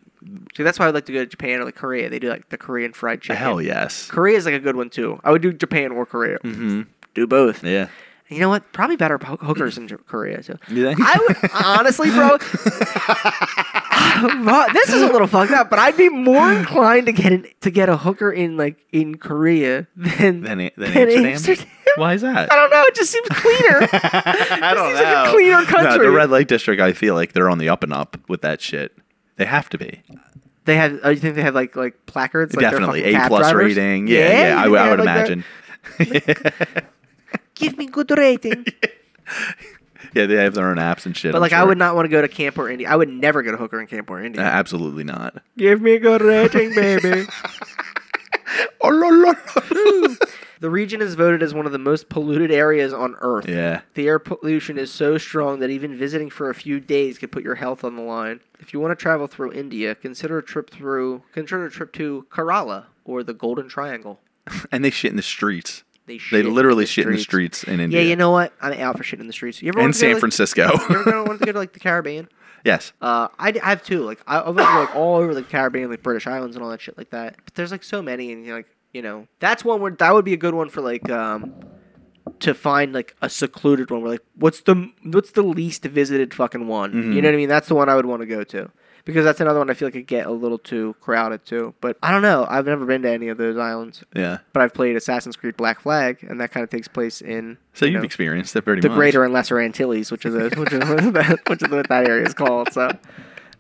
[SPEAKER 1] See, that's why I'd like to go to Japan or like Korea. They do like the Korean fried chicken.
[SPEAKER 2] hell yes.
[SPEAKER 1] Korea is like a good one too. I would do Japan or Korea.
[SPEAKER 2] Mm-hmm.
[SPEAKER 1] Do both.
[SPEAKER 2] Yeah.
[SPEAKER 1] You know what? Probably better po- hookers in J- Korea. So
[SPEAKER 2] You think?
[SPEAKER 1] I would honestly, bro. Well, this is a little fucked up, but I'd be more inclined to get an, to get a hooker in like in Korea than
[SPEAKER 2] Than A- than Amsterdam?
[SPEAKER 1] Amsterdam.
[SPEAKER 2] Why is that?
[SPEAKER 1] I don't know. It just seems cleaner.
[SPEAKER 2] I
[SPEAKER 1] This is like a cleaner
[SPEAKER 2] No,
[SPEAKER 1] country.
[SPEAKER 2] the red light district. I feel like they're on the up and up with that shit. They have to be
[SPEAKER 1] they have. Oh, you think they have like like placards? Like they're
[SPEAKER 2] definitely
[SPEAKER 1] fucking
[SPEAKER 2] A
[SPEAKER 1] cab
[SPEAKER 2] plus
[SPEAKER 1] drivers?
[SPEAKER 2] rating. Yeah, yeah.
[SPEAKER 1] you
[SPEAKER 2] I,
[SPEAKER 1] think
[SPEAKER 2] would-
[SPEAKER 1] they
[SPEAKER 2] I would
[SPEAKER 1] have, like, their-
[SPEAKER 2] imagine.
[SPEAKER 1] Give me good rating.
[SPEAKER 2] yeah, they have their own apps and shit.
[SPEAKER 1] But
[SPEAKER 2] I'm
[SPEAKER 1] like, I
[SPEAKER 2] sure.
[SPEAKER 1] would not want to go to Camp or India. I would never go to hooker in Camp or
[SPEAKER 2] Uh,
[SPEAKER 1] India.
[SPEAKER 2] absolutely not.
[SPEAKER 1] Give me good rating, baby.
[SPEAKER 2] Oh, la, la, la.
[SPEAKER 1] the region is voted as one of the most polluted areas on Earth.
[SPEAKER 2] yeah.
[SPEAKER 1] The air pollution is so strong that even visiting for a few days could put your health on the line. If you want to travel through India, consider a trip through consider a trip to Kerala or the Golden Triangle.
[SPEAKER 2] And they shit in the streets.
[SPEAKER 1] They
[SPEAKER 2] They
[SPEAKER 1] shit
[SPEAKER 2] literally shit in the streets in India.
[SPEAKER 1] Yeah, you know what? I'm out for shit in the streets. You ever
[SPEAKER 2] In
[SPEAKER 1] wanted to
[SPEAKER 2] San
[SPEAKER 1] go, like-
[SPEAKER 2] Francisco.
[SPEAKER 1] You ever wanted to go to like the Caribbean?
[SPEAKER 2] yes.
[SPEAKER 1] Uh, I, d- I have two. Like I, I went to, like all over the Caribbean, like British Islands and all that shit like that. But there's like so many, and you're like you know that's one where that would be a good one for like um to find like a secluded one. Where like what's the what's the least visited fucking one? You know what I mean? That's the one I would want to go to because that's another one I feel like could get a little too crowded too. But I don't know. I've never been to any of those islands.
[SPEAKER 2] Yeah.
[SPEAKER 1] But I've played Assassin's Creed Black Flag, and that kind of takes place in
[SPEAKER 2] So
[SPEAKER 1] you
[SPEAKER 2] you have
[SPEAKER 1] know,
[SPEAKER 2] experienced it pretty
[SPEAKER 1] the
[SPEAKER 2] much.
[SPEAKER 1] Greater and Lesser Antilles, which is a, which is what that, which is what that area is called. So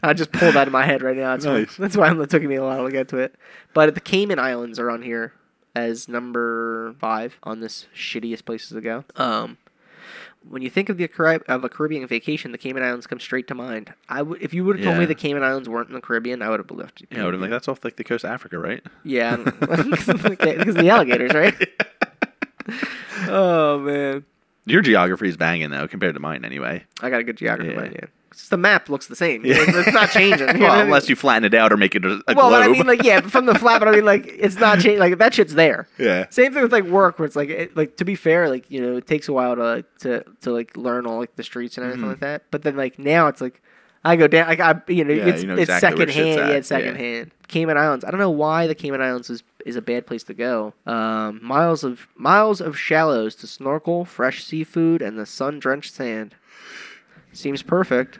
[SPEAKER 1] I just pulled that in my head right now. That's,
[SPEAKER 2] Nice.
[SPEAKER 1] why, that's why it took me a while to get to it. But the Cayman Islands are on here as number five on this shittiest places to go. Um, when you think of the Carib- of a Caribbean vacation, the Cayman Islands come straight to mind. I would if you would have told me
[SPEAKER 2] Yeah.
[SPEAKER 1] the Cayman Islands weren't in the Caribbean, I would have believed you.
[SPEAKER 2] Yeah, I would have like that's off like the coast of Africa, right?
[SPEAKER 1] Yeah, because the alligators, right? oh man.
[SPEAKER 2] Your geography is banging though, compared to mine anyway.
[SPEAKER 1] I got a good geography
[SPEAKER 2] Yeah.
[SPEAKER 1] idea. Just the map looks the same. It's not changing. know what I
[SPEAKER 2] well,
[SPEAKER 1] mean?
[SPEAKER 2] unless you flatten it out or make it a, a
[SPEAKER 1] Well,
[SPEAKER 2] globe.
[SPEAKER 1] but I mean, like, yeah, from the flat, but I mean, like, it's not changing. Like, that shit's there.
[SPEAKER 2] yeah.
[SPEAKER 1] Same thing with like work, where it's like, it, like to be fair, like you know, it takes a while to to to like learn all like the streets and everything
[SPEAKER 2] Mm-hmm.
[SPEAKER 1] like that. But then like now, it's like I go down, like I you know,
[SPEAKER 2] Yeah,
[SPEAKER 1] it's,
[SPEAKER 2] you know
[SPEAKER 1] it's
[SPEAKER 2] exactly where
[SPEAKER 1] secondhand,
[SPEAKER 2] shit's
[SPEAKER 1] yeah,
[SPEAKER 2] at,
[SPEAKER 1] it's secondhand. Cayman Islands. I don't know why the Cayman Islands is is a bad place to go. Um, miles of miles of shallows to snorkel, fresh seafood, and the sun drenched sand. Seems perfect.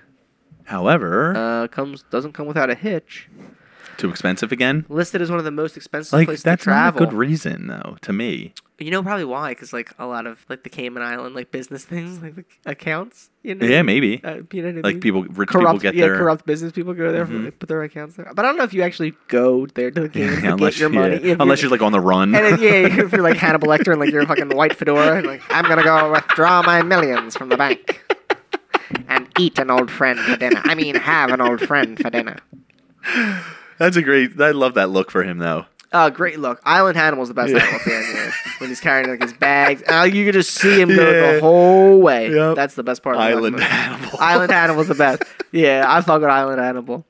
[SPEAKER 2] However,
[SPEAKER 1] Uh, comes doesn't come without a hitch.
[SPEAKER 2] too expensive again.
[SPEAKER 1] Listed as one of the most expensive
[SPEAKER 2] Like
[SPEAKER 1] places
[SPEAKER 2] that's
[SPEAKER 1] to travel.
[SPEAKER 2] not a good reason though to me.
[SPEAKER 1] You know probably why, because like a lot of like the Cayman Island like business things, like the accounts. You know,
[SPEAKER 2] Yeah, maybe.
[SPEAKER 1] uh, you know what I
[SPEAKER 2] Like
[SPEAKER 1] mean?
[SPEAKER 2] people, rich
[SPEAKER 1] corrupt,
[SPEAKER 2] people get
[SPEAKER 1] yeah,
[SPEAKER 2] their
[SPEAKER 1] corrupt business people go there, for, put their accounts there. But I don't know if you actually go there to the Caymans to
[SPEAKER 2] unless
[SPEAKER 1] get your
[SPEAKER 2] yeah.
[SPEAKER 1] money. If
[SPEAKER 2] unless you're like on the run.
[SPEAKER 1] and if, yeah, if you're like Hannibal Lecter and like you're a fucking white fedora, and like I'm gonna go withdraw my millions from the bank and eat an old friend for dinner. I mean, have an old friend for dinner.
[SPEAKER 2] That's a great. I love that look for him though.
[SPEAKER 1] Oh, great look. Island Hannibal's the best
[SPEAKER 2] Yeah.
[SPEAKER 1] outfit yeah, yeah. when he's carrying like his bags. Oh, you could just see him go
[SPEAKER 2] Yeah.
[SPEAKER 1] the whole way.
[SPEAKER 2] Yep.
[SPEAKER 1] That's the best part.
[SPEAKER 2] Island
[SPEAKER 1] Of the movie.
[SPEAKER 2] Hannibal.
[SPEAKER 1] Island Hannibal's the best. Yeah, I fuck with Island Hannibal.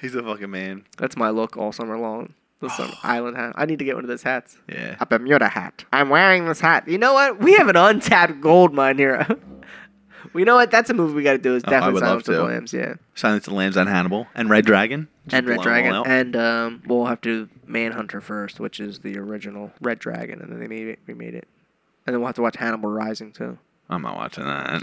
[SPEAKER 2] He's a fucking man.
[SPEAKER 1] That's my look all summer long. The summer- Island Hannibal. I need to get one of those hats.
[SPEAKER 2] Yeah.
[SPEAKER 1] A Bermuda hat. I'm wearing this hat. You know what? We have an untapped gold mine here. you know what? That's a movie we got to do. Is
[SPEAKER 2] Oh, I
[SPEAKER 1] definitely
[SPEAKER 2] would love
[SPEAKER 1] Silence of the
[SPEAKER 2] to.
[SPEAKER 1] Lambs. Yeah,
[SPEAKER 2] Silence of the Lambs on Hannibal and Red Dragon. Just
[SPEAKER 1] and Red
[SPEAKER 2] blow 'em
[SPEAKER 1] Dragon,
[SPEAKER 2] all out.
[SPEAKER 1] and um, we'll have to do Manhunter first, which is the original Red Dragon, and then they made it, we made it, and then we'll have to watch Hannibal Rising too.
[SPEAKER 2] I'm not watching that.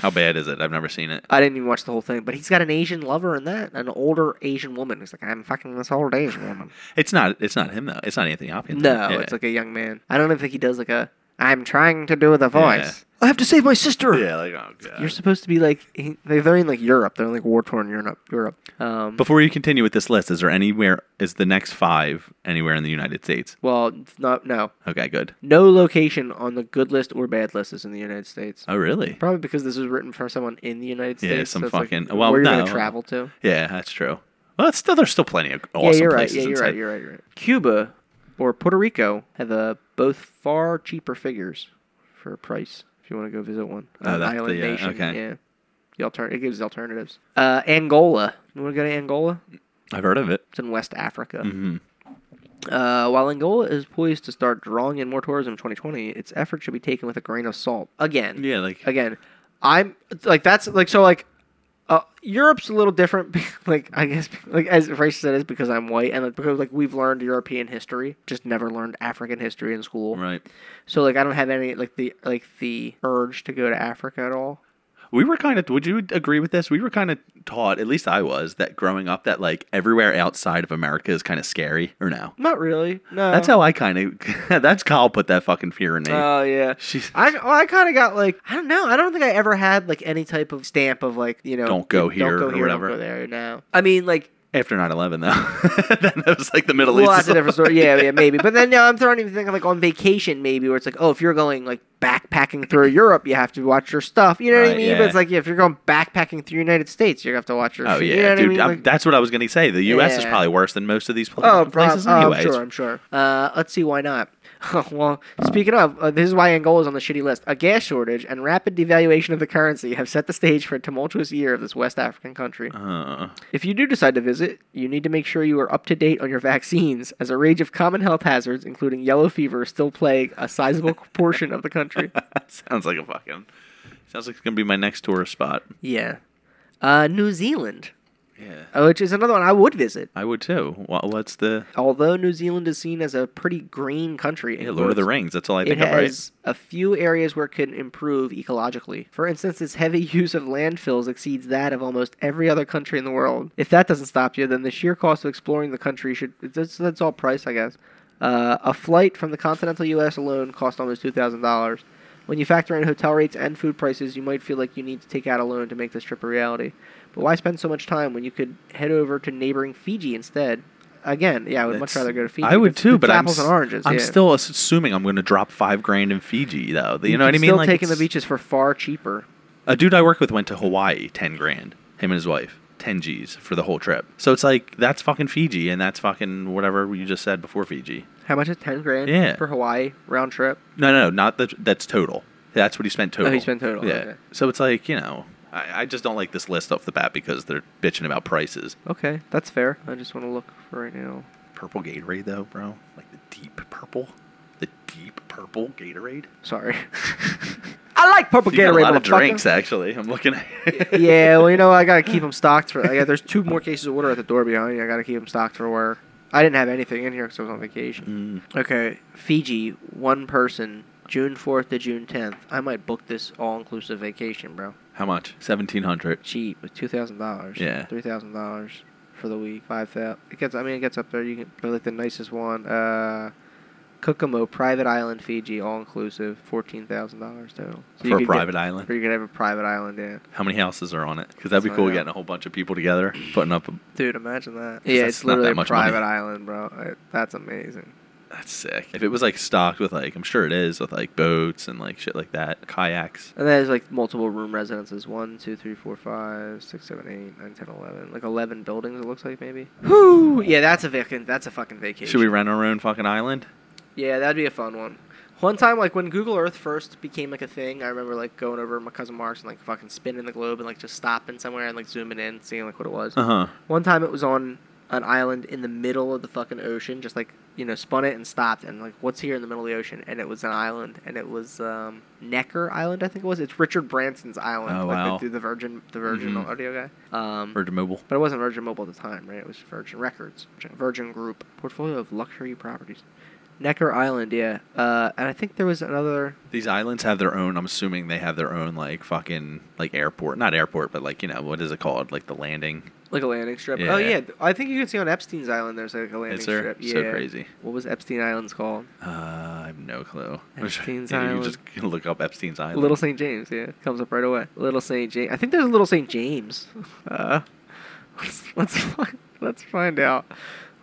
[SPEAKER 2] How bad is it? I've never seen it.
[SPEAKER 1] I didn't even watch the whole thing, but he's got an Asian lover in that, an older Asian woman. He's like, I'm fucking this old Asian woman.
[SPEAKER 2] It's not. It's not him though. It's not Anthony Hopkins.
[SPEAKER 1] No,
[SPEAKER 2] Yeah.
[SPEAKER 1] it's like a young man. I don't even think he does like a. I'm trying to do the voice.
[SPEAKER 2] I have to save my sister. Yeah, like oh god.
[SPEAKER 1] You're supposed to be like he- they- they're in like Europe. They're in like war torn Europe. Europe. Um,
[SPEAKER 2] Before you continue with this list, is there anywhere is the next five anywhere in the United States?
[SPEAKER 1] well, it's not no
[SPEAKER 2] Okay, good.
[SPEAKER 1] no location on the good list or bad list is in the United States.
[SPEAKER 2] Oh really?
[SPEAKER 1] Probably because this was written for someone in the United
[SPEAKER 2] Yeah,
[SPEAKER 1] States.
[SPEAKER 2] some
[SPEAKER 1] it's like
[SPEAKER 2] fucking- well,
[SPEAKER 1] where you're
[SPEAKER 2] no.
[SPEAKER 1] gonna travel to.
[SPEAKER 2] Yeah, that's true. Well, it's still there's still plenty of awesome
[SPEAKER 1] yeah, you're right.
[SPEAKER 2] places
[SPEAKER 1] Yeah, you're
[SPEAKER 2] inside.
[SPEAKER 1] right. You're right. You're right. Cuba or Puerto Rico have uh, both far cheaper figures for price. If you want to go visit one,
[SPEAKER 2] Oh,
[SPEAKER 1] An
[SPEAKER 2] that's the,
[SPEAKER 1] island
[SPEAKER 2] uh,
[SPEAKER 1] nation.
[SPEAKER 2] okay.
[SPEAKER 1] Yeah, the alter- it gives alternatives. Uh, Angola. You want to go to Angola?
[SPEAKER 2] I've heard of it.
[SPEAKER 1] It's in West Africa.
[SPEAKER 2] hmm
[SPEAKER 1] Uh, while Angola is poised to start drawing in more tourism in 2020, its effort should be taken with a grain of salt. Again,
[SPEAKER 2] Yeah, like
[SPEAKER 1] again, I'm like that's like so like uh, Europe's a little different. be- like I guess like as racist that is because I'm white and like, because like we've learned European history, just never learned African history in school.
[SPEAKER 2] right.
[SPEAKER 1] So like I don't have any like the like the urge to go to Africa at all.
[SPEAKER 2] we were kind of. Would you agree with this? We were kind of taught, at least I was, that growing up, that like everywhere outside of America is kind of scary, or no?
[SPEAKER 1] Not really. No.
[SPEAKER 2] That's how I kind of. that's Kyle put that fucking fear in me.
[SPEAKER 1] Oh yeah.
[SPEAKER 2] She's
[SPEAKER 1] I well, I kind of got like I don't know. I don't think I ever had like any type of stamp of like you know
[SPEAKER 2] Don't go here or
[SPEAKER 1] don't go here,
[SPEAKER 2] whatever.
[SPEAKER 1] don't go there. No. I mean like
[SPEAKER 2] after 9-11, though. then that was like the Middle
[SPEAKER 1] well,
[SPEAKER 2] East.
[SPEAKER 1] that's a different story. Yeah, yeah, maybe. But then you know, I'm throwing even thinking like on vacation maybe where it's like oh if you're going like backpacking through Europe you have to watch your stuff. You know what I
[SPEAKER 2] Right,
[SPEAKER 1] mean?
[SPEAKER 2] yeah.
[SPEAKER 1] But it's like yeah, if you're going backpacking through the United States you have to watch your.
[SPEAKER 2] Oh
[SPEAKER 1] shit.
[SPEAKER 2] yeah,
[SPEAKER 1] You know what
[SPEAKER 2] dude.
[SPEAKER 1] I mean?
[SPEAKER 2] I'm-
[SPEAKER 1] Like-
[SPEAKER 2] that's what I was gonna say. The U.S. is
[SPEAKER 1] Yeah.
[SPEAKER 2] probably worse than most of these pla-
[SPEAKER 1] Oh, prob-
[SPEAKER 2] places,
[SPEAKER 1] oh, I'm
[SPEAKER 2] anyways.
[SPEAKER 1] sure, I'm sure. Uh, let's see, why not? well, speaking of, uh, this is why Angola is on the shitty list. A gas shortage and rapid devaluation of the currency have set the stage for a tumultuous year of this West African country.
[SPEAKER 2] Uh,
[SPEAKER 1] If you do decide to visit, you need to make sure you are up to date on your vaccines, as a range of common health hazards, including yellow fever, still plague a sizable portion of the country.
[SPEAKER 2] sounds like a fucking. Sounds like it's gonna be my next tourist spot.
[SPEAKER 1] Yeah. Uh, New Zealand,
[SPEAKER 2] Yeah,
[SPEAKER 1] uh, which is another one I would visit.
[SPEAKER 2] I would too. Wha- What's the
[SPEAKER 1] Although New Zealand is seen as a pretty green country. in
[SPEAKER 2] yeah, Lord of the
[SPEAKER 1] quotes,
[SPEAKER 2] Rings? That's all I
[SPEAKER 1] it
[SPEAKER 2] think of, right?
[SPEAKER 1] has a few areas where it can improve ecologically. For instance, its heavy use of landfills exceeds that of almost every other country in the world. If that doesn't stop you, then the sheer cost of exploring the country should. That's, that's all price, I guess. Uh, a flight from the continental U.S. alone cost almost $2,000. When you factor in hotel rates and food prices, you might feel like you need to take out a loan to make this trip a reality. But why spend so much time when you could head over to neighboring Fiji instead? Again, yeah, I would much
[SPEAKER 2] That's-
[SPEAKER 1] rather go to Fiji.
[SPEAKER 2] I would
[SPEAKER 1] It's-
[SPEAKER 2] too,
[SPEAKER 1] it's
[SPEAKER 2] but I'm
[SPEAKER 1] apples
[SPEAKER 2] s-
[SPEAKER 1] and oranges.
[SPEAKER 2] I'm
[SPEAKER 1] yeah.
[SPEAKER 2] still ass- assuming I'm gonna drop five grand in Fiji though. You, know what I
[SPEAKER 1] can
[SPEAKER 2] mean?
[SPEAKER 1] Still
[SPEAKER 2] Like,
[SPEAKER 1] taking the
[SPEAKER 2] it's-
[SPEAKER 1] beaches for far cheaper.
[SPEAKER 2] A dude I work with went to Hawaii, ten grand. Him and his wife, ten G's for the whole trip. So it's like that's fucking Fiji, and that's fucking whatever you just said before Fiji.
[SPEAKER 1] How much is ten grand?
[SPEAKER 2] Yeah.
[SPEAKER 1] for Hawaii round trip.
[SPEAKER 2] No, no, no, not that. That's total. That's what he spent total.
[SPEAKER 1] Oh, he spent total,
[SPEAKER 2] Yeah.
[SPEAKER 1] okay.
[SPEAKER 2] So it's like you know, I, I just don't like this list off the bat because they're bitching about prices.
[SPEAKER 1] Okay, that's fair. I just want to look for right now.
[SPEAKER 2] Purple Gatorade though, bro, like the deep purple, the deep purple Gatorade.
[SPEAKER 1] Sorry. I like purple
[SPEAKER 2] You got
[SPEAKER 1] Gatorade.
[SPEAKER 2] a lot of
[SPEAKER 1] motherfucker.
[SPEAKER 2] drinks eh? actually. I'm looking at.
[SPEAKER 1] yeah, well, you know, I gotta keep them stocked for. Like, there's two more cases of water at the door behind you. I gotta keep them stocked for work. I didn't have anything in here because I was on vacation.
[SPEAKER 2] Mm.
[SPEAKER 1] Okay, Fiji, one person, June 4th to June 10th. I might book this all-inclusive vacation, bro.
[SPEAKER 2] How much? Seventeen hundred.
[SPEAKER 1] cheap with two thousand dollars.
[SPEAKER 2] Yeah.
[SPEAKER 1] Three thousand dollars for the week. Five thousand. It gets. I mean, it gets up there. You can they're like the nicest one. Uh, Kokomo, private island, Fiji, all inclusive, fourteen thousand dollars total. So you
[SPEAKER 2] for a
[SPEAKER 1] could
[SPEAKER 2] private
[SPEAKER 1] Get,
[SPEAKER 2] island.
[SPEAKER 1] for you could have a private island, yeah.
[SPEAKER 2] How many houses are on it? Because that'd be
[SPEAKER 1] That's
[SPEAKER 2] cool
[SPEAKER 1] not
[SPEAKER 2] getting a whole bunch of people together, putting up. A,
[SPEAKER 1] Dude, imagine that. Yeah,
[SPEAKER 2] that's
[SPEAKER 1] it's
[SPEAKER 2] not that
[SPEAKER 1] literally a
[SPEAKER 2] much money.
[SPEAKER 1] private island, bro. Uh, that's amazing.
[SPEAKER 2] that's sick. If it was like stocked with like, I'm sure it is with like boats and like shit like that, kayaks.
[SPEAKER 1] And there's like multiple room residences: one, two, three, four, five, six, seven, eight, nine, ten, eleven. Like eleven buildings, it looks like maybe. Whoo! Yeah, that's a vac- That's a fucking vacation.
[SPEAKER 2] Should we rent our own fucking island?
[SPEAKER 1] Yeah, that'd be a fun one. One time, like when Google Earth first became like a thing, I remember like going over to my cousin Mark's and like fucking spinning the globe and like just stopping somewhere and like zooming in, seeing like what it was.
[SPEAKER 2] Uh huh.
[SPEAKER 1] One time, it was on an island in the middle of the fucking ocean, just like you know, spun it and stopped and like what's here in the middle of the ocean, and it was an island, and it was um, Necker Island, I think it was. It's Richard Branson's island,
[SPEAKER 2] Oh,
[SPEAKER 1] like
[SPEAKER 2] wow.
[SPEAKER 1] the, dude, the Virgin, the Virgin
[SPEAKER 2] Mhm.
[SPEAKER 1] audio guy. Um,
[SPEAKER 2] Virgin Mobile.
[SPEAKER 1] but it wasn't Virgin Mobile at the time, right? It was Virgin Records, Virgin Group, portfolio of luxury properties. Necker Island, yeah. Uh, and I think there was another.
[SPEAKER 2] These islands have their own. I'm assuming they have their own like fucking like airport, not airport, but like you know what is it called? Like the landing.
[SPEAKER 1] Like a landing strip. Oh
[SPEAKER 2] Yeah.
[SPEAKER 1] yeah, th- I think you can see on Epstein's Island. There's like a landing
[SPEAKER 2] Is there?
[SPEAKER 1] strip. Yeah.
[SPEAKER 2] So crazy.
[SPEAKER 1] What was Epstein Island's called?
[SPEAKER 2] Uh, I have no clue. I'm sure-
[SPEAKER 1] Epstein's
[SPEAKER 2] yeah,
[SPEAKER 1] Island.
[SPEAKER 2] You just can look up Epstein's Island.
[SPEAKER 1] Little St. James. Yeah, comes up right away. Little St. James. I think there's a Little St. James. Uh, let's let's find, let's find out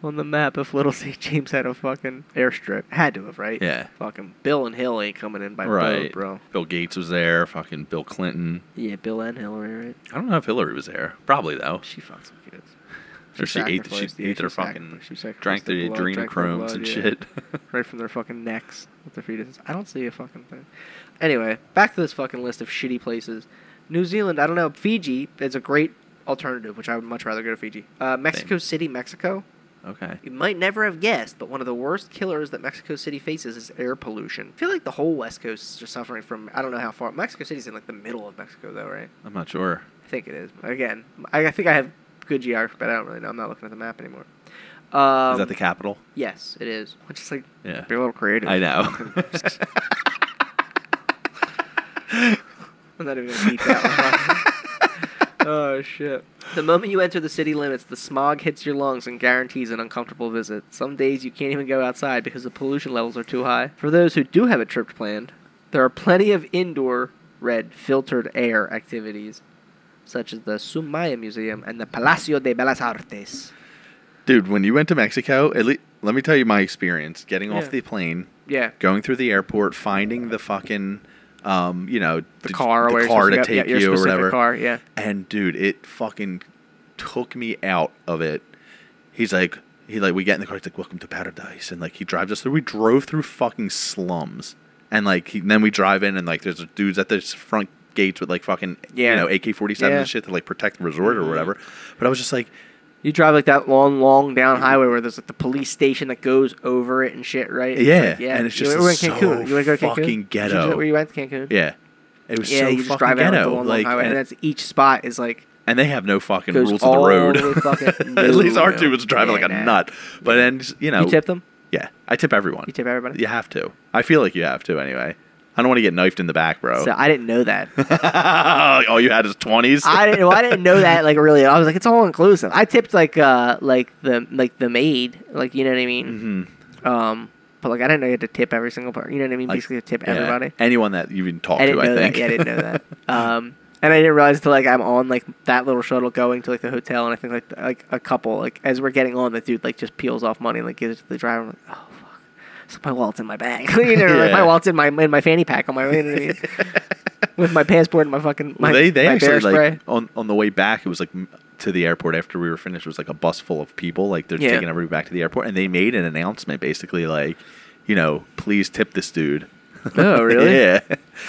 [SPEAKER 1] on the map if Little St. James had a fucking airstrip. Had to have, right?
[SPEAKER 2] Yeah.
[SPEAKER 1] Fucking Bill and Hill ain't coming in by
[SPEAKER 2] Right.
[SPEAKER 1] boat, bro.
[SPEAKER 2] Bill Gates was there. Fucking Bill Clinton.
[SPEAKER 1] Yeah, Bill and Hillary, right?
[SPEAKER 2] I don't know if Hillary was there. Probably though.
[SPEAKER 1] She fucked some kids.
[SPEAKER 2] Or she ate. She
[SPEAKER 1] sacrificed- yeah,
[SPEAKER 2] ate their
[SPEAKER 1] sacri-
[SPEAKER 2] fucking.
[SPEAKER 1] she sacrificed
[SPEAKER 2] Drank
[SPEAKER 1] their
[SPEAKER 2] their
[SPEAKER 1] blood, drank their
[SPEAKER 2] adrenochromes
[SPEAKER 1] blood,
[SPEAKER 2] and
[SPEAKER 1] yeah.
[SPEAKER 2] shit.
[SPEAKER 1] Right from their fucking necks with their fetuses. I don't see a fucking thing. Anyway, back to this fucking list of shitty places. New Zealand, I don't know. Fiji is a great alternative, which I would much rather go to Fiji. Uh, Mexico City, Mexico.
[SPEAKER 2] okay.
[SPEAKER 1] You might never have guessed, but one of the worst killers that Mexico City faces is air pollution. I feel like the whole West Coast is just suffering from, I don't know how far. Mexico City's in like the middle of Mexico, though, right?
[SPEAKER 2] I'm not sure.
[SPEAKER 1] I think it is. Again, I, I think I have good geography, but I don't really know. I'm not looking at the map anymore. Um,
[SPEAKER 2] is that the capital?
[SPEAKER 1] Yes, it is. Which is like
[SPEAKER 2] Yeah.
[SPEAKER 1] be a little creative.
[SPEAKER 2] I know.
[SPEAKER 1] I'm not even gonna beat that one. oh shit! The moment you enter the city limits, the smog hits your lungs and guarantees an uncomfortable visit. Some days you can't even go outside because the pollution levels are too high. For those who do have a trip planned, there are plenty of indoor red filtered air activities, such as the Sumaya Museum and the Palacio de Bellas Artes.
[SPEAKER 2] Dude, when you went to Mexico, at least let me tell you my experience getting
[SPEAKER 1] Yeah.
[SPEAKER 2] off the plane,
[SPEAKER 1] Yeah.
[SPEAKER 2] going through the airport, finding the fucking, um, you know,
[SPEAKER 1] The car,
[SPEAKER 2] the
[SPEAKER 1] where
[SPEAKER 2] car to
[SPEAKER 1] you're supposed
[SPEAKER 2] take
[SPEAKER 1] go, yeah, your
[SPEAKER 2] you or
[SPEAKER 1] specific
[SPEAKER 2] whatever.
[SPEAKER 1] Car, yeah.
[SPEAKER 2] And dude, it fucking took me out of it. He's like, he like, we get in the car. He's like, "Welcome to paradise," and like he drives us through. We drove through fucking slums, and like he, then we drive in, and like there's dudes at this front gates with like fucking
[SPEAKER 1] Yeah.
[SPEAKER 2] you know AK forty seven
[SPEAKER 1] Yeah. Mm-hmm.
[SPEAKER 2] and shit to like protect the resort or whatever. But I was just like,
[SPEAKER 1] You drive like that long, long down highway where there's like the police station that goes over it and shit, right? It's
[SPEAKER 2] Yeah,
[SPEAKER 1] like, yeah.
[SPEAKER 2] and it's
[SPEAKER 1] You
[SPEAKER 2] just
[SPEAKER 1] were in
[SPEAKER 2] so
[SPEAKER 1] Cancun. You wanna go to Cancun?
[SPEAKER 2] fucking
[SPEAKER 1] Did you do
[SPEAKER 2] ghetto.
[SPEAKER 1] that Where you went to Cancun?
[SPEAKER 2] yeah, it was
[SPEAKER 1] yeah.
[SPEAKER 2] so
[SPEAKER 1] you
[SPEAKER 2] fucking
[SPEAKER 1] just drive out like, the
[SPEAKER 2] ghetto.
[SPEAKER 1] long,
[SPEAKER 2] like,
[SPEAKER 1] long highway, and,
[SPEAKER 2] and,
[SPEAKER 1] that's each spot is like
[SPEAKER 2] and they have no fucking
[SPEAKER 1] goes
[SPEAKER 2] rules of the
[SPEAKER 1] all
[SPEAKER 2] road.
[SPEAKER 1] the way fucking-
[SPEAKER 2] At least
[SPEAKER 1] No,
[SPEAKER 2] R two
[SPEAKER 1] no.
[SPEAKER 2] was driving
[SPEAKER 1] Yeah,
[SPEAKER 2] like a
[SPEAKER 1] nah.
[SPEAKER 2] nut. But then you know,
[SPEAKER 1] you tip them,
[SPEAKER 2] yeah, I tip everyone.
[SPEAKER 1] you tip everybody.
[SPEAKER 2] You have to. I feel like you have to anyway. I don't want to get knifed in the back, bro.
[SPEAKER 1] So I didn't know that.
[SPEAKER 2] All you had is twenties.
[SPEAKER 1] I didn't. Well, I didn't know that. Like really, I was like, it's all inclusive. I tipped like uh like the like the maid, like you know what I mean.
[SPEAKER 2] Mhm.
[SPEAKER 1] Um, but like I didn't know you had to tip every single part. You know what I mean?
[SPEAKER 2] Like,
[SPEAKER 1] Basically, tip
[SPEAKER 2] Yeah.
[SPEAKER 1] everybody.
[SPEAKER 2] Anyone that you even talk
[SPEAKER 1] I
[SPEAKER 2] to,
[SPEAKER 1] didn't know
[SPEAKER 2] I think.
[SPEAKER 1] that. Yeah, I didn't know that. Um, and I didn't realize till like I'm on like that little shuttle going to like the hotel, and I think like th- like a couple like as we're getting on, the dude like just peels off money and like gives it to the driver. I'm like, oh fuck, so my wallet's in my bag. you know, like
[SPEAKER 2] Yeah.
[SPEAKER 1] my wallet's in my in my fanny pack on my you know what I mean? with my passport and my fucking my,
[SPEAKER 2] Well, they they
[SPEAKER 1] my
[SPEAKER 2] actually
[SPEAKER 1] bear spray.
[SPEAKER 2] like on on the way back. It was like m- to the airport after we were finished. It was like a bus full of people. Like they're
[SPEAKER 1] Yeah.
[SPEAKER 2] taking everybody back to the airport, and they made an announcement basically like, you know, please tip this dude.
[SPEAKER 1] Oh, really?
[SPEAKER 2] yeah.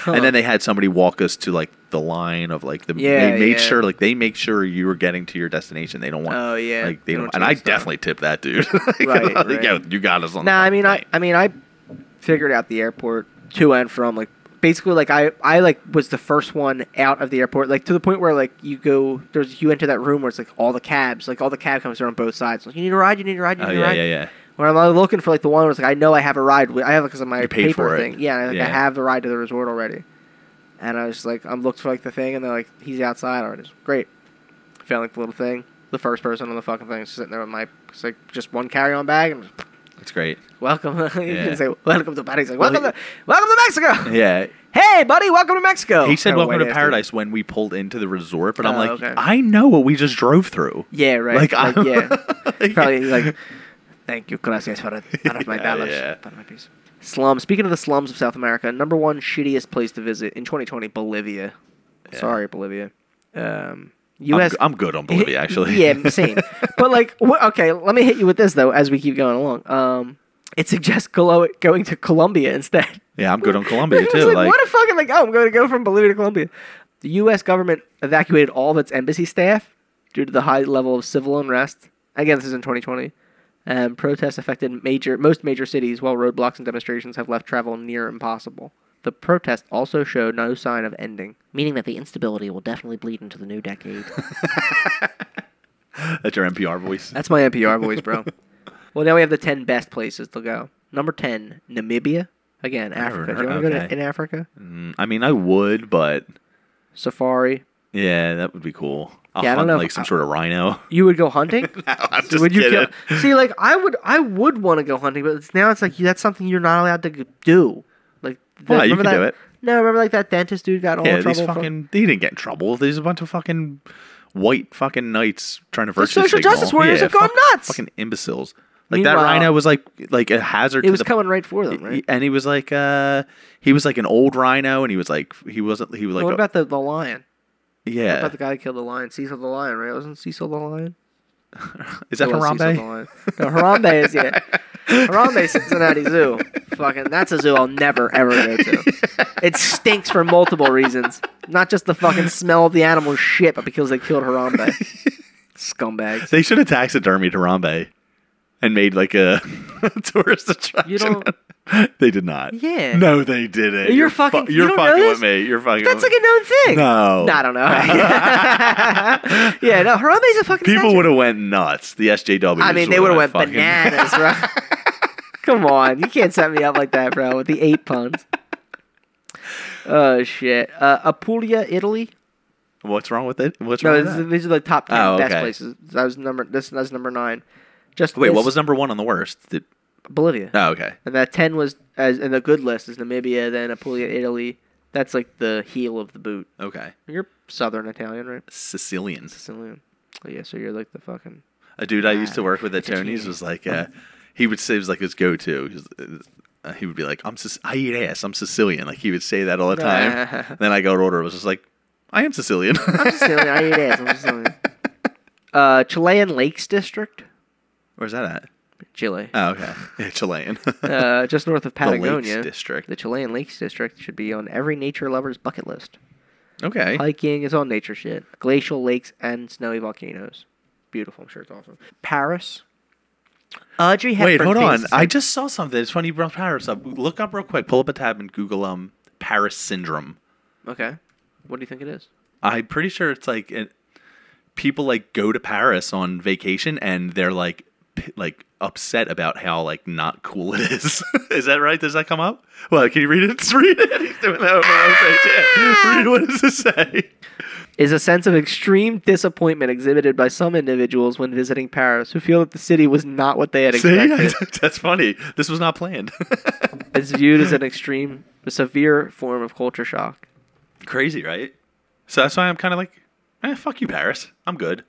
[SPEAKER 1] Huh.
[SPEAKER 2] And then they had somebody walk us to like the line of like the.
[SPEAKER 1] Yeah,
[SPEAKER 2] they made
[SPEAKER 1] yeah.
[SPEAKER 2] sure like they make sure you were getting to your destination. They don't want.
[SPEAKER 1] Oh, yeah.
[SPEAKER 2] Like they,
[SPEAKER 1] They
[SPEAKER 2] don't.
[SPEAKER 1] don't
[SPEAKER 2] and I
[SPEAKER 1] chase that.
[SPEAKER 2] definitely tipped that dude. Like,
[SPEAKER 1] Right,
[SPEAKER 2] like,
[SPEAKER 1] right.
[SPEAKER 2] Yo, you got us on.
[SPEAKER 1] Nah,
[SPEAKER 2] the
[SPEAKER 1] I mean, I, I mean, I figured out the airport to and from. Like, basically, like I, I like was the first one out of the airport. Like to the point where like you go, there's you enter that room where it's like all the cabs, like all the cab comes are on both sides. Like, you need a ride, you need a ride, you
[SPEAKER 2] Oh
[SPEAKER 1] need a
[SPEAKER 2] yeah,
[SPEAKER 1] ride.
[SPEAKER 2] yeah, yeah.
[SPEAKER 1] Where I'm like, looking for like the one where it's like I know I have a ride. with- I have because of my
[SPEAKER 2] You paid
[SPEAKER 1] paper
[SPEAKER 2] for it.
[SPEAKER 1] thing. Yeah, and, like, I
[SPEAKER 2] Yeah.
[SPEAKER 1] have the ride to the resort already. And I was just like, I'm looked for like the thing, and they're like, he's outside already. It's Great. Found like the little thing. The first person on the fucking thing is sitting there with my, it's like just one carry-on bag. and
[SPEAKER 2] It's great.
[SPEAKER 1] Welcome. he
[SPEAKER 2] Yeah.
[SPEAKER 1] didn't say welcome to Paris. He's like,
[SPEAKER 2] Well,
[SPEAKER 1] welcome,
[SPEAKER 2] he-
[SPEAKER 1] to, welcome to Mexico.
[SPEAKER 2] Yeah.
[SPEAKER 1] Hey, buddy, welcome to Mexico.
[SPEAKER 2] He said
[SPEAKER 1] Kinda
[SPEAKER 2] welcome
[SPEAKER 1] white
[SPEAKER 2] to
[SPEAKER 1] ass
[SPEAKER 2] paradise when we pulled into the resort, but I'm
[SPEAKER 1] Oh,
[SPEAKER 2] like,
[SPEAKER 1] okay.
[SPEAKER 2] I know what we just drove through.
[SPEAKER 1] dude. Yeah, right.
[SPEAKER 2] Like,
[SPEAKER 1] Like,
[SPEAKER 2] I'm-
[SPEAKER 1] yeah.
[SPEAKER 2] like-
[SPEAKER 1] Probably like, thank you, gracias for out of my
[SPEAKER 2] Yeah,
[SPEAKER 1] dollars.
[SPEAKER 2] yeah.
[SPEAKER 1] Para my peace. Slum. Speaking of the slums of South America, number one shittiest place to visit in 2020, Bolivia.
[SPEAKER 2] Yeah.
[SPEAKER 1] Sorry, Bolivia. Um,
[SPEAKER 2] I'm,
[SPEAKER 1] U.S.
[SPEAKER 2] g- I'm good on Bolivia, actually.
[SPEAKER 1] yeah, same. but like, wh- okay, let me hit you with this though. As we keep going along, um, it suggests Colo- going to Colombia instead.
[SPEAKER 2] yeah, I'm good on Colombia
[SPEAKER 1] It's
[SPEAKER 2] too.
[SPEAKER 1] like,
[SPEAKER 2] Like,
[SPEAKER 1] what a fucking like. Oh, I'm going to go from Bolivia to Colombia. The U.S. government evacuated all of its embassy staff due to the high level of civil unrest. Again, this is in 2020. Um, protests affected major most major cities, while roadblocks and demonstrations have left travel near impossible. The protest also showed no sign of ending.
[SPEAKER 3] Meaning that the instability will definitely bleed into the new decade.
[SPEAKER 2] that's your NPR voice.
[SPEAKER 1] That's my NPR voice, bro. well, now we have the 10 best places to go. Number 10, Namibia. Again,
[SPEAKER 2] never
[SPEAKER 1] Africa. Do
[SPEAKER 2] heard-
[SPEAKER 1] you want to go
[SPEAKER 2] okay.
[SPEAKER 1] to, in Africa?
[SPEAKER 2] Mm, I mean, I would, but
[SPEAKER 1] Safari.
[SPEAKER 2] yeah, that would be cool. I'll
[SPEAKER 1] Yeah, I
[SPEAKER 2] hunt
[SPEAKER 1] don't know if
[SPEAKER 2] like some
[SPEAKER 1] I-
[SPEAKER 2] sort of rhino.
[SPEAKER 1] You would go hunting?
[SPEAKER 2] I'm just
[SPEAKER 1] would you
[SPEAKER 2] kidding.
[SPEAKER 1] kill? See, like I would, I would want to go hunting, but it's, now it's like that's something you're not allowed to g- do. Like, the-
[SPEAKER 2] Why, you
[SPEAKER 1] remember
[SPEAKER 2] can
[SPEAKER 1] that,
[SPEAKER 2] do it.
[SPEAKER 1] No, remember like that dentist dude got all
[SPEAKER 2] yeah,
[SPEAKER 1] in
[SPEAKER 2] these
[SPEAKER 1] trouble. for-
[SPEAKER 2] fucking they didn't get in trouble. There's a bunch of fucking white fucking knights trying to virtue
[SPEAKER 1] social
[SPEAKER 2] signal.
[SPEAKER 1] justice warriors
[SPEAKER 2] yeah,
[SPEAKER 1] have gone
[SPEAKER 2] fuck-
[SPEAKER 1] nuts.
[SPEAKER 2] Fucking imbeciles. Like that
[SPEAKER 1] Meanwhile-
[SPEAKER 2] rhino was like like a hazard
[SPEAKER 1] it
[SPEAKER 2] to
[SPEAKER 1] was
[SPEAKER 2] the
[SPEAKER 1] coming right for them, right?
[SPEAKER 2] and he was like uh he was like an old rhino and he was like he wasn't he was like
[SPEAKER 1] what
[SPEAKER 2] a-
[SPEAKER 1] about the, the lion? What
[SPEAKER 2] yeah
[SPEAKER 1] about the guy that killed the lion? Cecil the lion, right? Wasn't Cecil the lion?
[SPEAKER 2] is that
[SPEAKER 1] It was Cecil the
[SPEAKER 2] Harambe?
[SPEAKER 1] lion. No, Harambe is yeah. Harambe Cincinnati Zoo. Fucking, that's a zoo I'll never ever go to. It stinks for multiple reasons, not just the fucking smell of the animal shit, but because they killed Harambe. Scumbags.
[SPEAKER 2] They should have taxidermied Harambe and made like a tourist attraction.
[SPEAKER 1] don't-
[SPEAKER 2] they did not.
[SPEAKER 1] Yeah.
[SPEAKER 2] No, they didn't.
[SPEAKER 1] You're fucking- you
[SPEAKER 2] You're
[SPEAKER 1] don't know
[SPEAKER 2] fucking
[SPEAKER 1] this?
[SPEAKER 2] with me. You're fucking.
[SPEAKER 1] That's
[SPEAKER 2] with
[SPEAKER 1] like a known
[SPEAKER 2] me.
[SPEAKER 1] thing.
[SPEAKER 2] no.
[SPEAKER 1] No, I don't know. yeah, no, Harambe's a fucking.
[SPEAKER 2] People
[SPEAKER 1] statue.
[SPEAKER 2] would have went nuts. The SJW.
[SPEAKER 1] I mean, they would have went bananas, bro. Come on, you can't set me up like that, bro. With the eight puns. Oh shit. Uh, Apulia, Italy.
[SPEAKER 2] What's wrong with it? What's
[SPEAKER 1] No,
[SPEAKER 2] wrong
[SPEAKER 1] this
[SPEAKER 2] with
[SPEAKER 1] is-
[SPEAKER 2] that?
[SPEAKER 1] these are the top ten
[SPEAKER 2] Oh,
[SPEAKER 1] best
[SPEAKER 2] okay.
[SPEAKER 1] places. That was number. This that's number nine. Just
[SPEAKER 2] Wait, what
[SPEAKER 1] this-
[SPEAKER 2] was number one on the worst? Did,
[SPEAKER 1] Bolivia?
[SPEAKER 2] oh, okay.
[SPEAKER 1] And that ten was as in the good list is Namibia, then Apulia, Italy. That's like the heel of the boot.
[SPEAKER 2] Okay.
[SPEAKER 1] You're Southern Italian, right?
[SPEAKER 2] Sicilians.
[SPEAKER 1] Sicilian. Oh, yeah, so you're like the fucking.
[SPEAKER 2] a dude I used to work with at
[SPEAKER 1] It's a
[SPEAKER 2] Tony's
[SPEAKER 1] cheat.
[SPEAKER 2] was like, uh, he would say it was like his go-to. He, was, uh, he would be like, "I'm Sic- I eat ass. I'm Sicilian." Like he would say that all the time. then I go to order. It was just like, "I am Sicilian."
[SPEAKER 1] I'm Sicilian. I eat ass. I'm Sicilian. Uh, Chilean Lakes District,
[SPEAKER 2] Where's that at?
[SPEAKER 1] Chile.
[SPEAKER 2] Oh, okay. Yeah, Chilean.
[SPEAKER 1] Uh, just north of
[SPEAKER 2] The Lakes
[SPEAKER 1] Patagonia.
[SPEAKER 2] District.
[SPEAKER 1] The Chilean Lakes District should be on every nature lover's bucket list.
[SPEAKER 2] Okay.
[SPEAKER 1] Hiking is all nature shit. Glacial lakes and snowy volcanoes. Beautiful. I'm sure it's awesome. Paris. Audrey Hepburn.
[SPEAKER 2] Wait, hold
[SPEAKER 1] thinks
[SPEAKER 2] on.
[SPEAKER 1] it's
[SPEAKER 2] I
[SPEAKER 1] like-
[SPEAKER 2] just saw something. It's funny you brought Paris up. Look up real quick. Pull up a tab and Google um Paris syndrome.
[SPEAKER 1] Okay. What do you think it is?
[SPEAKER 2] I'm pretty sure it's like it, people like go to Paris on vacation and they're like p- like upset about how like not cool it is. is that right? Does that come up? Well, can you read it? Just read it. He's doing that over my face. Yeah. Read what does it say?
[SPEAKER 1] Is a sense of extreme disappointment exhibited by some individuals when visiting Paris who feel that the city was not what they had expected.
[SPEAKER 2] See, that's funny. This was not planned.
[SPEAKER 1] it's viewed as an extreme, a severe form of culture shock.
[SPEAKER 2] Crazy, right? So that's why I'm kind of like, eh, fuck you, Paris. I'm good.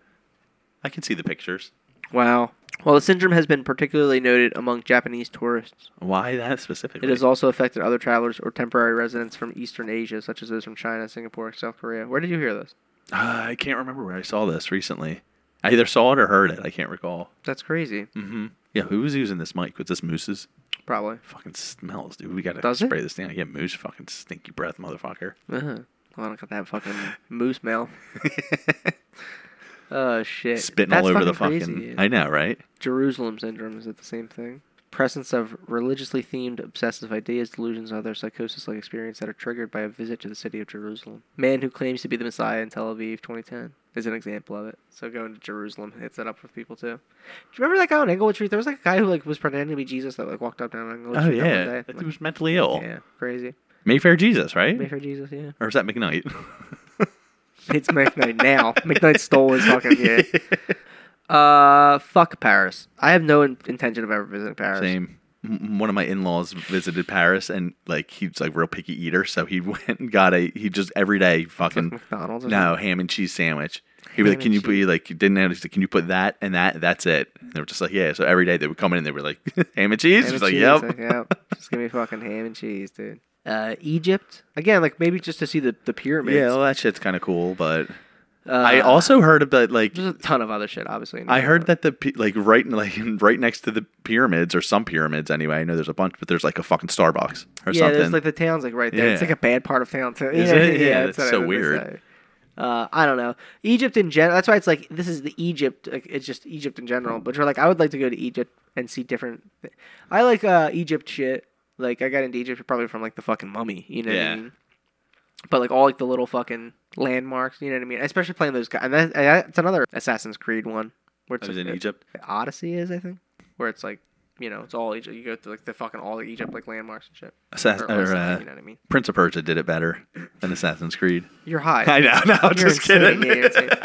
[SPEAKER 2] I can see the pictures.
[SPEAKER 1] Wow. While the syndrome has been particularly noted among Japanese tourists,
[SPEAKER 2] Why that specifically?
[SPEAKER 1] it has also affected other travelers or temporary residents from Eastern Asia, such as those from China, Singapore, and South Korea. Where did you hear this?
[SPEAKER 2] Uh, I can't remember where I saw this recently. I either saw it or heard it. I can't recall.
[SPEAKER 1] That's crazy.
[SPEAKER 2] Mm-hmm. Yeah, who was using this mic? Was this Moose's?
[SPEAKER 1] Probably.
[SPEAKER 2] Fucking smells, dude. We gotta
[SPEAKER 1] Does it?
[SPEAKER 2] spray this down. Yeah, Moose, fucking stinky breath, motherfucker.
[SPEAKER 1] Uh-huh. Oh, I don't got that fucking moose mouth. Oh shit!
[SPEAKER 2] Spitting
[SPEAKER 1] That's
[SPEAKER 2] all over the
[SPEAKER 1] fucking
[SPEAKER 2] fucking.
[SPEAKER 1] crazy, dude.
[SPEAKER 2] I know, right?
[SPEAKER 1] Jerusalem syndrome is it the same thing? Presence of religiously themed obsessive ideas, delusions, and other psychosis-like experience that are triggered by a visit to the city of Jerusalem. Man who claims to be the Messiah in Tel Aviv, 2010, is an example of it. So going to Jerusalem hits that up with people too. Do you remember that guy on Englewood Street? There was like a guy who like was pretending to be Jesus that like walked up down Englewood
[SPEAKER 2] Oh
[SPEAKER 1] Street that
[SPEAKER 2] yeah,
[SPEAKER 1] one day.
[SPEAKER 2] that
[SPEAKER 1] Like,
[SPEAKER 2] dude was mentally ill.
[SPEAKER 1] yeah, crazy.
[SPEAKER 2] Mayfair Jesus, right?
[SPEAKER 1] Mayfair Jesus, yeah.
[SPEAKER 2] Or is that McKnight?
[SPEAKER 1] It's McKnight now. McKnight stole his fucking yeah. Uh, fuck Paris. I have no in- intention of ever visiting Paris.
[SPEAKER 2] Same. M- One of my in-laws visited Paris, and like he's like real picky eater, so he went and got a he just every day fucking
[SPEAKER 1] McDonald's or
[SPEAKER 2] no ham and cheese sandwich. He was
[SPEAKER 1] Ham
[SPEAKER 2] like, "Can
[SPEAKER 1] and
[SPEAKER 2] you put you like you didn't have?" He's like, "Can you put that and that? That's it." And they were just like, "Yeah." So every day they would come in and they were like, "Ham and cheese."
[SPEAKER 1] Ham
[SPEAKER 2] He
[SPEAKER 1] and
[SPEAKER 2] was like,
[SPEAKER 1] cheese,
[SPEAKER 2] "Yep."
[SPEAKER 1] like, yep. Just give me fucking ham and cheese, dude. Uh, Egypt again, like maybe just to see the the pyramids.
[SPEAKER 2] Yeah, well, that shit's kind of cool, but
[SPEAKER 1] uh,
[SPEAKER 2] I also heard about like
[SPEAKER 1] there's a ton of other shit, obviously. in
[SPEAKER 2] I
[SPEAKER 1] there,
[SPEAKER 2] heard
[SPEAKER 1] but-
[SPEAKER 2] that the p- like right like right next to the pyramids or some pyramids anyway. I know there's a bunch, but there's like a fucking Starbucks or
[SPEAKER 1] yeah,
[SPEAKER 2] something.
[SPEAKER 1] there's like the town's like right there. It's
[SPEAKER 2] Yeah.
[SPEAKER 1] like a bad part of town too.
[SPEAKER 2] Is
[SPEAKER 1] yeah,
[SPEAKER 2] it? Yeah,
[SPEAKER 1] that's
[SPEAKER 2] that's
[SPEAKER 1] what I
[SPEAKER 2] so
[SPEAKER 1] meant to
[SPEAKER 2] weird.
[SPEAKER 1] say. Uh, I don't know Egypt in general. That's why it's like this is the Egypt. Like, it's just Egypt in general. But you're like, I would like to go to Egypt and see different. Th- I like uh, Egypt shit. Like I got into Egypt probably from like the fucking mummy. You know what I
[SPEAKER 2] Yeah.
[SPEAKER 1] mean? But like all like the little fucking landmarks. You know what I mean? Especially playing those guys. And that, and that's another Assassin's Creed one. Where it's
[SPEAKER 2] I was
[SPEAKER 1] like
[SPEAKER 2] in
[SPEAKER 1] the-
[SPEAKER 2] Egypt.
[SPEAKER 1] Odyssey is I think. Where it's like you know it's all Egypt. You go through like the fucking all Egypt like landmarks and shit.
[SPEAKER 2] Assass-
[SPEAKER 1] Or,
[SPEAKER 2] or,
[SPEAKER 1] or something,
[SPEAKER 2] uh,
[SPEAKER 1] you know what I mean?
[SPEAKER 2] Prince of Persia did it better than Assassin's Creed.
[SPEAKER 1] You're high.
[SPEAKER 2] I know. No, I'm
[SPEAKER 1] You're
[SPEAKER 2] just
[SPEAKER 1] insane,
[SPEAKER 2] kidding.
[SPEAKER 1] yeah, you're insane.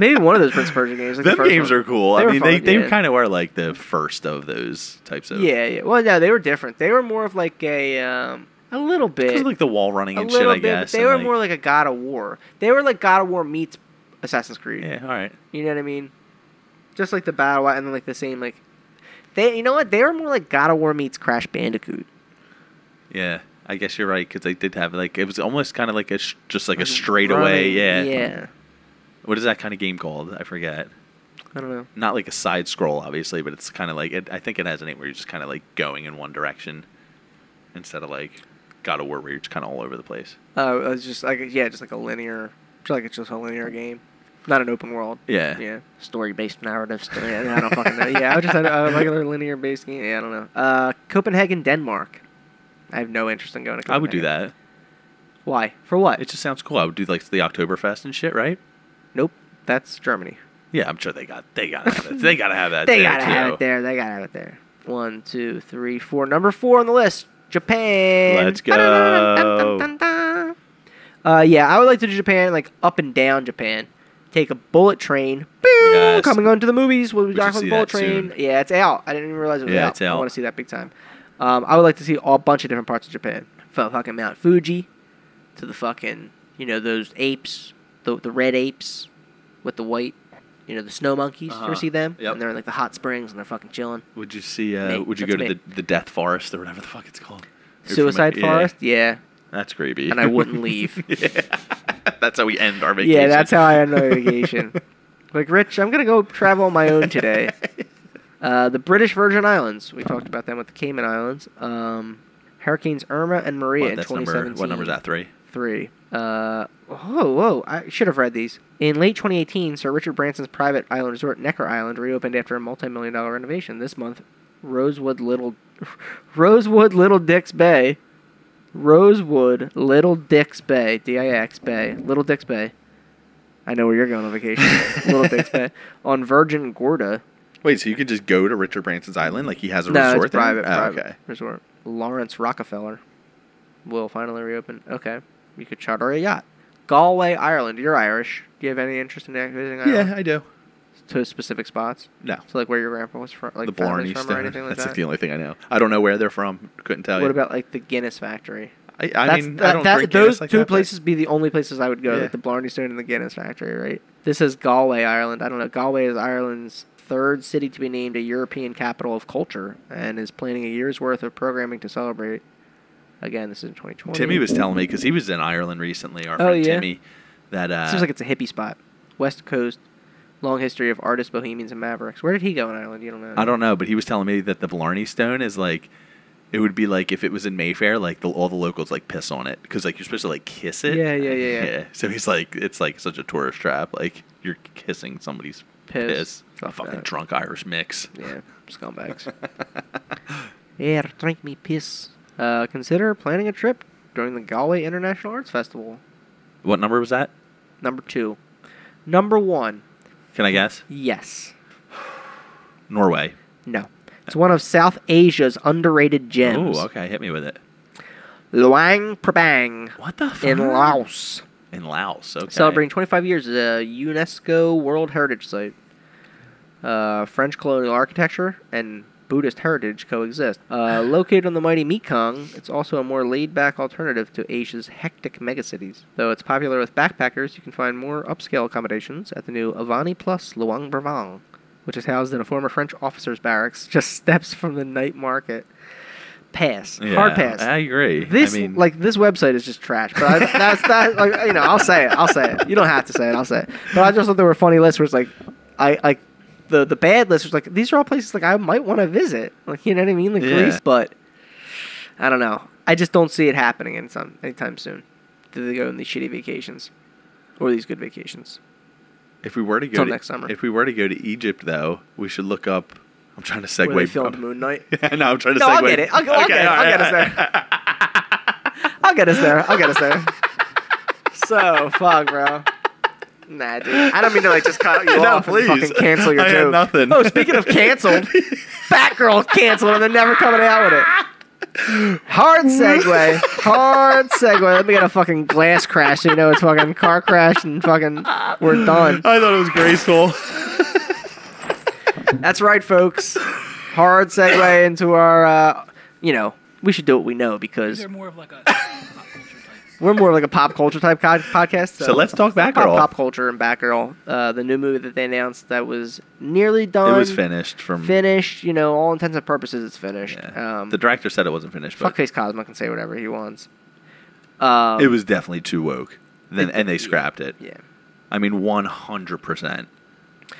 [SPEAKER 1] Maybe one of those Prince of Persia games. Like the
[SPEAKER 2] Them
[SPEAKER 1] first
[SPEAKER 2] games
[SPEAKER 1] one.
[SPEAKER 2] are cool.
[SPEAKER 1] They
[SPEAKER 2] I
[SPEAKER 1] were
[SPEAKER 2] mean, they,
[SPEAKER 1] fun,
[SPEAKER 2] they
[SPEAKER 1] yeah.
[SPEAKER 2] kind of were like the first of those types of
[SPEAKER 1] Yeah, yeah. Well, no, they were different. They were more of like a um, a little bit,
[SPEAKER 2] 'Cause, like the wall running
[SPEAKER 1] a
[SPEAKER 2] and
[SPEAKER 1] little
[SPEAKER 2] shit. I
[SPEAKER 1] bit.
[SPEAKER 2] guess
[SPEAKER 1] but they
[SPEAKER 2] and,
[SPEAKER 1] were
[SPEAKER 2] like-
[SPEAKER 1] more like a God of War. They were like God of War meets Assassin's Creed.
[SPEAKER 2] yeah. All right.
[SPEAKER 1] You know what I mean? Just like the battle and then like the same like they. You know what? They were more like God of War meets Crash Bandicoot.
[SPEAKER 2] Yeah. I guess you're right because they did have like it was almost kind of like a sh- just like a straightaway.
[SPEAKER 1] Running-
[SPEAKER 2] Yeah.
[SPEAKER 1] Yeah.
[SPEAKER 2] What is that kind of game called? I forget.
[SPEAKER 1] I don't know.
[SPEAKER 2] Not like a side scroll, obviously, but it's kind of like it, I think it has a name where you're just kind of like going in one direction instead of like God of War where you're just kind of all over the place.
[SPEAKER 1] Uh, it was just like yeah, just like a linear, just like it's just a linear game, not an open world.
[SPEAKER 2] Yeah.
[SPEAKER 1] Yeah.
[SPEAKER 3] Story based narrative story.
[SPEAKER 1] Yeah, I don't fucking know. Yeah, I was just had a regular linear based game. Yeah, I don't know. Uh, Copenhagen, Denmark. I have no interest in going to
[SPEAKER 2] I
[SPEAKER 1] Copenhagen.
[SPEAKER 2] would do that.
[SPEAKER 1] Why? For what?
[SPEAKER 2] It just sounds cool. I would do like the Oktoberfest and shit, right?
[SPEAKER 1] nope. That's Germany.
[SPEAKER 2] Yeah, I'm sure they got they gotta have it. They gotta have that.
[SPEAKER 1] They
[SPEAKER 2] there,
[SPEAKER 1] gotta have
[SPEAKER 2] too.
[SPEAKER 1] it there. They gotta have it there. One, two, three, four. Number four on the list Japan.
[SPEAKER 2] Let's go.
[SPEAKER 1] Uh, yeah, I would like to do Japan, like up and down Japan. Take a bullet train. Pew,
[SPEAKER 2] Yes.
[SPEAKER 1] Coming on to the movies. We'll be
[SPEAKER 2] We
[SPEAKER 1] back
[SPEAKER 2] should
[SPEAKER 1] on
[SPEAKER 2] see
[SPEAKER 1] bullet
[SPEAKER 2] that soon.
[SPEAKER 1] train. Yeah, it's out. I didn't even realize it was
[SPEAKER 2] Yeah,
[SPEAKER 1] out.
[SPEAKER 2] it's out.
[SPEAKER 1] I want to see that big time. Um, I would like to see all bunch of different parts of Japan. From fucking Mount Fuji to the fucking, you know, those apes, the, the red apes with the white, you know, the snow monkeys. You
[SPEAKER 2] Uh-huh.
[SPEAKER 1] ever see them?
[SPEAKER 2] Yep.
[SPEAKER 1] And they're in like the hot springs and they're fucking chilling.
[SPEAKER 2] Would you see? Uh,
[SPEAKER 1] Me.
[SPEAKER 2] Would you
[SPEAKER 1] That's
[SPEAKER 2] go to
[SPEAKER 1] me.
[SPEAKER 2] the, the death forest or whatever the fuck it's called? Or from a-
[SPEAKER 1] Suicide
[SPEAKER 2] yeah,
[SPEAKER 1] Forest? Yeah.
[SPEAKER 2] that's creepy.
[SPEAKER 1] And I wouldn't leave.
[SPEAKER 2] Yeah. that's how we end our vacation.
[SPEAKER 1] Yeah, that's how I end my vacation. like, Rich, I'm gonna go travel on my own today. Uh, the British Virgin Islands. We talked about them with the Cayman Islands. Um, Hurricanes Irma and Maria
[SPEAKER 2] what,
[SPEAKER 1] in
[SPEAKER 2] that's
[SPEAKER 1] 2017.
[SPEAKER 2] number. What number is that? Three.
[SPEAKER 1] Three. Uh, whoa, whoa! I should have read these. In late 2018, Sir Richard Branson's private island resort, Necker Island, reopened after a multi-million-dollar renovation. This month, Rosewood Little, Rosewood Little Dick's Bay, Rosewood Little Dick's Bay, D-I-X Bay, Little Dick's Bay. I know where you're going on vacation. Little Dick's Bay on Virgin Gorda.
[SPEAKER 2] Wait, so you could just go to Richard Branson's island? Like he has a
[SPEAKER 1] no,
[SPEAKER 2] resort
[SPEAKER 1] it's
[SPEAKER 2] there?
[SPEAKER 1] private,
[SPEAKER 2] Oh,
[SPEAKER 1] private
[SPEAKER 2] Okay.
[SPEAKER 1] resort. Lawrence Rockefeller will finally reopen. Okay, you could charter a yacht. Galway, Ireland. You're Irish. Do you have any interest in visiting Ireland
[SPEAKER 2] Yeah, I do.
[SPEAKER 1] to specific spots?
[SPEAKER 2] No.
[SPEAKER 1] So like where your grandpa was from, like
[SPEAKER 2] the
[SPEAKER 1] family's
[SPEAKER 2] Blarney
[SPEAKER 1] from,
[SPEAKER 2] Stone.
[SPEAKER 1] or anything like
[SPEAKER 2] that's
[SPEAKER 1] that.
[SPEAKER 2] the only thing I know. I don't know where they're from. Couldn't tell
[SPEAKER 1] What
[SPEAKER 2] you.
[SPEAKER 1] about like the Guinness factory?
[SPEAKER 2] I, I
[SPEAKER 1] That's-
[SPEAKER 2] mean, I
[SPEAKER 1] that-
[SPEAKER 2] don't
[SPEAKER 1] that-
[SPEAKER 2] drink Guinness
[SPEAKER 1] those
[SPEAKER 2] like
[SPEAKER 1] two
[SPEAKER 2] that, but-
[SPEAKER 1] places be the only places I would go,
[SPEAKER 2] Yeah.
[SPEAKER 1] like the Blarney Stone and the Guinness factory, right? This is Galway, Ireland. I don't know. Galway is Ireland's third city to be named a European capital of culture, and is planning a year's worth of programming to celebrate. Again, this is in 2020.
[SPEAKER 2] Timmy was telling me because he was in Ireland recently. Our
[SPEAKER 1] Oh,
[SPEAKER 2] friend
[SPEAKER 1] yeah?
[SPEAKER 2] Timmy. That uh,
[SPEAKER 1] Seems like it's a hippie spot. West Coast, long history of artists, bohemians, and mavericks. Where did he go in Ireland? You don't know.
[SPEAKER 2] I don't know, but he was telling me that the Blarney Stone is like, it would be like if it was in Mayfair, like the, all the locals like piss on it because like you're supposed to like kiss it.
[SPEAKER 1] Yeah, yeah, yeah, yeah.
[SPEAKER 2] So he's like, it's like such a tourist trap. Like you're kissing somebody's
[SPEAKER 1] Piss.
[SPEAKER 2] piss. A
[SPEAKER 1] Fuck
[SPEAKER 2] fucking
[SPEAKER 1] that.
[SPEAKER 2] drunk Irish mix.
[SPEAKER 1] Yeah, scumbags. Air, drink me piss. Uh, consider planning a trip during the Galway International Arts Festival.
[SPEAKER 2] What number was that?
[SPEAKER 1] Number two. Number one.
[SPEAKER 2] Can I guess?
[SPEAKER 1] Yes.
[SPEAKER 2] Norway.
[SPEAKER 1] No. It's one of South Asia's underrated gems.
[SPEAKER 2] Oh, okay. Hit me with it.
[SPEAKER 1] Luang Prabang
[SPEAKER 2] What the fuck?
[SPEAKER 1] in Laos.
[SPEAKER 2] In Laos. Okay.
[SPEAKER 1] Celebrating 25 years as a UNESCO World Heritage Site. Uh, French colonial architecture and Buddhist heritage coexist. Uh, located on the mighty Mekong, it's also a more laid back alternative to Asia's hectic megacities. Though it's popular with backpackers, you can find more upscale accommodations at the new Avani Plus Luang Brabang, which is housed in a former French officer's barracks just steps from the night market. Pass.
[SPEAKER 2] Yeah,
[SPEAKER 1] Hard pass.
[SPEAKER 2] I agree.
[SPEAKER 1] This
[SPEAKER 2] I mean,
[SPEAKER 1] like this website is just trash. But I, that's that. Like you know, I'll say it. I'll say it. You don't have to say it. I'll say it. But I just thought there were funny lists where it's like, I like the the bad list was like these are all places like I might want to visit. Like you know what I mean? Like
[SPEAKER 2] Yeah.
[SPEAKER 1] Greece, but I don't know. I just don't see it happening in some anytime soon. Do they go on these shitty vacations or these good vacations?
[SPEAKER 2] if we were to go
[SPEAKER 1] till
[SPEAKER 2] to,
[SPEAKER 1] next summer.
[SPEAKER 2] if we were to go to Egypt though, we should look up. I'm trying to segue.
[SPEAKER 1] Where they filmed
[SPEAKER 2] up-
[SPEAKER 1] Moon Knight.
[SPEAKER 2] no, I'm trying to
[SPEAKER 1] No,
[SPEAKER 2] segue.
[SPEAKER 1] I'll get it. I'll- I'll get it. I'll get us
[SPEAKER 2] there.
[SPEAKER 1] I'll get us there. I'll get us there. so fuck, bro. Nah, dude. I don't mean to like just cut you
[SPEAKER 2] No,
[SPEAKER 1] off
[SPEAKER 2] please.
[SPEAKER 1] and fucking cancel your
[SPEAKER 2] I had
[SPEAKER 1] joke.
[SPEAKER 2] nothing.
[SPEAKER 1] Oh, speaking of canceled, Batgirl canceled and they're never coming out with it. Hard segue. Hard segue. Let me get a fucking glass crash so you know it's fucking car crash and fucking we're done.
[SPEAKER 2] I thought it was graceful.
[SPEAKER 1] That's right, folks. Hard segue into our, uh, you know, we should do what we know because
[SPEAKER 4] They're more of like a pop culture type.
[SPEAKER 1] we're more like a pop culture type co- podcast.
[SPEAKER 2] So let's talk Batgirl.
[SPEAKER 1] pop, pop culture and Batgirl, uh, the new movie that they announced that was nearly done.
[SPEAKER 2] It was finished from.
[SPEAKER 1] Finished, you know, all intents and purposes, it's finished.
[SPEAKER 2] yeah.
[SPEAKER 1] Um,
[SPEAKER 2] the director said it wasn't finished, but
[SPEAKER 1] fuckface Cosmo can say whatever he wants. Um,
[SPEAKER 2] it was definitely too woke. Then and they scrapped it.
[SPEAKER 1] Yeah,
[SPEAKER 2] I mean, 100. percent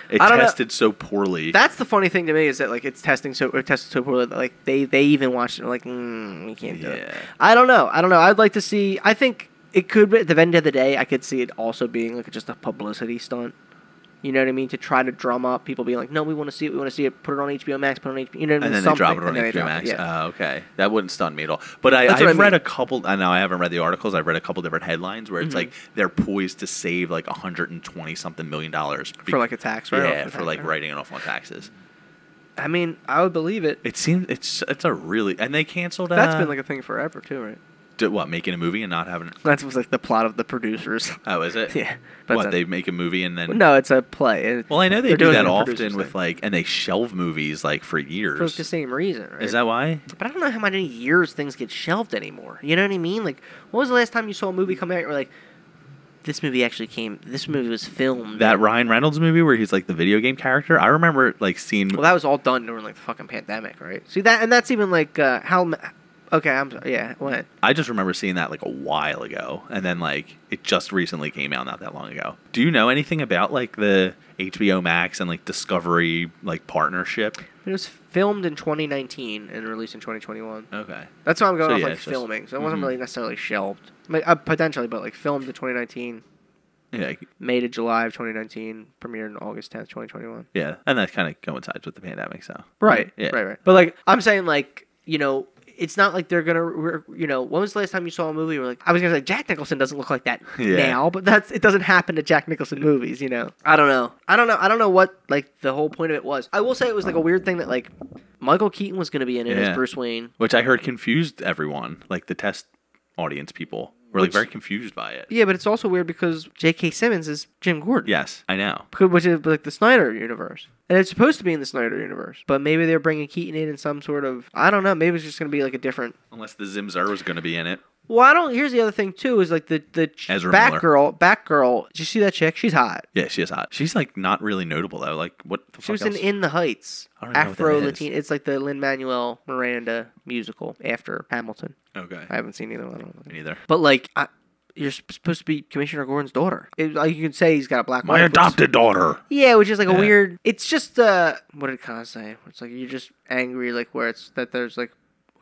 [SPEAKER 2] It
[SPEAKER 1] I don't know-
[SPEAKER 2] tested so poorly.
[SPEAKER 1] that's the funny thing to me is that like it's testing so it tested so poorly that like they they even watched it and like mm, we can't do it.
[SPEAKER 2] Yeah.
[SPEAKER 1] I don't know. I don't know. I'd like to see. I think it could. be At the end of the day, I could see it also being like just a publicity stunt. You know what I mean? To try to drum up people being like, no, we want to see it. We want to see it. Put it on HBO Max. Put it on HBO. You know what I mean?
[SPEAKER 2] and then they
[SPEAKER 1] Something.
[SPEAKER 2] drop it on
[SPEAKER 1] And then they
[SPEAKER 2] HBO
[SPEAKER 1] drop it,
[SPEAKER 2] Max.
[SPEAKER 1] yeah.
[SPEAKER 2] Oh, okay. That wouldn't stun me at all. But I,
[SPEAKER 1] That's
[SPEAKER 2] I've
[SPEAKER 1] what I
[SPEAKER 2] read
[SPEAKER 1] mean. Mm-hmm.
[SPEAKER 2] a couple. I know I haven't read the articles. I've read a couple different headlines where it's like they're poised to save like 120 something million dollars
[SPEAKER 1] For, like, a tax write-off
[SPEAKER 2] Yeah,
[SPEAKER 1] or
[SPEAKER 2] for like
[SPEAKER 1] something.
[SPEAKER 2] writing it off on taxes.
[SPEAKER 1] I mean, I would believe it.
[SPEAKER 2] It seems it's it's a really and they canceled.
[SPEAKER 1] That's
[SPEAKER 2] uh,
[SPEAKER 1] been like a thing forever too, right?
[SPEAKER 2] d- what making a movie and not having.
[SPEAKER 1] That was like the plot of the producers.
[SPEAKER 2] Oh, is it?
[SPEAKER 1] yeah, but
[SPEAKER 2] What
[SPEAKER 1] it's a-
[SPEAKER 2] they make a movie and then.
[SPEAKER 1] No, it's a play. It-
[SPEAKER 2] Well, I know they
[SPEAKER 1] they're
[SPEAKER 2] do
[SPEAKER 1] doing
[SPEAKER 2] that
[SPEAKER 1] it in a
[SPEAKER 2] often
[SPEAKER 1] producer's thing.
[SPEAKER 2] with like, and they shelve movies like for
[SPEAKER 1] for
[SPEAKER 2] years.
[SPEAKER 1] the same reason, right?
[SPEAKER 2] Is that why?
[SPEAKER 1] But I don't know how many years things get shelved anymore. You know what I mean? Like, when was the last time you saw a movie come out? and You're like, this movie actually came. This movie was filmed.
[SPEAKER 2] That Ryan Reynolds movie where he's like the video game character. I remember like seeing.
[SPEAKER 1] well, that was all done during like the fucking pandemic, right? See that, and that's even like uh, how. ma- Okay, I'm sorry. Yeah, what?
[SPEAKER 2] I just remember seeing that like a while ago, and then like it just recently came out not that long ago. Do you know anything about like the HBO Max and like Discovery like partnership?
[SPEAKER 1] It was filmed in 2019 and released in 2021.
[SPEAKER 2] Okay.
[SPEAKER 1] That's why I'm going
[SPEAKER 2] So,
[SPEAKER 1] off
[SPEAKER 2] yeah,
[SPEAKER 1] like
[SPEAKER 2] it's just-
[SPEAKER 1] filming. So it wasn't
[SPEAKER 2] mhm.
[SPEAKER 1] really necessarily shelved, like uh, potentially, but like filmed in 2019,
[SPEAKER 2] Yeah,
[SPEAKER 1] May to July of 2019, premiered in August 10th, 2021.
[SPEAKER 2] yeah, and that kind of coincides with the pandemic, so
[SPEAKER 1] Right.
[SPEAKER 2] Yeah.
[SPEAKER 1] Right. Right. But like I'm saying, like you know, it's not like they're gonna, re- you know, when was the last time you saw a movie where like I was gonna say Jack Nicholson doesn't look like that
[SPEAKER 2] Yeah.
[SPEAKER 1] now, but that's it doesn't happen to Jack Nicholson movies, you know. I don't know. I don't know. I don't know what like the whole point of it was. I will say it was like a weird thing that like Michael Keaton was gonna be in it
[SPEAKER 2] Yeah.
[SPEAKER 1] as Bruce Wayne.
[SPEAKER 2] Which I heard confused everyone, like the test audience people were like
[SPEAKER 1] Which-
[SPEAKER 2] very confused by it.
[SPEAKER 1] Yeah, but it's also weird because J.K. Simmons is Jim Gordon.
[SPEAKER 2] Yes, I know.
[SPEAKER 1] Because- Which is like the Snyder universe. And it's supposed to be in the Snyder universe, but maybe they're bringing Keaton in in some sort of I don't know. Maybe it's just going to be like a different
[SPEAKER 2] Unless the Zimzer was going to be in it.
[SPEAKER 1] Well, I don't. Here's the other thing too: is like the the ch-
[SPEAKER 2] Ezra
[SPEAKER 1] Batgirl. Batgirl. Did you see that chick? She's hot.
[SPEAKER 2] Yeah, she is hot. She's like not really notable though. Like what the
[SPEAKER 1] She
[SPEAKER 2] fuck
[SPEAKER 1] was in
[SPEAKER 2] else?
[SPEAKER 1] In the Heights,
[SPEAKER 2] I don't even know what that
[SPEAKER 1] Afro
[SPEAKER 2] is.
[SPEAKER 1] Latina. It's like the Lin Manuel Miranda musical after Hamilton.
[SPEAKER 2] okay.
[SPEAKER 1] I haven't seen either one. I don't
[SPEAKER 2] Me
[SPEAKER 1] know.
[SPEAKER 2] neither.
[SPEAKER 1] But like, I, you're sp- supposed to be Commissioner Gordon's daughter. It, like, you can say he's got a black.
[SPEAKER 2] My
[SPEAKER 1] wife, which-
[SPEAKER 2] adopted daughter.
[SPEAKER 1] Yeah, which is like a
[SPEAKER 2] Yeah.
[SPEAKER 1] weird. It's just uh, what did Khan say? It's like you're just angry, like where it's that there's like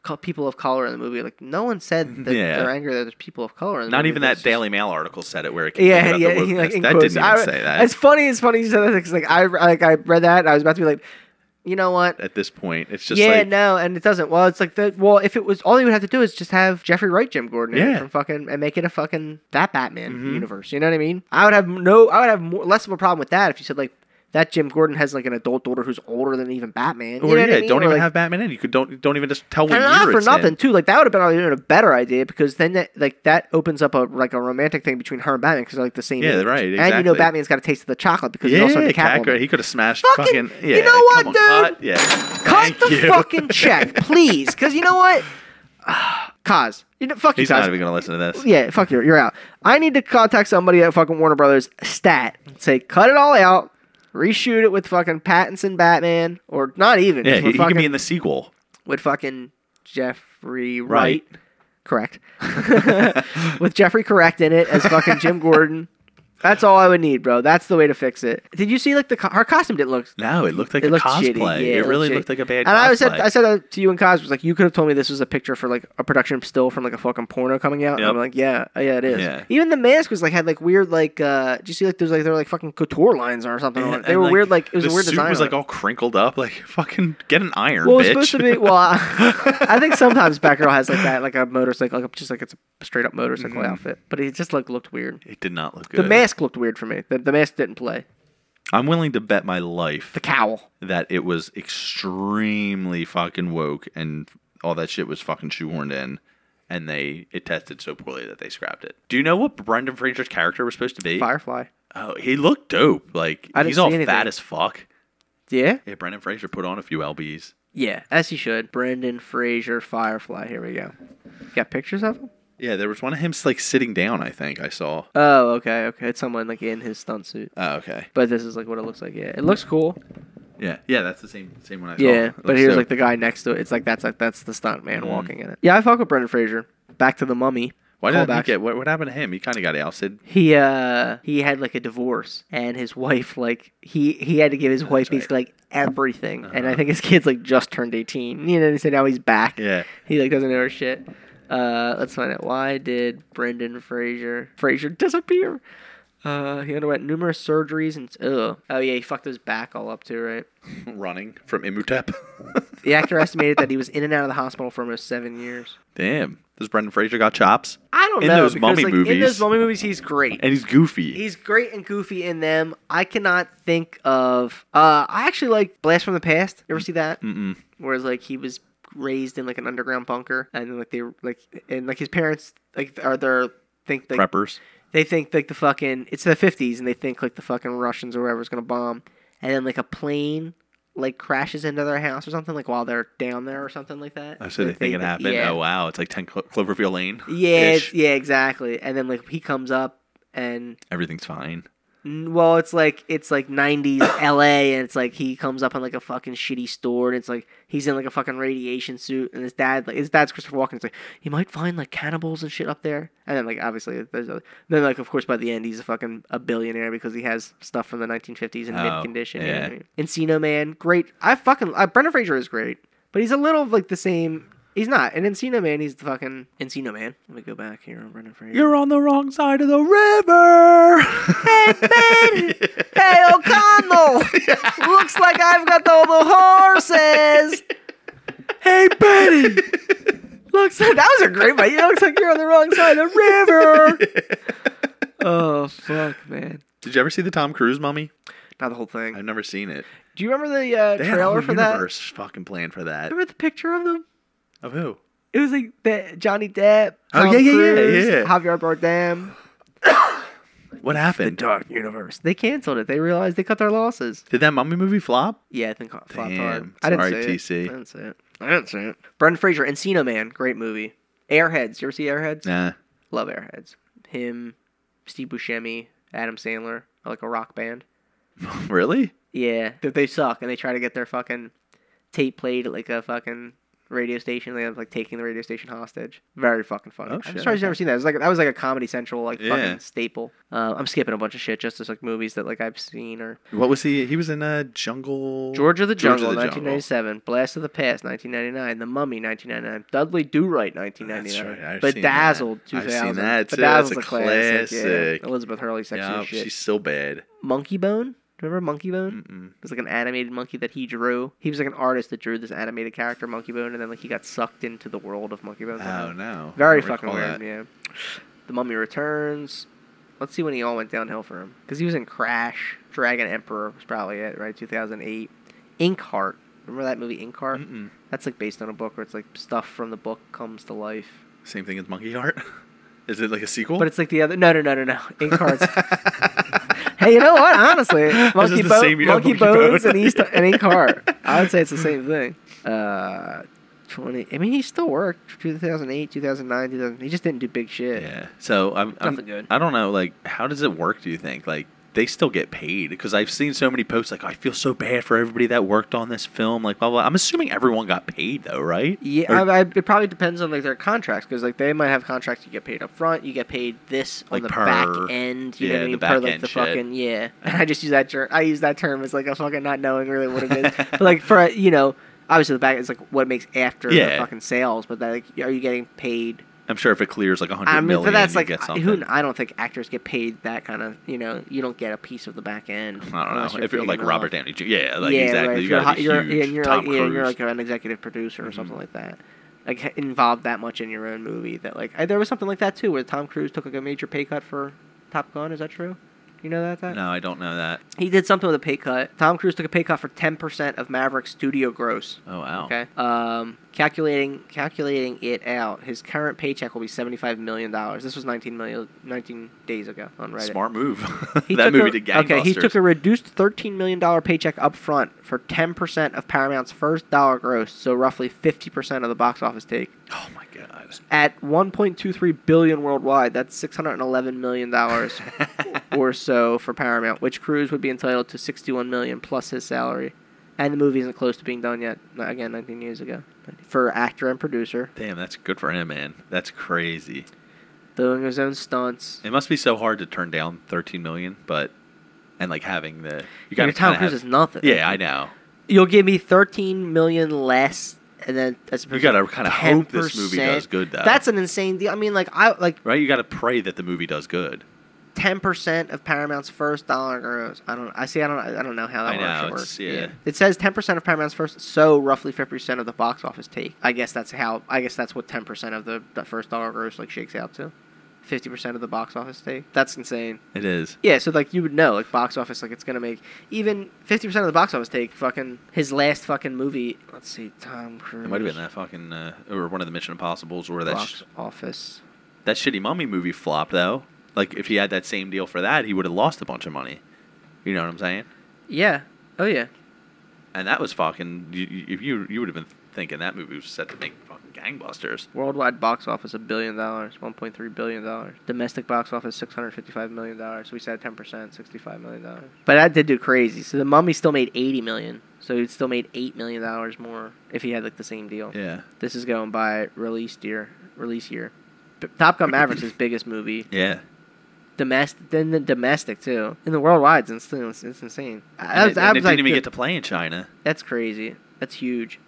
[SPEAKER 1] co- people of color in the movie. Like no one said that
[SPEAKER 2] Yeah.
[SPEAKER 1] they're angry that there's people of color. in the
[SPEAKER 2] Not
[SPEAKER 1] movie.
[SPEAKER 2] even
[SPEAKER 1] That's
[SPEAKER 2] that
[SPEAKER 1] just-
[SPEAKER 2] Daily Mail article said it where it complained
[SPEAKER 1] Yeah,
[SPEAKER 2] about
[SPEAKER 1] yeah,
[SPEAKER 2] the
[SPEAKER 1] he, like
[SPEAKER 2] wokeness.
[SPEAKER 1] in
[SPEAKER 2] that
[SPEAKER 1] quotes.
[SPEAKER 2] didn't even
[SPEAKER 1] I,
[SPEAKER 2] say
[SPEAKER 1] It's
[SPEAKER 2] that.
[SPEAKER 1] funny. It's funny you said that because like I like I read that and I was about to be like, you know what?
[SPEAKER 2] At this point, it's just
[SPEAKER 1] yeah,
[SPEAKER 2] like
[SPEAKER 1] no, and it doesn't. Well, it's like the well, if it was all they would have to do is just have Jeffrey Wright, Jim Gordon, in it
[SPEAKER 2] Yeah.
[SPEAKER 1] from fucking and make it a fucking that Batman
[SPEAKER 2] Mhm.
[SPEAKER 1] universe. You know what I mean? I would have no, I would have more, less of a problem with that if you said like that Jim Gordon has like an adult daughter who's older than even Batman. You
[SPEAKER 2] or
[SPEAKER 1] know
[SPEAKER 2] yeah,
[SPEAKER 1] what I mean?
[SPEAKER 2] don't
[SPEAKER 1] Or,
[SPEAKER 2] even
[SPEAKER 1] like,
[SPEAKER 2] have Batman in. You could don't don't even just tell what
[SPEAKER 1] and
[SPEAKER 2] year
[SPEAKER 1] not for
[SPEAKER 2] it's
[SPEAKER 1] nothing
[SPEAKER 2] in.
[SPEAKER 1] too. Like that would have been even a better idea because then that like that opens up a like a romantic thing between her and Batman because they're like the same.
[SPEAKER 2] Yeah,
[SPEAKER 1] age.
[SPEAKER 2] right,
[SPEAKER 1] And you know
[SPEAKER 2] exactly.
[SPEAKER 1] Batman's got a taste of the chocolate because he's
[SPEAKER 2] Yeah,
[SPEAKER 1] also in the
[SPEAKER 2] Cat-
[SPEAKER 1] Catwoman.
[SPEAKER 2] he could have smashed
[SPEAKER 1] Fucking-
[SPEAKER 2] fucking.
[SPEAKER 1] you
[SPEAKER 2] yeah,
[SPEAKER 1] know what,
[SPEAKER 2] come on,
[SPEAKER 1] dude?
[SPEAKER 2] cut, yeah,
[SPEAKER 1] Cut
[SPEAKER 2] Thank
[SPEAKER 1] the
[SPEAKER 2] you.
[SPEAKER 1] fucking check, please, because you know what? Cause you know, fuck
[SPEAKER 2] He's
[SPEAKER 1] you, Cos.
[SPEAKER 2] not even gonna listen to this.
[SPEAKER 1] Yeah, fuck you. You're out. I need to contact somebody at fucking Warner Brothers stat. and Say, cut it all out. Reshoot it with fucking Pattinson Batman, or not even.
[SPEAKER 2] Yeah,
[SPEAKER 1] just
[SPEAKER 2] he,
[SPEAKER 1] with
[SPEAKER 2] he
[SPEAKER 1] fucking,
[SPEAKER 2] could be in the sequel.
[SPEAKER 1] with fucking Jeffrey Wright.
[SPEAKER 2] Right.
[SPEAKER 1] Correct. with Jeffrey Correct in it as fucking Jim Gordon. That's all I would need, bro. That's the way to fix it. Did you see like the co- her costume didn't look
[SPEAKER 2] No, it looked like
[SPEAKER 1] it
[SPEAKER 2] a
[SPEAKER 1] looked
[SPEAKER 2] cosplay.
[SPEAKER 1] shitty. Yeah, it
[SPEAKER 2] it
[SPEAKER 1] looked
[SPEAKER 2] really
[SPEAKER 1] shitty.
[SPEAKER 2] looked like a bad.
[SPEAKER 1] and I said,
[SPEAKER 2] cosplay.
[SPEAKER 1] I said that to you and Cos was like, you could have told me this was a picture for like a production still from like a fucking porno coming out. And
[SPEAKER 2] Yep.
[SPEAKER 1] I'm like, yeah, uh, yeah, it is.
[SPEAKER 2] Yeah.
[SPEAKER 1] Even the mask was like had like weird like, uh, do you see like there's like there were like fucking couture lines or something? on it. They
[SPEAKER 2] and,
[SPEAKER 1] were weird like it was
[SPEAKER 2] the
[SPEAKER 1] a weird
[SPEAKER 2] suit
[SPEAKER 1] design.
[SPEAKER 2] was
[SPEAKER 1] on
[SPEAKER 2] like
[SPEAKER 1] it.
[SPEAKER 2] all crinkled up. Like fucking get an iron,
[SPEAKER 1] well,
[SPEAKER 2] bitch.
[SPEAKER 1] it's supposed to be. Well, I, I think sometimes Batgirl has like that, like a motorcycle, like, just like it's a straight up motorcycle outfit. But it just like looked weird.
[SPEAKER 2] it did not look Mm-hmm. good.
[SPEAKER 1] The mask looked weird for me. The, the mask didn't play.
[SPEAKER 2] I'm willing to bet my life
[SPEAKER 1] The cowl.
[SPEAKER 2] that it was extremely fucking woke and all that shit was fucking shoehorned in and they it tested so poorly that they scrapped it. Do you know what Brendan Fraser's character was supposed to be?
[SPEAKER 1] Firefly.
[SPEAKER 2] Oh, he looked dope. Like
[SPEAKER 1] I didn't
[SPEAKER 2] he's all
[SPEAKER 1] see anything.
[SPEAKER 2] fat as fuck.
[SPEAKER 1] Yeah.
[SPEAKER 2] Yeah, Brendan Fraser put on a few lbs.
[SPEAKER 1] Yeah, as he should. Brendan Fraser, Firefly. Here we go. Got pictures of him?
[SPEAKER 2] Yeah, there was one of him like sitting down. I think I saw.
[SPEAKER 1] Oh, okay, okay. It's someone like in his stunt suit.
[SPEAKER 2] Oh, okay.
[SPEAKER 1] But this is like what it looks like. Yeah, it looks cool.
[SPEAKER 2] Yeah, yeah, that's the same same one I saw.
[SPEAKER 1] Yeah,
[SPEAKER 2] It
[SPEAKER 1] but
[SPEAKER 2] looks
[SPEAKER 1] here's
[SPEAKER 2] dope.
[SPEAKER 1] like the guy next to it. It's like that's like that's the stunt man
[SPEAKER 2] Mm.
[SPEAKER 1] walking in it. Yeah, I fuck with Brendan Fraser. Back to the Mummy.
[SPEAKER 2] why did he
[SPEAKER 1] callbacks.
[SPEAKER 2] get what, what happened to him? He kind of got ousted.
[SPEAKER 1] he uh he had like a divorce and his wife like he he had to give his wife
[SPEAKER 2] right.
[SPEAKER 1] basically like everything and i
[SPEAKER 2] Uh-huh.
[SPEAKER 1] think his kids like just turned 18 you know and so now he's back
[SPEAKER 2] Yeah,
[SPEAKER 1] he like doesn't know her shit uh let's find out why did brendan fraser fraser disappear Uh, he underwent numerous surgeries and ugh. oh yeah, he fucked his back all up too, right?
[SPEAKER 2] Running from Imhotep.
[SPEAKER 1] The actor estimated that he was in and out of the hospital for almost seven years.
[SPEAKER 2] Damn, this Brendan Fraser got chops,
[SPEAKER 1] I don't
[SPEAKER 2] In
[SPEAKER 1] know
[SPEAKER 2] those
[SPEAKER 1] because
[SPEAKER 2] mummy
[SPEAKER 1] like, in
[SPEAKER 2] movies.
[SPEAKER 1] those mummy movies, he's great.
[SPEAKER 2] and he's goofy.
[SPEAKER 1] He's great and goofy in them. I cannot think of. Uh, I actually like Blast from the Past. You ever see that?
[SPEAKER 2] Mm-mm.
[SPEAKER 1] Whereas like he was raised in like an underground bunker, and like they like and like his parents like are there think like
[SPEAKER 2] Preppers.
[SPEAKER 1] they think like the fucking it's the fifties, and they think like the fucking Russians or whatever's gonna bomb, and then like a plane like crashes into their house or something like while they're down there or something like that.
[SPEAKER 2] Oh, so they
[SPEAKER 1] Like,
[SPEAKER 2] think it happened.
[SPEAKER 1] yeah.
[SPEAKER 2] Oh wow, it's like Ten Clo- Cloverfield Lane.
[SPEAKER 1] Yeah,
[SPEAKER 2] Ish.
[SPEAKER 1] it's, yeah, exactly. And then like he comes up and
[SPEAKER 2] everything's fine.
[SPEAKER 1] n- well, it's like it's like '90s LA, and it's like he comes up in like a fucking shitty store, and it's like he's in like a fucking radiation suit, and his dad like his dad's Christopher Walken. It's like you might find like cannibals and shit up there, and then like obviously there's other, then like of course by the end he's a fucking a billionaire because he has stuff from the 1950s in
[SPEAKER 2] Oh,
[SPEAKER 1] mint condition. You know
[SPEAKER 2] yeah.
[SPEAKER 1] what I mean? Encino Man, great. I fucking uh, Brendan Fraser is great, but he's a little like the same. He's not an Encino Man. He's the fucking Encino Man. Let me go back here on Brendan Fraser.
[SPEAKER 2] on the wrong side of the river.
[SPEAKER 1] Hey, Hey, O'Connell! Looks like I've got all the horses! hey, Betty! Looks like that was a great one. You looks like you're on the wrong side of the river! oh, fuck, man.
[SPEAKER 2] Did you ever see the Tom Cruise Mummy?
[SPEAKER 1] Not the whole thing.
[SPEAKER 2] I've never seen it.
[SPEAKER 1] Do you remember the uh,
[SPEAKER 2] They had a whole
[SPEAKER 1] trailer for that?
[SPEAKER 2] universe fucking plan for that.
[SPEAKER 1] Remember the picture of them?
[SPEAKER 2] Of who?
[SPEAKER 1] It was like the Johnny Depp,
[SPEAKER 2] Oh,
[SPEAKER 1] Tom
[SPEAKER 2] yeah, yeah, yeah,
[SPEAKER 1] Cruise,
[SPEAKER 2] yeah.
[SPEAKER 1] Javier Bardem.
[SPEAKER 2] What happened?
[SPEAKER 1] Dark Universe. They canceled it. They realized they cut their losses.
[SPEAKER 2] Did that Mummy movie flop?
[SPEAKER 1] Yeah, I think Hot Flop Hard.
[SPEAKER 2] Damn.
[SPEAKER 1] I didn't
[SPEAKER 2] Sorry,
[SPEAKER 1] see
[SPEAKER 2] TC.
[SPEAKER 1] it. I didn't see it. I didn't see it. Brendan Fraser, Encino Man, great movie. Airheads, you ever see Airheads?
[SPEAKER 2] Nah.
[SPEAKER 1] Love Airheads. Him, Steve Buscemi, Adam Sandler, are like a rock band.
[SPEAKER 2] really?
[SPEAKER 1] Yeah, they, they suck, and they try to get their fucking tape played at like a fucking radio station. They have like taking the radio station hostage. Very fucking funny.
[SPEAKER 2] Oh,
[SPEAKER 1] I'm
[SPEAKER 2] shit,
[SPEAKER 1] surprised you've
[SPEAKER 2] okay.
[SPEAKER 1] never seen that. It was like that was like a Comedy Central like
[SPEAKER 2] Yeah.
[SPEAKER 1] fucking staple. Uh, I'm skipping a bunch of shit just as like movies that like I've seen or
[SPEAKER 2] What was he? He was in a jungle.
[SPEAKER 1] George of the
[SPEAKER 2] George
[SPEAKER 1] Jungle,
[SPEAKER 2] of the
[SPEAKER 1] 1997. Blast of the Past, 1999. The Mummy, 1999. Dudley Do Right,
[SPEAKER 2] That's
[SPEAKER 1] 1999.
[SPEAKER 2] right, I've seen that.
[SPEAKER 1] Bedazzled,
[SPEAKER 2] I've seen
[SPEAKER 1] 2000.
[SPEAKER 2] that, too.
[SPEAKER 1] Bedazzled's
[SPEAKER 2] That's a
[SPEAKER 1] yeah.
[SPEAKER 2] classic.
[SPEAKER 1] Elizabeth Hurley, sexy
[SPEAKER 2] Yeah,
[SPEAKER 1] as shit.
[SPEAKER 2] she's Mm. so bad.
[SPEAKER 1] Monkey Bone. Remember Monkey Bone?
[SPEAKER 2] Mm-mm.
[SPEAKER 1] It was like an animated monkey that he drew. He was like an artist that drew this animated character, Monkey Bone, and then like he got sucked into the world of Monkey Bone. somehow.
[SPEAKER 2] Oh no.
[SPEAKER 1] Very
[SPEAKER 2] I
[SPEAKER 1] fucking
[SPEAKER 2] recall
[SPEAKER 1] weird,
[SPEAKER 2] that.
[SPEAKER 1] yeah. The Mummy Returns. Let's see when he all went downhill for him. Because he was in Crash, Dragon Emperor was probably it, right? 2008. Inkheart. Remember that movie, Inkheart?
[SPEAKER 2] Mm-mm.
[SPEAKER 1] That's like based on a book where it's like stuff from the book comes to life.
[SPEAKER 2] Same thing as Monkey Heart. Is it like a sequel?
[SPEAKER 1] But it's like the other. No, no, no, no, no. Inkheart's. hey, you know what? Honestly, Monkey,
[SPEAKER 2] the
[SPEAKER 1] Bo-
[SPEAKER 2] same year,
[SPEAKER 1] Monkey
[SPEAKER 2] Monkey Bone.
[SPEAKER 1] Bones and, East- and Inkheart. I would say it's the same thing. Uh, 20. I mean, he still worked 2008, 2009, 2000. He just didn't do big shit.
[SPEAKER 2] Yeah. So I'm, I'm
[SPEAKER 1] Nothing good.
[SPEAKER 2] I don't know. Like, how does it work? Do you think like they still get paid? Because I've seen so many posts like "Oh, I feel so bad for everybody that worked on this film. Like, blah blah. I'm assuming everyone got paid though, right? Or-
[SPEAKER 1] Yeah, I, I, it probably depends on like their contracts because like they might have contracts you get paid up front, you get paid this on
[SPEAKER 2] Like
[SPEAKER 1] the
[SPEAKER 2] per-
[SPEAKER 1] back end. You know what I
[SPEAKER 2] yeah,
[SPEAKER 1] mean? per
[SPEAKER 2] the back
[SPEAKER 1] like
[SPEAKER 2] end
[SPEAKER 1] the
[SPEAKER 2] shit.
[SPEAKER 1] fucking yeah. And I just use that term. I use that term as like a fucking not knowing really what it is, but like for a- you know, obviously the back is like what it makes after the
[SPEAKER 2] Yeah.
[SPEAKER 1] fucking sales. But that, like, are you getting paid?
[SPEAKER 2] I'm sure if it clears like a hundred
[SPEAKER 1] I
[SPEAKER 2] million,
[SPEAKER 1] mean, but that's
[SPEAKER 2] you
[SPEAKER 1] like
[SPEAKER 2] get
[SPEAKER 1] I-
[SPEAKER 2] something.
[SPEAKER 1] who? kn- I don't think actors get paid that kind of. You know, you don't get a piece of the back end.
[SPEAKER 2] I
[SPEAKER 1] unless
[SPEAKER 2] don't know. If
[SPEAKER 1] big
[SPEAKER 2] you're like
[SPEAKER 1] enough.
[SPEAKER 2] Robert Downey Jr. Yeah, like
[SPEAKER 1] yeah,
[SPEAKER 2] exactly.
[SPEAKER 1] right.
[SPEAKER 2] You
[SPEAKER 1] If
[SPEAKER 2] gotta
[SPEAKER 1] hot-
[SPEAKER 2] be
[SPEAKER 1] you're-
[SPEAKER 2] huge.
[SPEAKER 1] and you're
[SPEAKER 2] Tom
[SPEAKER 1] like, yeah, and you're
[SPEAKER 2] Cruise. Mm-hmm.
[SPEAKER 1] like an executive producer or something like that. Like h- involved that much in your own movie that like I, there was something like that too, where Tom Cruise took like a major pay cut for Top Gun. Is that true? You know that? that?
[SPEAKER 2] no, I don't know that.
[SPEAKER 1] He did something with a pay cut. Tom Cruise took a pay cut for ten percent of Maverick's studio gross.
[SPEAKER 2] Oh wow.
[SPEAKER 1] Okay. Um, calculating calculating it out, his current paycheck will be seventy five million dollars. This was 19 million 19 days ago on Reddit.
[SPEAKER 2] Smart move.
[SPEAKER 1] He
[SPEAKER 2] that
[SPEAKER 1] took
[SPEAKER 2] movie
[SPEAKER 1] a,
[SPEAKER 2] did gangbusters.
[SPEAKER 1] Okay, he took a reduced thirteen million dollar paycheck up front for ten percent of Paramount's first dollar gross, so roughly fifty percent of the box office take.
[SPEAKER 2] Oh my god.
[SPEAKER 1] At one point two three billion worldwide, that's six hundred and eleven million dollars or so for Paramount, which Cruise would be entitled to sixty one million plus his salary. And the movie isn't close to being done yet. Not- Again, nineteen years ago. For actor and producer,
[SPEAKER 2] Damn, that's good for him, man. That's crazy.
[SPEAKER 1] doing his own stunts.
[SPEAKER 2] It must be so hard to turn down 13 million, but and like having the you
[SPEAKER 1] Your
[SPEAKER 2] gotta
[SPEAKER 1] Tom
[SPEAKER 2] kinda
[SPEAKER 1] Cruise
[SPEAKER 2] have-
[SPEAKER 1] is nothing.
[SPEAKER 2] Yeah, I know.
[SPEAKER 1] You'll give me thirteen million less, and then that's
[SPEAKER 2] You gotta kind of hope this movie does good though.
[SPEAKER 1] That's an insane deal. I mean, like I like
[SPEAKER 2] right. You gotta pray that the movie does good.
[SPEAKER 1] ten percent of Paramount's first dollar gross. I don't. I see. I don't. I don't know how that
[SPEAKER 2] I
[SPEAKER 1] actually
[SPEAKER 2] know,
[SPEAKER 1] works.
[SPEAKER 2] it's- yeah.
[SPEAKER 1] It says ten percent of Paramount's first, so roughly fifty percent of the box office take. I guess that's how. I guess that's what ten percent of the, the first dollar gross like shakes out to. Fifty percent of the box office take. That's insane.
[SPEAKER 2] It is.
[SPEAKER 1] Yeah, so like you would know, like box office, like it's gonna make even fifty percent of the box office take fucking his last fucking movie. Let's see, Tom Cruise.
[SPEAKER 2] It might have been that fucking uh, or one of the Mission Impossible's or that
[SPEAKER 1] box
[SPEAKER 2] sh-
[SPEAKER 1] office.
[SPEAKER 2] that shitty mummy movie flopped though. Like if he had that same deal for that, he would have lost a bunch of money. You know what I'm saying?
[SPEAKER 1] Yeah. Oh yeah.
[SPEAKER 2] And that was fucking. You you- if you you would have been thinking that movie was set to make fucking gangbusters.
[SPEAKER 1] Worldwide box office a billion dollars, one point three billion dollars. Domestic box office six hundred fifty five million dollars. We said ten percent, sixty five million dollars. But that did do crazy. So the mummy still made eighty million. So he'd still made eight million dollars more if he had like the same deal.
[SPEAKER 2] Yeah.
[SPEAKER 1] This is going by release year. Release year. P- Top Gun Maverick's his biggest movie.
[SPEAKER 2] Yeah.
[SPEAKER 1] domestic, then the domestic too, and the worldwide. It's, insane- it's, it's insane. I, I was, I
[SPEAKER 2] And it, and it
[SPEAKER 1] was
[SPEAKER 2] didn't
[SPEAKER 1] like,
[SPEAKER 2] even
[SPEAKER 1] dude,
[SPEAKER 2] get to play in China.
[SPEAKER 1] that's crazy. That's huge.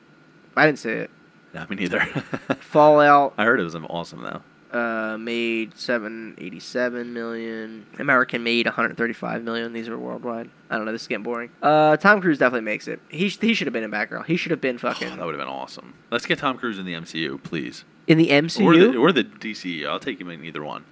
[SPEAKER 1] I didn't say it.
[SPEAKER 2] Not me neither.
[SPEAKER 1] Fallout
[SPEAKER 2] I heard it was awesome though.
[SPEAKER 1] uh, made seven eighty seven million. American made one hundred thirty five million. These are worldwide. I don't know. This is getting boring. Uh, Tom Cruise definitely makes it. He sh- he should have been in Batgirl. He should have been
[SPEAKER 2] Oh,
[SPEAKER 1] fucking
[SPEAKER 2] that would have been awesome. Let's get Tom Cruise in the MCU, please.
[SPEAKER 1] in the MCU.
[SPEAKER 2] Or the, or the DCU. I'll take him in either one.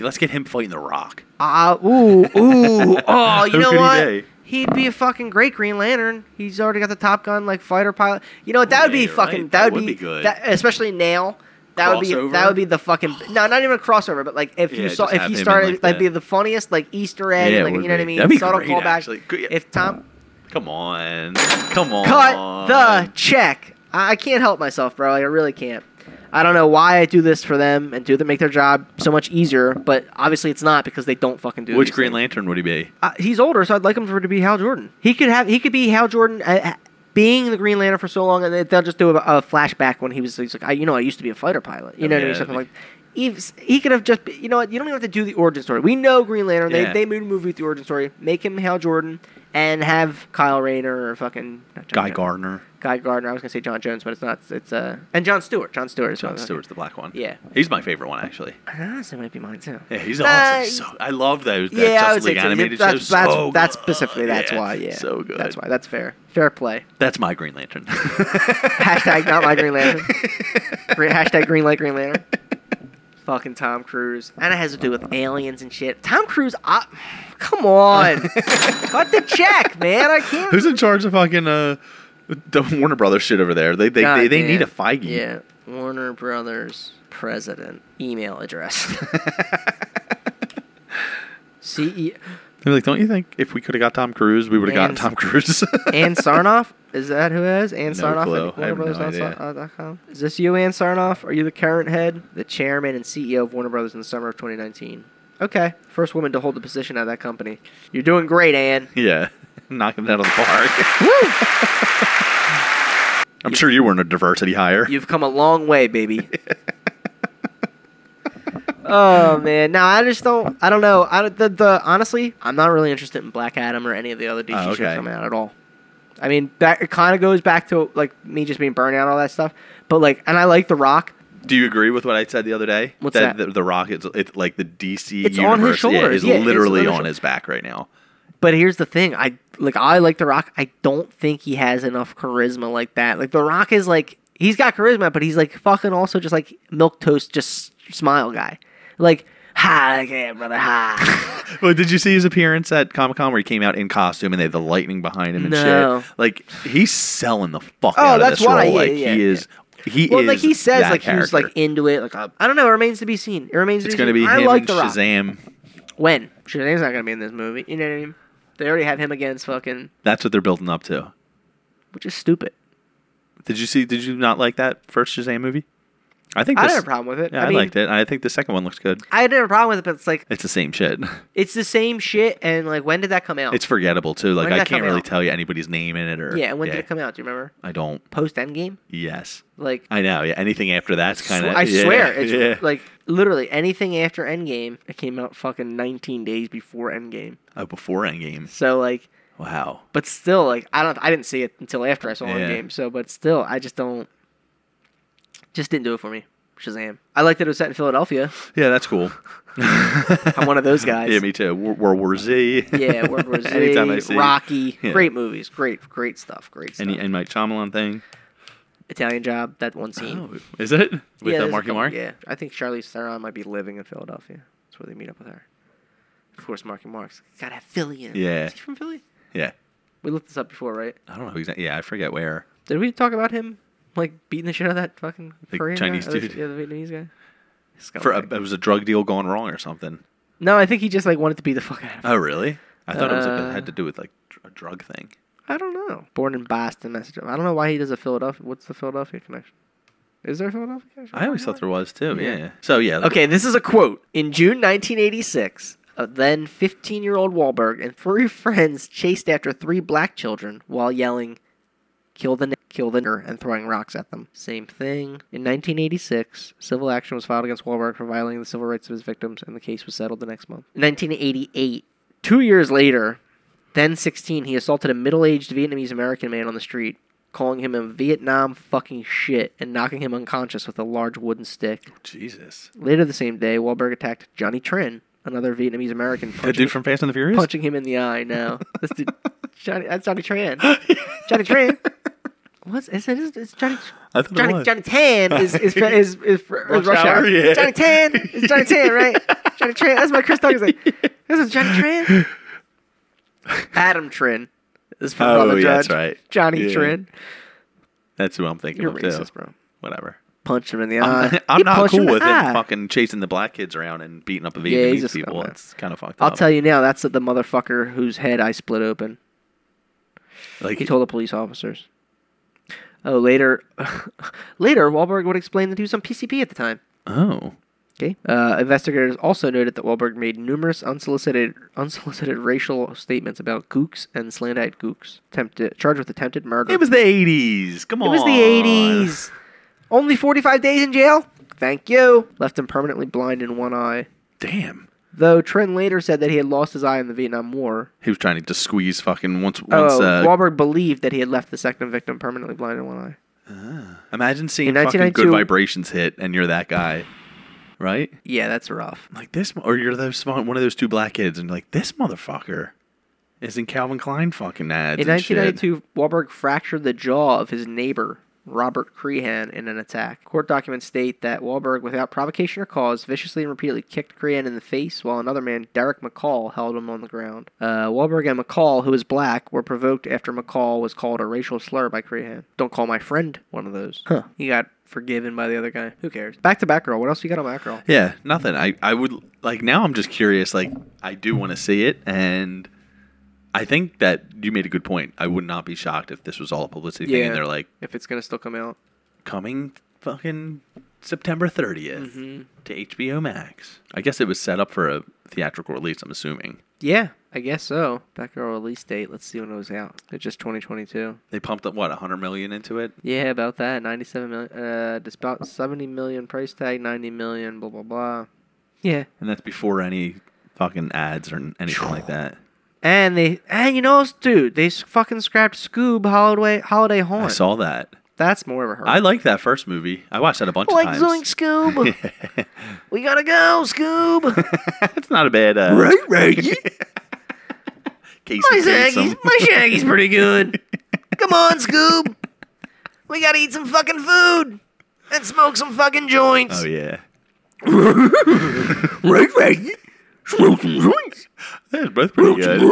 [SPEAKER 2] Let's get him fighting The Rock.
[SPEAKER 1] Ah, ooh, ooh, oh, you
[SPEAKER 2] Who
[SPEAKER 1] know
[SPEAKER 2] could he
[SPEAKER 1] what?
[SPEAKER 2] be?
[SPEAKER 1] He'd be a fucking great Green Lantern. He's already got the Top Gun like fighter pilot. You know what? That would
[SPEAKER 2] Yeah,
[SPEAKER 1] be
[SPEAKER 2] you're
[SPEAKER 1] fucking.
[SPEAKER 2] right.
[SPEAKER 1] That,
[SPEAKER 2] That
[SPEAKER 1] would
[SPEAKER 2] would
[SPEAKER 1] be,
[SPEAKER 2] be good.
[SPEAKER 1] That, especially now. That would be
[SPEAKER 2] Crossover?
[SPEAKER 1] that would be the fucking no, not even a crossover, but like if you
[SPEAKER 2] Yeah,
[SPEAKER 1] saw
[SPEAKER 2] just
[SPEAKER 1] if
[SPEAKER 2] have
[SPEAKER 1] you
[SPEAKER 2] him in
[SPEAKER 1] started
[SPEAKER 2] like
[SPEAKER 1] that'd be
[SPEAKER 2] that.
[SPEAKER 1] the funniest like Easter egg,
[SPEAKER 2] Yeah, it
[SPEAKER 1] like you
[SPEAKER 2] would
[SPEAKER 1] know what I
[SPEAKER 2] be.
[SPEAKER 1] mean.
[SPEAKER 2] That'd be
[SPEAKER 1] Subtle
[SPEAKER 2] great,
[SPEAKER 1] callback.
[SPEAKER 2] actually. Good-
[SPEAKER 1] If Tom
[SPEAKER 2] Come on. Come on.
[SPEAKER 1] cut the check, I, I can't help myself, bro. Like, I really can't. I don't know why I do this for them and do them make their job so much easier, but obviously it's not because they don't fucking do.
[SPEAKER 2] Which
[SPEAKER 1] these
[SPEAKER 2] Green
[SPEAKER 1] things.
[SPEAKER 2] Lantern would he be?
[SPEAKER 1] Uh, he's older, so I'd like him for to be Hal Jordan. He could have. He could be Hal Jordan. Uh, uh, being the Green Lantern for so long, and they- they'll just do a, a flashback when he was he's like, I, you know, I used to be a fighter pilot. You know what I
[SPEAKER 2] Yeah,
[SPEAKER 1] mean? Something
[SPEAKER 2] that'd
[SPEAKER 1] like. Eve, he could have just, be, you know what? You don't even have to do the origin story. We know Green Lantern.
[SPEAKER 2] Yeah.
[SPEAKER 1] They they made a movie with the origin story. Make him Hal Jordan and have Kyle Rayner or fucking not John
[SPEAKER 2] Guy
[SPEAKER 1] Jones.
[SPEAKER 2] Gardner.
[SPEAKER 1] Guy Gardner. I was gonna say John Jones, but it's not. It's uh and John Stewart. John Stewart. is what I
[SPEAKER 2] John
[SPEAKER 1] was
[SPEAKER 2] Stewart's the black one.
[SPEAKER 1] Yeah.
[SPEAKER 2] He's my favorite one, actually.
[SPEAKER 1] thinking. I honestly might be mine too.
[SPEAKER 2] Yeah, he's
[SPEAKER 1] Nah,
[SPEAKER 2] awesome. He's so, I love those. That
[SPEAKER 1] yeah, I would
[SPEAKER 2] Justice
[SPEAKER 1] say
[SPEAKER 2] League
[SPEAKER 1] too.
[SPEAKER 2] animated
[SPEAKER 1] that's,
[SPEAKER 2] show.
[SPEAKER 1] that's,
[SPEAKER 2] so
[SPEAKER 1] that's
[SPEAKER 2] good.
[SPEAKER 1] specifically that's
[SPEAKER 2] Yeah,
[SPEAKER 1] why. Yeah,
[SPEAKER 2] So good.
[SPEAKER 1] That's why. That's fair. Fair play.
[SPEAKER 2] That's my Green Lantern. Hashtag
[SPEAKER 1] not my Green Lantern. Green, hashtag Green Light Green Lantern. Fucking Tom Cruise, and it has to do with aliens and shit. Tom Cruise, I, come on, cut the check, man. I can't.
[SPEAKER 2] Who's in charge of fucking uh, the Warner Brothers shit over there? They they,
[SPEAKER 1] God
[SPEAKER 2] they, they
[SPEAKER 1] damn.
[SPEAKER 2] need a Feige.
[SPEAKER 1] Yeah, Warner Brothers president email address. CEO
[SPEAKER 2] They're like, don't you think if we could have got Tom Cruise, we would have gotten
[SPEAKER 1] And-
[SPEAKER 2] Tom Cruise?
[SPEAKER 1] Ann Sarnoff. Is that who it is? Ann
[SPEAKER 2] No
[SPEAKER 1] Sarnoff
[SPEAKER 2] clue.
[SPEAKER 1] at
[SPEAKER 2] I have no idea.
[SPEAKER 1] WarnerBrothers.com? Is this you, Ann Sarnoff? Are you the current head, the chairman, and CEO of Warner Brothers in the summer of 2019? Okay, first woman to hold the position at that company. You're doing great, Ann.
[SPEAKER 2] yeah, knocking it out of the park. I'm sure you weren't a diversity hire.
[SPEAKER 1] You've come a long way, baby. oh man, no, I just don't. I don't know. I don't, the, the honestly, I'm not really interested in Black Adam or any of the other DC
[SPEAKER 2] Oh,
[SPEAKER 1] shit
[SPEAKER 2] okay.
[SPEAKER 1] coming out at all. I mean, that it kind of goes back to like me just being burnt out, all that stuff. But like, and I like The Rock.
[SPEAKER 2] Do you agree with what I said the other day?
[SPEAKER 1] What's that?
[SPEAKER 2] The, the Rock is it's like the DC
[SPEAKER 1] It's on
[SPEAKER 2] universe
[SPEAKER 1] his shoulders.
[SPEAKER 2] Yeah, is
[SPEAKER 1] Yeah, it's
[SPEAKER 2] literally
[SPEAKER 1] on his
[SPEAKER 2] on
[SPEAKER 1] shou-
[SPEAKER 2] his back right now.
[SPEAKER 1] But here's the thing. I like I like The Rock. I don't think he has enough charisma like that. Like The Rock is like he's got charisma, but he's like fucking also just like milk toast, just smile guy. Like hi, like, yeah, brother, hi.
[SPEAKER 2] Well, did you see his appearance at Comic Con where he came out in costume and they had the lightning behind him and
[SPEAKER 1] No.
[SPEAKER 2] shit? Like he's selling the fuck
[SPEAKER 1] Oh,
[SPEAKER 2] out of
[SPEAKER 1] that's
[SPEAKER 2] this
[SPEAKER 1] what I-
[SPEAKER 2] role.
[SPEAKER 1] yeah,
[SPEAKER 2] like
[SPEAKER 1] yeah,
[SPEAKER 2] he
[SPEAKER 1] yeah.
[SPEAKER 2] is. He
[SPEAKER 1] well,
[SPEAKER 2] is.
[SPEAKER 1] like he says,
[SPEAKER 2] that
[SPEAKER 1] like he was like
[SPEAKER 2] character.
[SPEAKER 1] into it. Like I I don't know. It remains to be seen. It remains.
[SPEAKER 2] It's
[SPEAKER 1] to be
[SPEAKER 2] gonna
[SPEAKER 1] seen.
[SPEAKER 2] be
[SPEAKER 1] I
[SPEAKER 2] him
[SPEAKER 1] like
[SPEAKER 2] and
[SPEAKER 1] The Rock.
[SPEAKER 2] Shazam.
[SPEAKER 1] When Shazam's not gonna be in this movie. You know what I mean? They already have him against fucking,
[SPEAKER 2] That's what they're building up to.
[SPEAKER 1] which is stupid.
[SPEAKER 2] Did you see? Did you not like that first Shazam movie? I think
[SPEAKER 1] I
[SPEAKER 2] this,
[SPEAKER 1] don't have a problem with it.
[SPEAKER 2] Yeah, I,
[SPEAKER 1] mean,
[SPEAKER 2] liked it. I think the second one looks good.
[SPEAKER 1] I didn't have a problem with it, but it's like
[SPEAKER 2] It's the same shit.
[SPEAKER 1] it's the same shit. And like, when did that come out?
[SPEAKER 2] It's forgettable too. Like
[SPEAKER 1] did
[SPEAKER 2] I
[SPEAKER 1] that
[SPEAKER 2] can't
[SPEAKER 1] come
[SPEAKER 2] really
[SPEAKER 1] out?
[SPEAKER 2] tell you anybody's name in it or
[SPEAKER 1] yeah. And when did it come out? Do you remember?
[SPEAKER 2] I don't.
[SPEAKER 1] Post Endgame.
[SPEAKER 2] Yes,
[SPEAKER 1] Like
[SPEAKER 2] I know. Yeah, anything after that's kind of.
[SPEAKER 1] I
[SPEAKER 2] yeah,
[SPEAKER 1] swear, it's
[SPEAKER 2] yeah.
[SPEAKER 1] like literally anything after Endgame. It came out fucking 19 days before Endgame.
[SPEAKER 2] oh, before Endgame.
[SPEAKER 1] So like.
[SPEAKER 2] Wow.
[SPEAKER 1] but still like i don't i didn't see it until after i saw
[SPEAKER 2] Yeah.
[SPEAKER 1] Endgame. game so but still i just don't just didn't do it for me Shazam. I like that it was set in Philadelphia.
[SPEAKER 2] Yeah, that's cool.
[SPEAKER 1] I'm one of those guys.
[SPEAKER 2] yeah, me too. Wor- World War Z.
[SPEAKER 1] Yeah, World War Z,
[SPEAKER 2] Anytime I see
[SPEAKER 1] Rocky,
[SPEAKER 2] Yeah.
[SPEAKER 1] great movies, great, great stuff, great stuff.
[SPEAKER 2] Any and Mike Shyamalan thing.
[SPEAKER 1] Italian Job, that one scene
[SPEAKER 2] Oh, is it with
[SPEAKER 1] yeah,
[SPEAKER 2] uh,
[SPEAKER 1] there's a
[SPEAKER 2] Marky
[SPEAKER 1] couple-
[SPEAKER 2] Mark?
[SPEAKER 1] Yeah, I think Charlize Theron might be living in Philadelphia. That's where they meet up with her. Of course, Marky Mark's gotta have Philly in. it.
[SPEAKER 2] Yeah.
[SPEAKER 1] is he from Philly?
[SPEAKER 2] Yeah.
[SPEAKER 1] We looked this up before, right?
[SPEAKER 2] I don't know exactly. Yeah, I forget where.
[SPEAKER 1] Did we talk about him like beating the shit out of that fucking
[SPEAKER 2] The
[SPEAKER 1] Korean
[SPEAKER 2] Chinese
[SPEAKER 1] guy? Or the-
[SPEAKER 2] dude.
[SPEAKER 1] Yeah, the Vietnamese guy. Scumbag.
[SPEAKER 2] For a, it was a drug deal gone wrong or something.
[SPEAKER 1] no, I think he just like wanted to beat the fuck out of. him.
[SPEAKER 2] Oh, really? I thought it was like,
[SPEAKER 1] Uh,
[SPEAKER 2] it had to do with like dr- a drug thing.
[SPEAKER 1] I don't know. Born in Boston, Massachusetts. I don't know why he does a Philadelphia. What's the Philadelphia connection? Is there a Philadelphia connection?
[SPEAKER 2] I always thought there was too.
[SPEAKER 1] Yeah.
[SPEAKER 2] Yeah. So yeah.
[SPEAKER 1] Okay, this is a quote. In June 1986, a then 15 year old Wahlberg and three friends chased after three black children while yelling, Kill the n- kill the nigger, and throwing rocks at them. Same thing. In 1986, civil action was filed against Wahlberg for violating the civil rights of his victims, and the case was settled the next month. In 1988, two years later, then 16, he assaulted a middle aged Vietnamese American man on the street, calling him a Vietnam fucking shit and knocking him unconscious with a large wooden stick.
[SPEAKER 2] Jesus.
[SPEAKER 1] Later the same day, Wahlberg attacked Johnny Trin, another Vietnamese American,
[SPEAKER 2] The
[SPEAKER 1] punching,
[SPEAKER 2] dude from Fast and the Furious.
[SPEAKER 1] punching him in the eye. Now this dude, Johnny, that's Johnny Tran. Johnny Tran. What's is it? Is, is Johnny
[SPEAKER 2] I thought it
[SPEAKER 1] Johnny
[SPEAKER 2] was.
[SPEAKER 1] Johnny Tan is is is, is, is, for- is
[SPEAKER 2] Rush
[SPEAKER 1] Rush Hour.
[SPEAKER 2] Hour, yeah.
[SPEAKER 1] Johnny Tan is Johnny Tan, right? Johnny Tran. That's my Chris Tucker's like. This is Johnny Tran. Adam Trin is from
[SPEAKER 2] Oh,
[SPEAKER 1] Brother
[SPEAKER 2] yeah,
[SPEAKER 1] Judge.
[SPEAKER 2] that's right.
[SPEAKER 1] Johnny
[SPEAKER 2] Yeah.
[SPEAKER 1] Trin.
[SPEAKER 2] That's who I'm thinking
[SPEAKER 1] You're
[SPEAKER 2] of
[SPEAKER 1] racist,
[SPEAKER 2] too.
[SPEAKER 1] bro.
[SPEAKER 2] Whatever.
[SPEAKER 1] Punch him in the
[SPEAKER 2] I'm,
[SPEAKER 1] eye.
[SPEAKER 2] not- I'm
[SPEAKER 1] He
[SPEAKER 2] not
[SPEAKER 1] punched him
[SPEAKER 2] cool
[SPEAKER 1] in the
[SPEAKER 2] with
[SPEAKER 1] eye.
[SPEAKER 2] it. Fucking chasing the black kids around and beating up the
[SPEAKER 1] Yeah, he's
[SPEAKER 2] Vietnamese
[SPEAKER 1] just
[SPEAKER 2] people.
[SPEAKER 1] scumbag.
[SPEAKER 2] It's kind of fucked
[SPEAKER 1] I'll
[SPEAKER 2] up.
[SPEAKER 1] tell you now, that's the motherfucker whose head I split open.
[SPEAKER 2] Like
[SPEAKER 1] He told the police officers. Oh, later, later, Wahlberg would explain that he was on PCP at the time.
[SPEAKER 2] Oh.
[SPEAKER 1] Okay. Uh, investigators also noted that Wahlberg made numerous unsolicited, unsolicited racial statements about gooks and slant-eyed gooks, tempted, charged with attempted murder.
[SPEAKER 2] It was the 80s. Come
[SPEAKER 1] It
[SPEAKER 2] on.
[SPEAKER 1] was the 80s. Only 45 days in jail. Thank you. Left him permanently blind in one eye.
[SPEAKER 2] Damn.
[SPEAKER 1] Though Trin later said that he had lost his eye in the Vietnam War.
[SPEAKER 2] He was trying to squeeze fucking once. once
[SPEAKER 1] oh,
[SPEAKER 2] uh,
[SPEAKER 1] Wahlberg believed that he had left the second victim permanently blind in one eye.
[SPEAKER 2] imagine seeing
[SPEAKER 1] in
[SPEAKER 2] fucking
[SPEAKER 1] 1992
[SPEAKER 2] good vibrations hit and you're that guy, right?
[SPEAKER 1] Yeah, that's rough.
[SPEAKER 2] Like this, mo- or you're those one of those two black kids and you're like this motherfucker is in Calvin Klein fucking ads.
[SPEAKER 1] In
[SPEAKER 2] and shit."
[SPEAKER 1] 1992, Wahlberg fractured the jaw of his neighbor, Robert Crehan, in an attack. Court documents state that Wahlberg, without provocation or cause, viciously and repeatedly kicked Crehan in the face while another man, Derek McCall, held him on the ground. Uh, Wahlberg and McCall, who is black, were provoked after McCall was called a racial slur by Crehan. Don't call my friend one of those. Huh. He got forgiven by the other guy. Who cares? Back to Batgirl. What else you got on Batgirl?
[SPEAKER 2] Yeah, nothing. I, I would like now. I'm just curious. Like I do want to see it, and I think that you made a good point. I would not be shocked if this was all a publicity thing,
[SPEAKER 1] Yeah.
[SPEAKER 2] and they're like
[SPEAKER 1] If it's going to still come out.
[SPEAKER 2] coming fucking September 30th
[SPEAKER 1] Mm-hmm.
[SPEAKER 2] to HBO Max. I guess it was set up for a theatrical release. I'm assuming
[SPEAKER 1] Yeah, I guess so. Batgirl release date. Let's see when it was out. It's just 2022.
[SPEAKER 2] they pumped up what 100 million into it.
[SPEAKER 1] Yeah, about that. Ninety-seven million. Uh, just about seventy million price tag. Ninety million. Blah blah blah. Yeah,
[SPEAKER 2] And that's before any fucking ads or anything like that.
[SPEAKER 1] and they and you know, dude, they s- fucking scrapped Scoob Holiday Holiday
[SPEAKER 2] I
[SPEAKER 1] Haunt.
[SPEAKER 2] saw that.
[SPEAKER 1] That's more of a hurt.
[SPEAKER 2] I like that first movie. I watched that a bunch
[SPEAKER 1] like
[SPEAKER 2] of
[SPEAKER 1] Zoink
[SPEAKER 2] times.
[SPEAKER 1] Scoob. we gotta go, Scoob.
[SPEAKER 2] it's not a bad. Uh,
[SPEAKER 1] right.
[SPEAKER 2] Casey
[SPEAKER 1] My
[SPEAKER 2] Kasem.
[SPEAKER 1] Shaggy's my Shaggy's pretty good. Come on, Scoob. We gotta eat some fucking food and smoke some fucking joints.
[SPEAKER 2] Oh yeah.
[SPEAKER 1] Right, right. Smoke some joints.
[SPEAKER 2] That's both pretty good.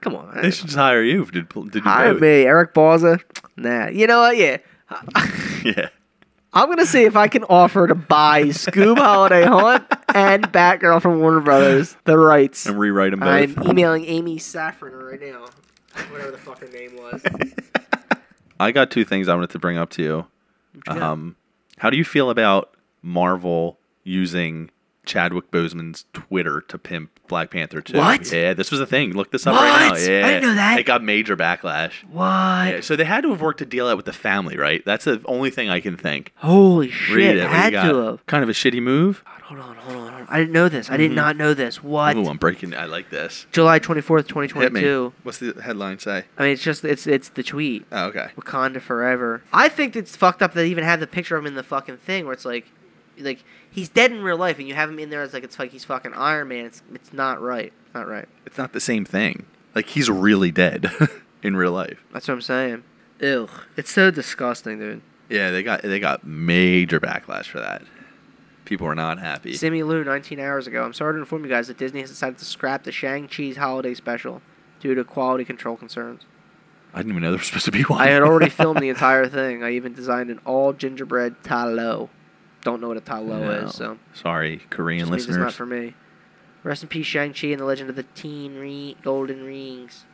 [SPEAKER 1] Come on.
[SPEAKER 2] They should just hire you. if Did did you
[SPEAKER 1] Hire
[SPEAKER 2] both.
[SPEAKER 1] me, Eric Balza. Nah, you know what? Yeah,
[SPEAKER 2] Yeah.
[SPEAKER 1] I'm gonna see if I can offer to buy Scoob Holiday Hunt and Batgirl from Warner Brothers the rights.
[SPEAKER 2] And rewrite them
[SPEAKER 1] I'm
[SPEAKER 2] both.
[SPEAKER 1] emailing Amy Saffron right now, whatever the fuck her name was.
[SPEAKER 2] I got two things I wanted to bring up to you. Um, how do you feel about Marvel using Chadwick Boseman's Twitter to pimp Black Panther 2?
[SPEAKER 1] What?
[SPEAKER 2] Yeah, this was a thing. Look this up right now.
[SPEAKER 1] What? I
[SPEAKER 2] Yeah.
[SPEAKER 1] didn't know that.
[SPEAKER 2] It got major backlash.
[SPEAKER 1] What?
[SPEAKER 2] Yeah, so they had to have worked a deal out with the family, right? That's the only thing I can think.
[SPEAKER 1] Holy
[SPEAKER 2] Read
[SPEAKER 1] shit!
[SPEAKER 2] it. What you
[SPEAKER 1] Had
[SPEAKER 2] got?
[SPEAKER 1] to have.
[SPEAKER 2] Kind of a shitty move.
[SPEAKER 1] Hold on, hold on, hold on. I didn't know this. I
[SPEAKER 2] Mm-hmm.
[SPEAKER 1] did not know this. What?
[SPEAKER 2] Ooh, I'm breaking. I like this.
[SPEAKER 1] July 24th,
[SPEAKER 2] Hit me.
[SPEAKER 1] 2022.
[SPEAKER 2] What's the headline say?
[SPEAKER 1] I mean, it's just it's it's the tweet.
[SPEAKER 2] Oh, okay.
[SPEAKER 1] Wakanda forever. I think it's fucked up that they even had the picture of him in the fucking thing where it's like, like he's dead in real life, and you have him in there as like it's like he's fucking Iron Man. It's it's not right. Not right.
[SPEAKER 2] It's not the same thing. Like he's really dead in real life.
[SPEAKER 1] That's what I'm saying. Ew, it's so disgusting, dude.
[SPEAKER 2] Yeah, they got they got major backlash for that. People were not happy.
[SPEAKER 1] Simmy Lou, 19 hours ago. I'm sorry to inform you guys that Disney has decided to scrap the Shang-Chi's holiday special due to quality control concerns.
[SPEAKER 2] I didn't even know there was supposed to be one.
[SPEAKER 1] I had already filmed the entire thing. I even designed an all gingerbread talo. Don't know what a talo
[SPEAKER 2] No.
[SPEAKER 1] is, so
[SPEAKER 2] Sorry, Korean
[SPEAKER 1] just means it's not
[SPEAKER 2] listeners.
[SPEAKER 1] for me. Rest in peace, Shang-Chi and the Legend of the Teen Ring Golden Rings.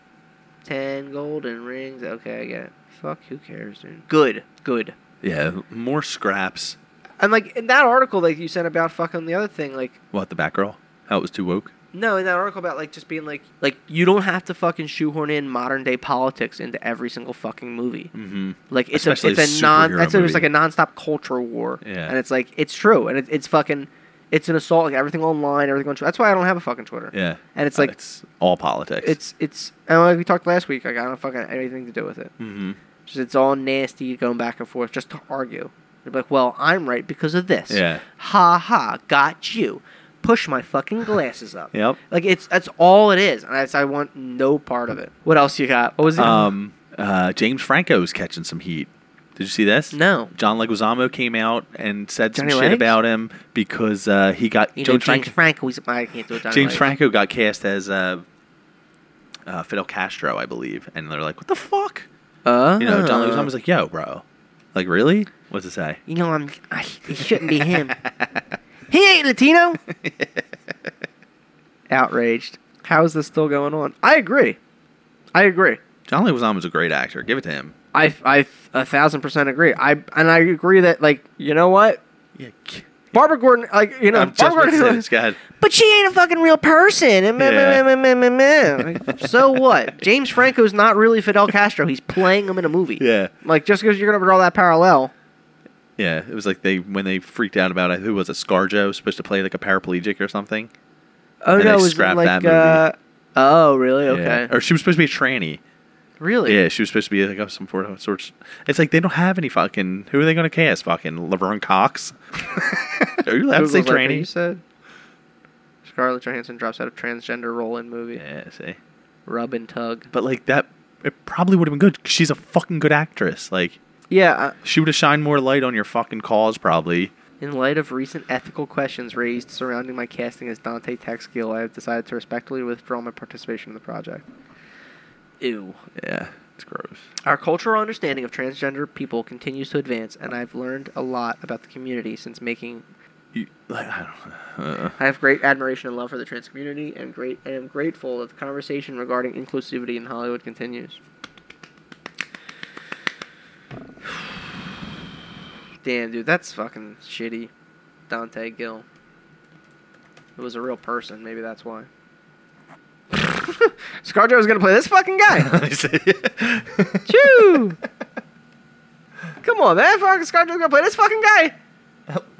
[SPEAKER 1] Ten golden rings. Okay, I get it. Fuck, who cares, dude? Good, good.
[SPEAKER 2] yeah, more scraps.
[SPEAKER 1] And like in that article that you sent about fucking the other thing, like
[SPEAKER 2] What the Batgirl? How it was too woke.
[SPEAKER 1] No, in that article about like just being like like you don't have to fucking shoehorn in modern day politics into every single fucking movie.
[SPEAKER 2] Mm-hmm.
[SPEAKER 1] Like it's
[SPEAKER 2] Especially
[SPEAKER 1] a it's a non
[SPEAKER 2] superhero
[SPEAKER 1] that's a, it's
[SPEAKER 2] movie.
[SPEAKER 1] like a nonstop culture war.
[SPEAKER 2] Yeah.
[SPEAKER 1] and it's like it's true, and it, it's fucking it's an assault. Like everything online, everything on Twitter. That's why I don't have a fucking Twitter.
[SPEAKER 2] Yeah,
[SPEAKER 1] And it's like-
[SPEAKER 2] it's all politics.
[SPEAKER 1] It's it's and like we talked last week. Like I don't fucking have anything to do with it.
[SPEAKER 2] hmm
[SPEAKER 1] Just it's all nasty going back and forth just to argue. They're like, well, I'm right because of this.
[SPEAKER 2] Yeah.
[SPEAKER 1] Ha ha, got you. Push my fucking glasses up.
[SPEAKER 2] Yep.
[SPEAKER 1] Like it's that's all it is, and I, I want no part of it. What else you got? What was it?
[SPEAKER 2] Um, uh, James Franco is catching some heat. Did you see this?
[SPEAKER 1] No.
[SPEAKER 2] John Leguizamo came out and said some
[SPEAKER 1] Johnny
[SPEAKER 2] shit
[SPEAKER 1] Legs?
[SPEAKER 2] about him because uh, he got
[SPEAKER 1] you know,
[SPEAKER 2] James,
[SPEAKER 1] James
[SPEAKER 2] Franco,
[SPEAKER 1] Franco. He's, I can't do it. Johnny
[SPEAKER 2] James
[SPEAKER 1] Legs.
[SPEAKER 2] Franco got cast as uh, uh, Fidel Castro, I believe, and they're like, "What the fuck?"
[SPEAKER 1] Uh,
[SPEAKER 2] You know, John Leguizamo was like, "Yo, bro, like really? What's it say?"
[SPEAKER 1] You know, I'm. I, it shouldn't be him. he ain't Latino. Outraged. How is this still going on? I agree. I agree.
[SPEAKER 2] John Leguizamo is a great actor. Give it to him.
[SPEAKER 1] I, I a thousand percent agree. I and I agree that like you know what
[SPEAKER 2] Yeah.
[SPEAKER 1] Barbara Gordon like you know
[SPEAKER 2] I'm just
[SPEAKER 1] Barbara
[SPEAKER 2] about to say
[SPEAKER 1] Gordon
[SPEAKER 2] this. Go ahead.
[SPEAKER 1] but she ain't a fucking real person. And meh, meh, meh, meh, meh, meh, meh. so what? James Franco's not really Fidel Castro. He's playing him in a movie.
[SPEAKER 2] Yeah.
[SPEAKER 1] Like just because you're gonna draw that parallel.
[SPEAKER 2] Yeah, it was like they when they freaked out about it. Who was it? ScarJo supposed to play like a paraplegic or something.
[SPEAKER 1] Oh
[SPEAKER 2] And
[SPEAKER 1] no,
[SPEAKER 2] they
[SPEAKER 1] it was
[SPEAKER 2] scrapped
[SPEAKER 1] like
[SPEAKER 2] that movie.
[SPEAKER 1] uh oh really
[SPEAKER 2] Yeah.
[SPEAKER 1] okay
[SPEAKER 2] Or she was supposed to be a tranny.
[SPEAKER 1] really
[SPEAKER 2] Yeah, she was supposed to be like of some sort of sorts. It's like they don't have any fucking. Who are they going to cast? Fucking Laverne Cox. are you allowed to
[SPEAKER 1] Google's
[SPEAKER 2] say
[SPEAKER 1] like, "What You
[SPEAKER 2] tranny?
[SPEAKER 1] said Scarlett Johansson drops out of transgender role in movie.
[SPEAKER 2] Yeah, see.
[SPEAKER 1] Rub and tug.
[SPEAKER 2] But like that, it probably would have been good. 'cause She's a fucking good actress. Like
[SPEAKER 1] Yeah. I,
[SPEAKER 2] she would have shined more light on your fucking cause probably.
[SPEAKER 1] In light of recent ethical questions raised surrounding my casting as Dante Texgill, I have decided to respectfully withdraw my participation in the project. Ew.
[SPEAKER 2] Yeah, it's gross.
[SPEAKER 1] Our cultural understanding of transgender people continues to advance, and I've learned a lot about the community since making.
[SPEAKER 2] You, like, I don't. Uh,
[SPEAKER 1] I have great admiration and love for the trans community, and great and am grateful that the conversation regarding inclusivity in Hollywood continues. Damn, dude, that's fucking shitty, Dante Gill. It was a real person, maybe that's why. ScarJo was gonna play this fucking guy. Chew. Come on, man. Fucking ScarJo's gonna play this fucking guy.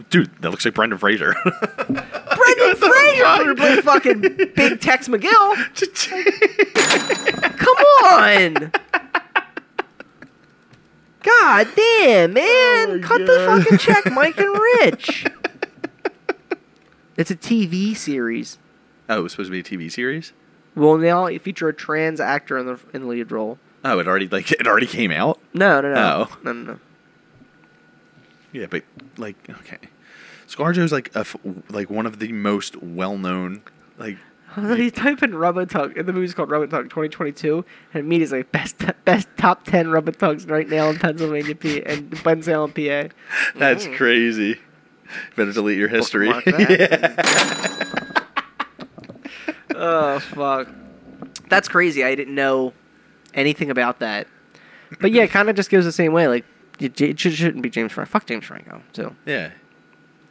[SPEAKER 2] Dude, that looks like Brendan Fraser.
[SPEAKER 1] Brendan Fraser gonna play fucking Big Tex McGill. Come on. God damn, man. Cut the fucking check, Mike and Rich. It's a TV series.
[SPEAKER 2] oh, it was supposed to be a TV series.
[SPEAKER 1] Will now feature a trans actor in the in the lead role.
[SPEAKER 2] Oh, it already like it already came out.
[SPEAKER 1] No, no, no.
[SPEAKER 2] Oh.
[SPEAKER 1] No, no, no.
[SPEAKER 2] Yeah, but like okay, ScarJo's like a f- like one of the most well known like
[SPEAKER 1] You type in Rub and Tug, and the movie's called Rub and Tug 2022, and immediately like best best top 10 Rub and Tugs right now in Pennsylvania, P- and Bensalem, PA.
[SPEAKER 2] that's crazy. Better delete your history.
[SPEAKER 1] Mm-hmm. Bookmark that. Oh fuck, that's crazy. I didn't know anything about that, but yeah, it kind of just goes the same way. Like it, it should- shouldn't be James Franco. Fuck James Franco. So
[SPEAKER 2] yeah,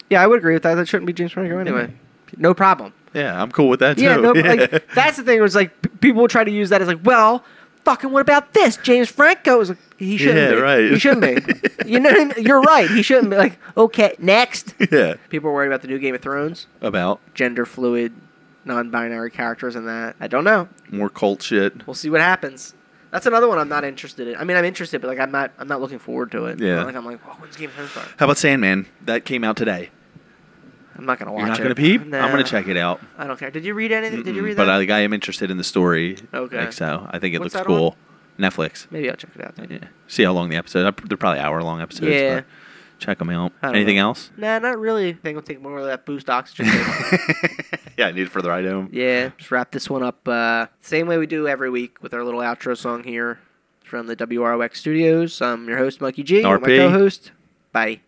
[SPEAKER 1] yeah, I would agree with that. That shouldn't be James Franco anyway. No problem.
[SPEAKER 2] yeah, I'm cool with that
[SPEAKER 1] Yeah,
[SPEAKER 2] too.
[SPEAKER 1] no, like that's the thing. Was like p- people try to use that as like, well, fucking, what about this? James Franco is like, he shouldn't
[SPEAKER 2] Yeah,
[SPEAKER 1] be.
[SPEAKER 2] right.
[SPEAKER 1] He shouldn't be. you know, what I mean? you're right. He shouldn't be. Like, okay, next.
[SPEAKER 2] yeah,
[SPEAKER 1] People are worried about the new Game of Thrones,
[SPEAKER 2] about
[SPEAKER 1] gender fluid, non-binary characters, and that. I don't know.
[SPEAKER 2] more cult shit.
[SPEAKER 1] We'll see what happens. That's another one I'm not interested in. I mean, I'm interested, but like, I'm not. I'm not looking forward to it.
[SPEAKER 2] Yeah.
[SPEAKER 1] Like, I'm like, oh, when's Game of Thrones start?
[SPEAKER 2] How about Sandman? That came out today.
[SPEAKER 1] I'm not gonna watch
[SPEAKER 2] You're not
[SPEAKER 1] it.
[SPEAKER 2] gonna peep.
[SPEAKER 1] No.
[SPEAKER 2] I'm gonna check it out.
[SPEAKER 1] I don't care. Did you read anything? Did you
[SPEAKER 2] Mm-mm,
[SPEAKER 1] read
[SPEAKER 2] but
[SPEAKER 1] that?
[SPEAKER 2] I, like, I am interested in the story.
[SPEAKER 1] Okay.
[SPEAKER 2] Like, so I think it
[SPEAKER 1] What's
[SPEAKER 2] looks
[SPEAKER 1] that on?
[SPEAKER 2] cool. Netflix.
[SPEAKER 1] Maybe I'll check it out. Then.
[SPEAKER 2] Yeah. See how long the episode. uh, They're probably hour long episodes.
[SPEAKER 1] Yeah.
[SPEAKER 2] But check them out.
[SPEAKER 1] I don't
[SPEAKER 2] Anything
[SPEAKER 1] know.
[SPEAKER 2] else?
[SPEAKER 1] Nah, not really. I think we'll take more of that boost oxygen. thing.
[SPEAKER 2] yeah, I need it for the ride home.
[SPEAKER 1] yeah, just wrap this one up uh, same way we do every week with our little outro song here from the WROX studios. I'm your host, Monkey G. and My
[SPEAKER 2] RP.
[SPEAKER 1] co-host. Bye.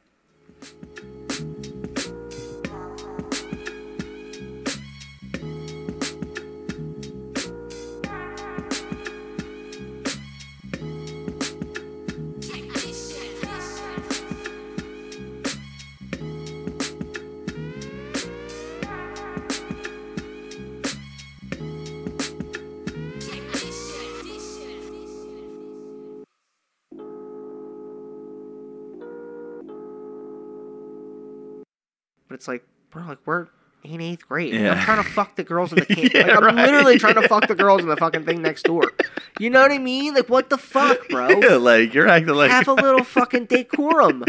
[SPEAKER 1] But it's like, bro, like we're in eighth grade. Like, I'm
[SPEAKER 2] Yeah.
[SPEAKER 1] trying to fuck the girls in the camp.
[SPEAKER 2] Yeah,
[SPEAKER 1] like, I'm
[SPEAKER 2] right.
[SPEAKER 1] literally trying to fuck the girls in the fucking thing next door. You know what I mean? Like, what the fuck, bro?
[SPEAKER 2] Yeah, like you're acting like
[SPEAKER 1] Have a little fucking decorum.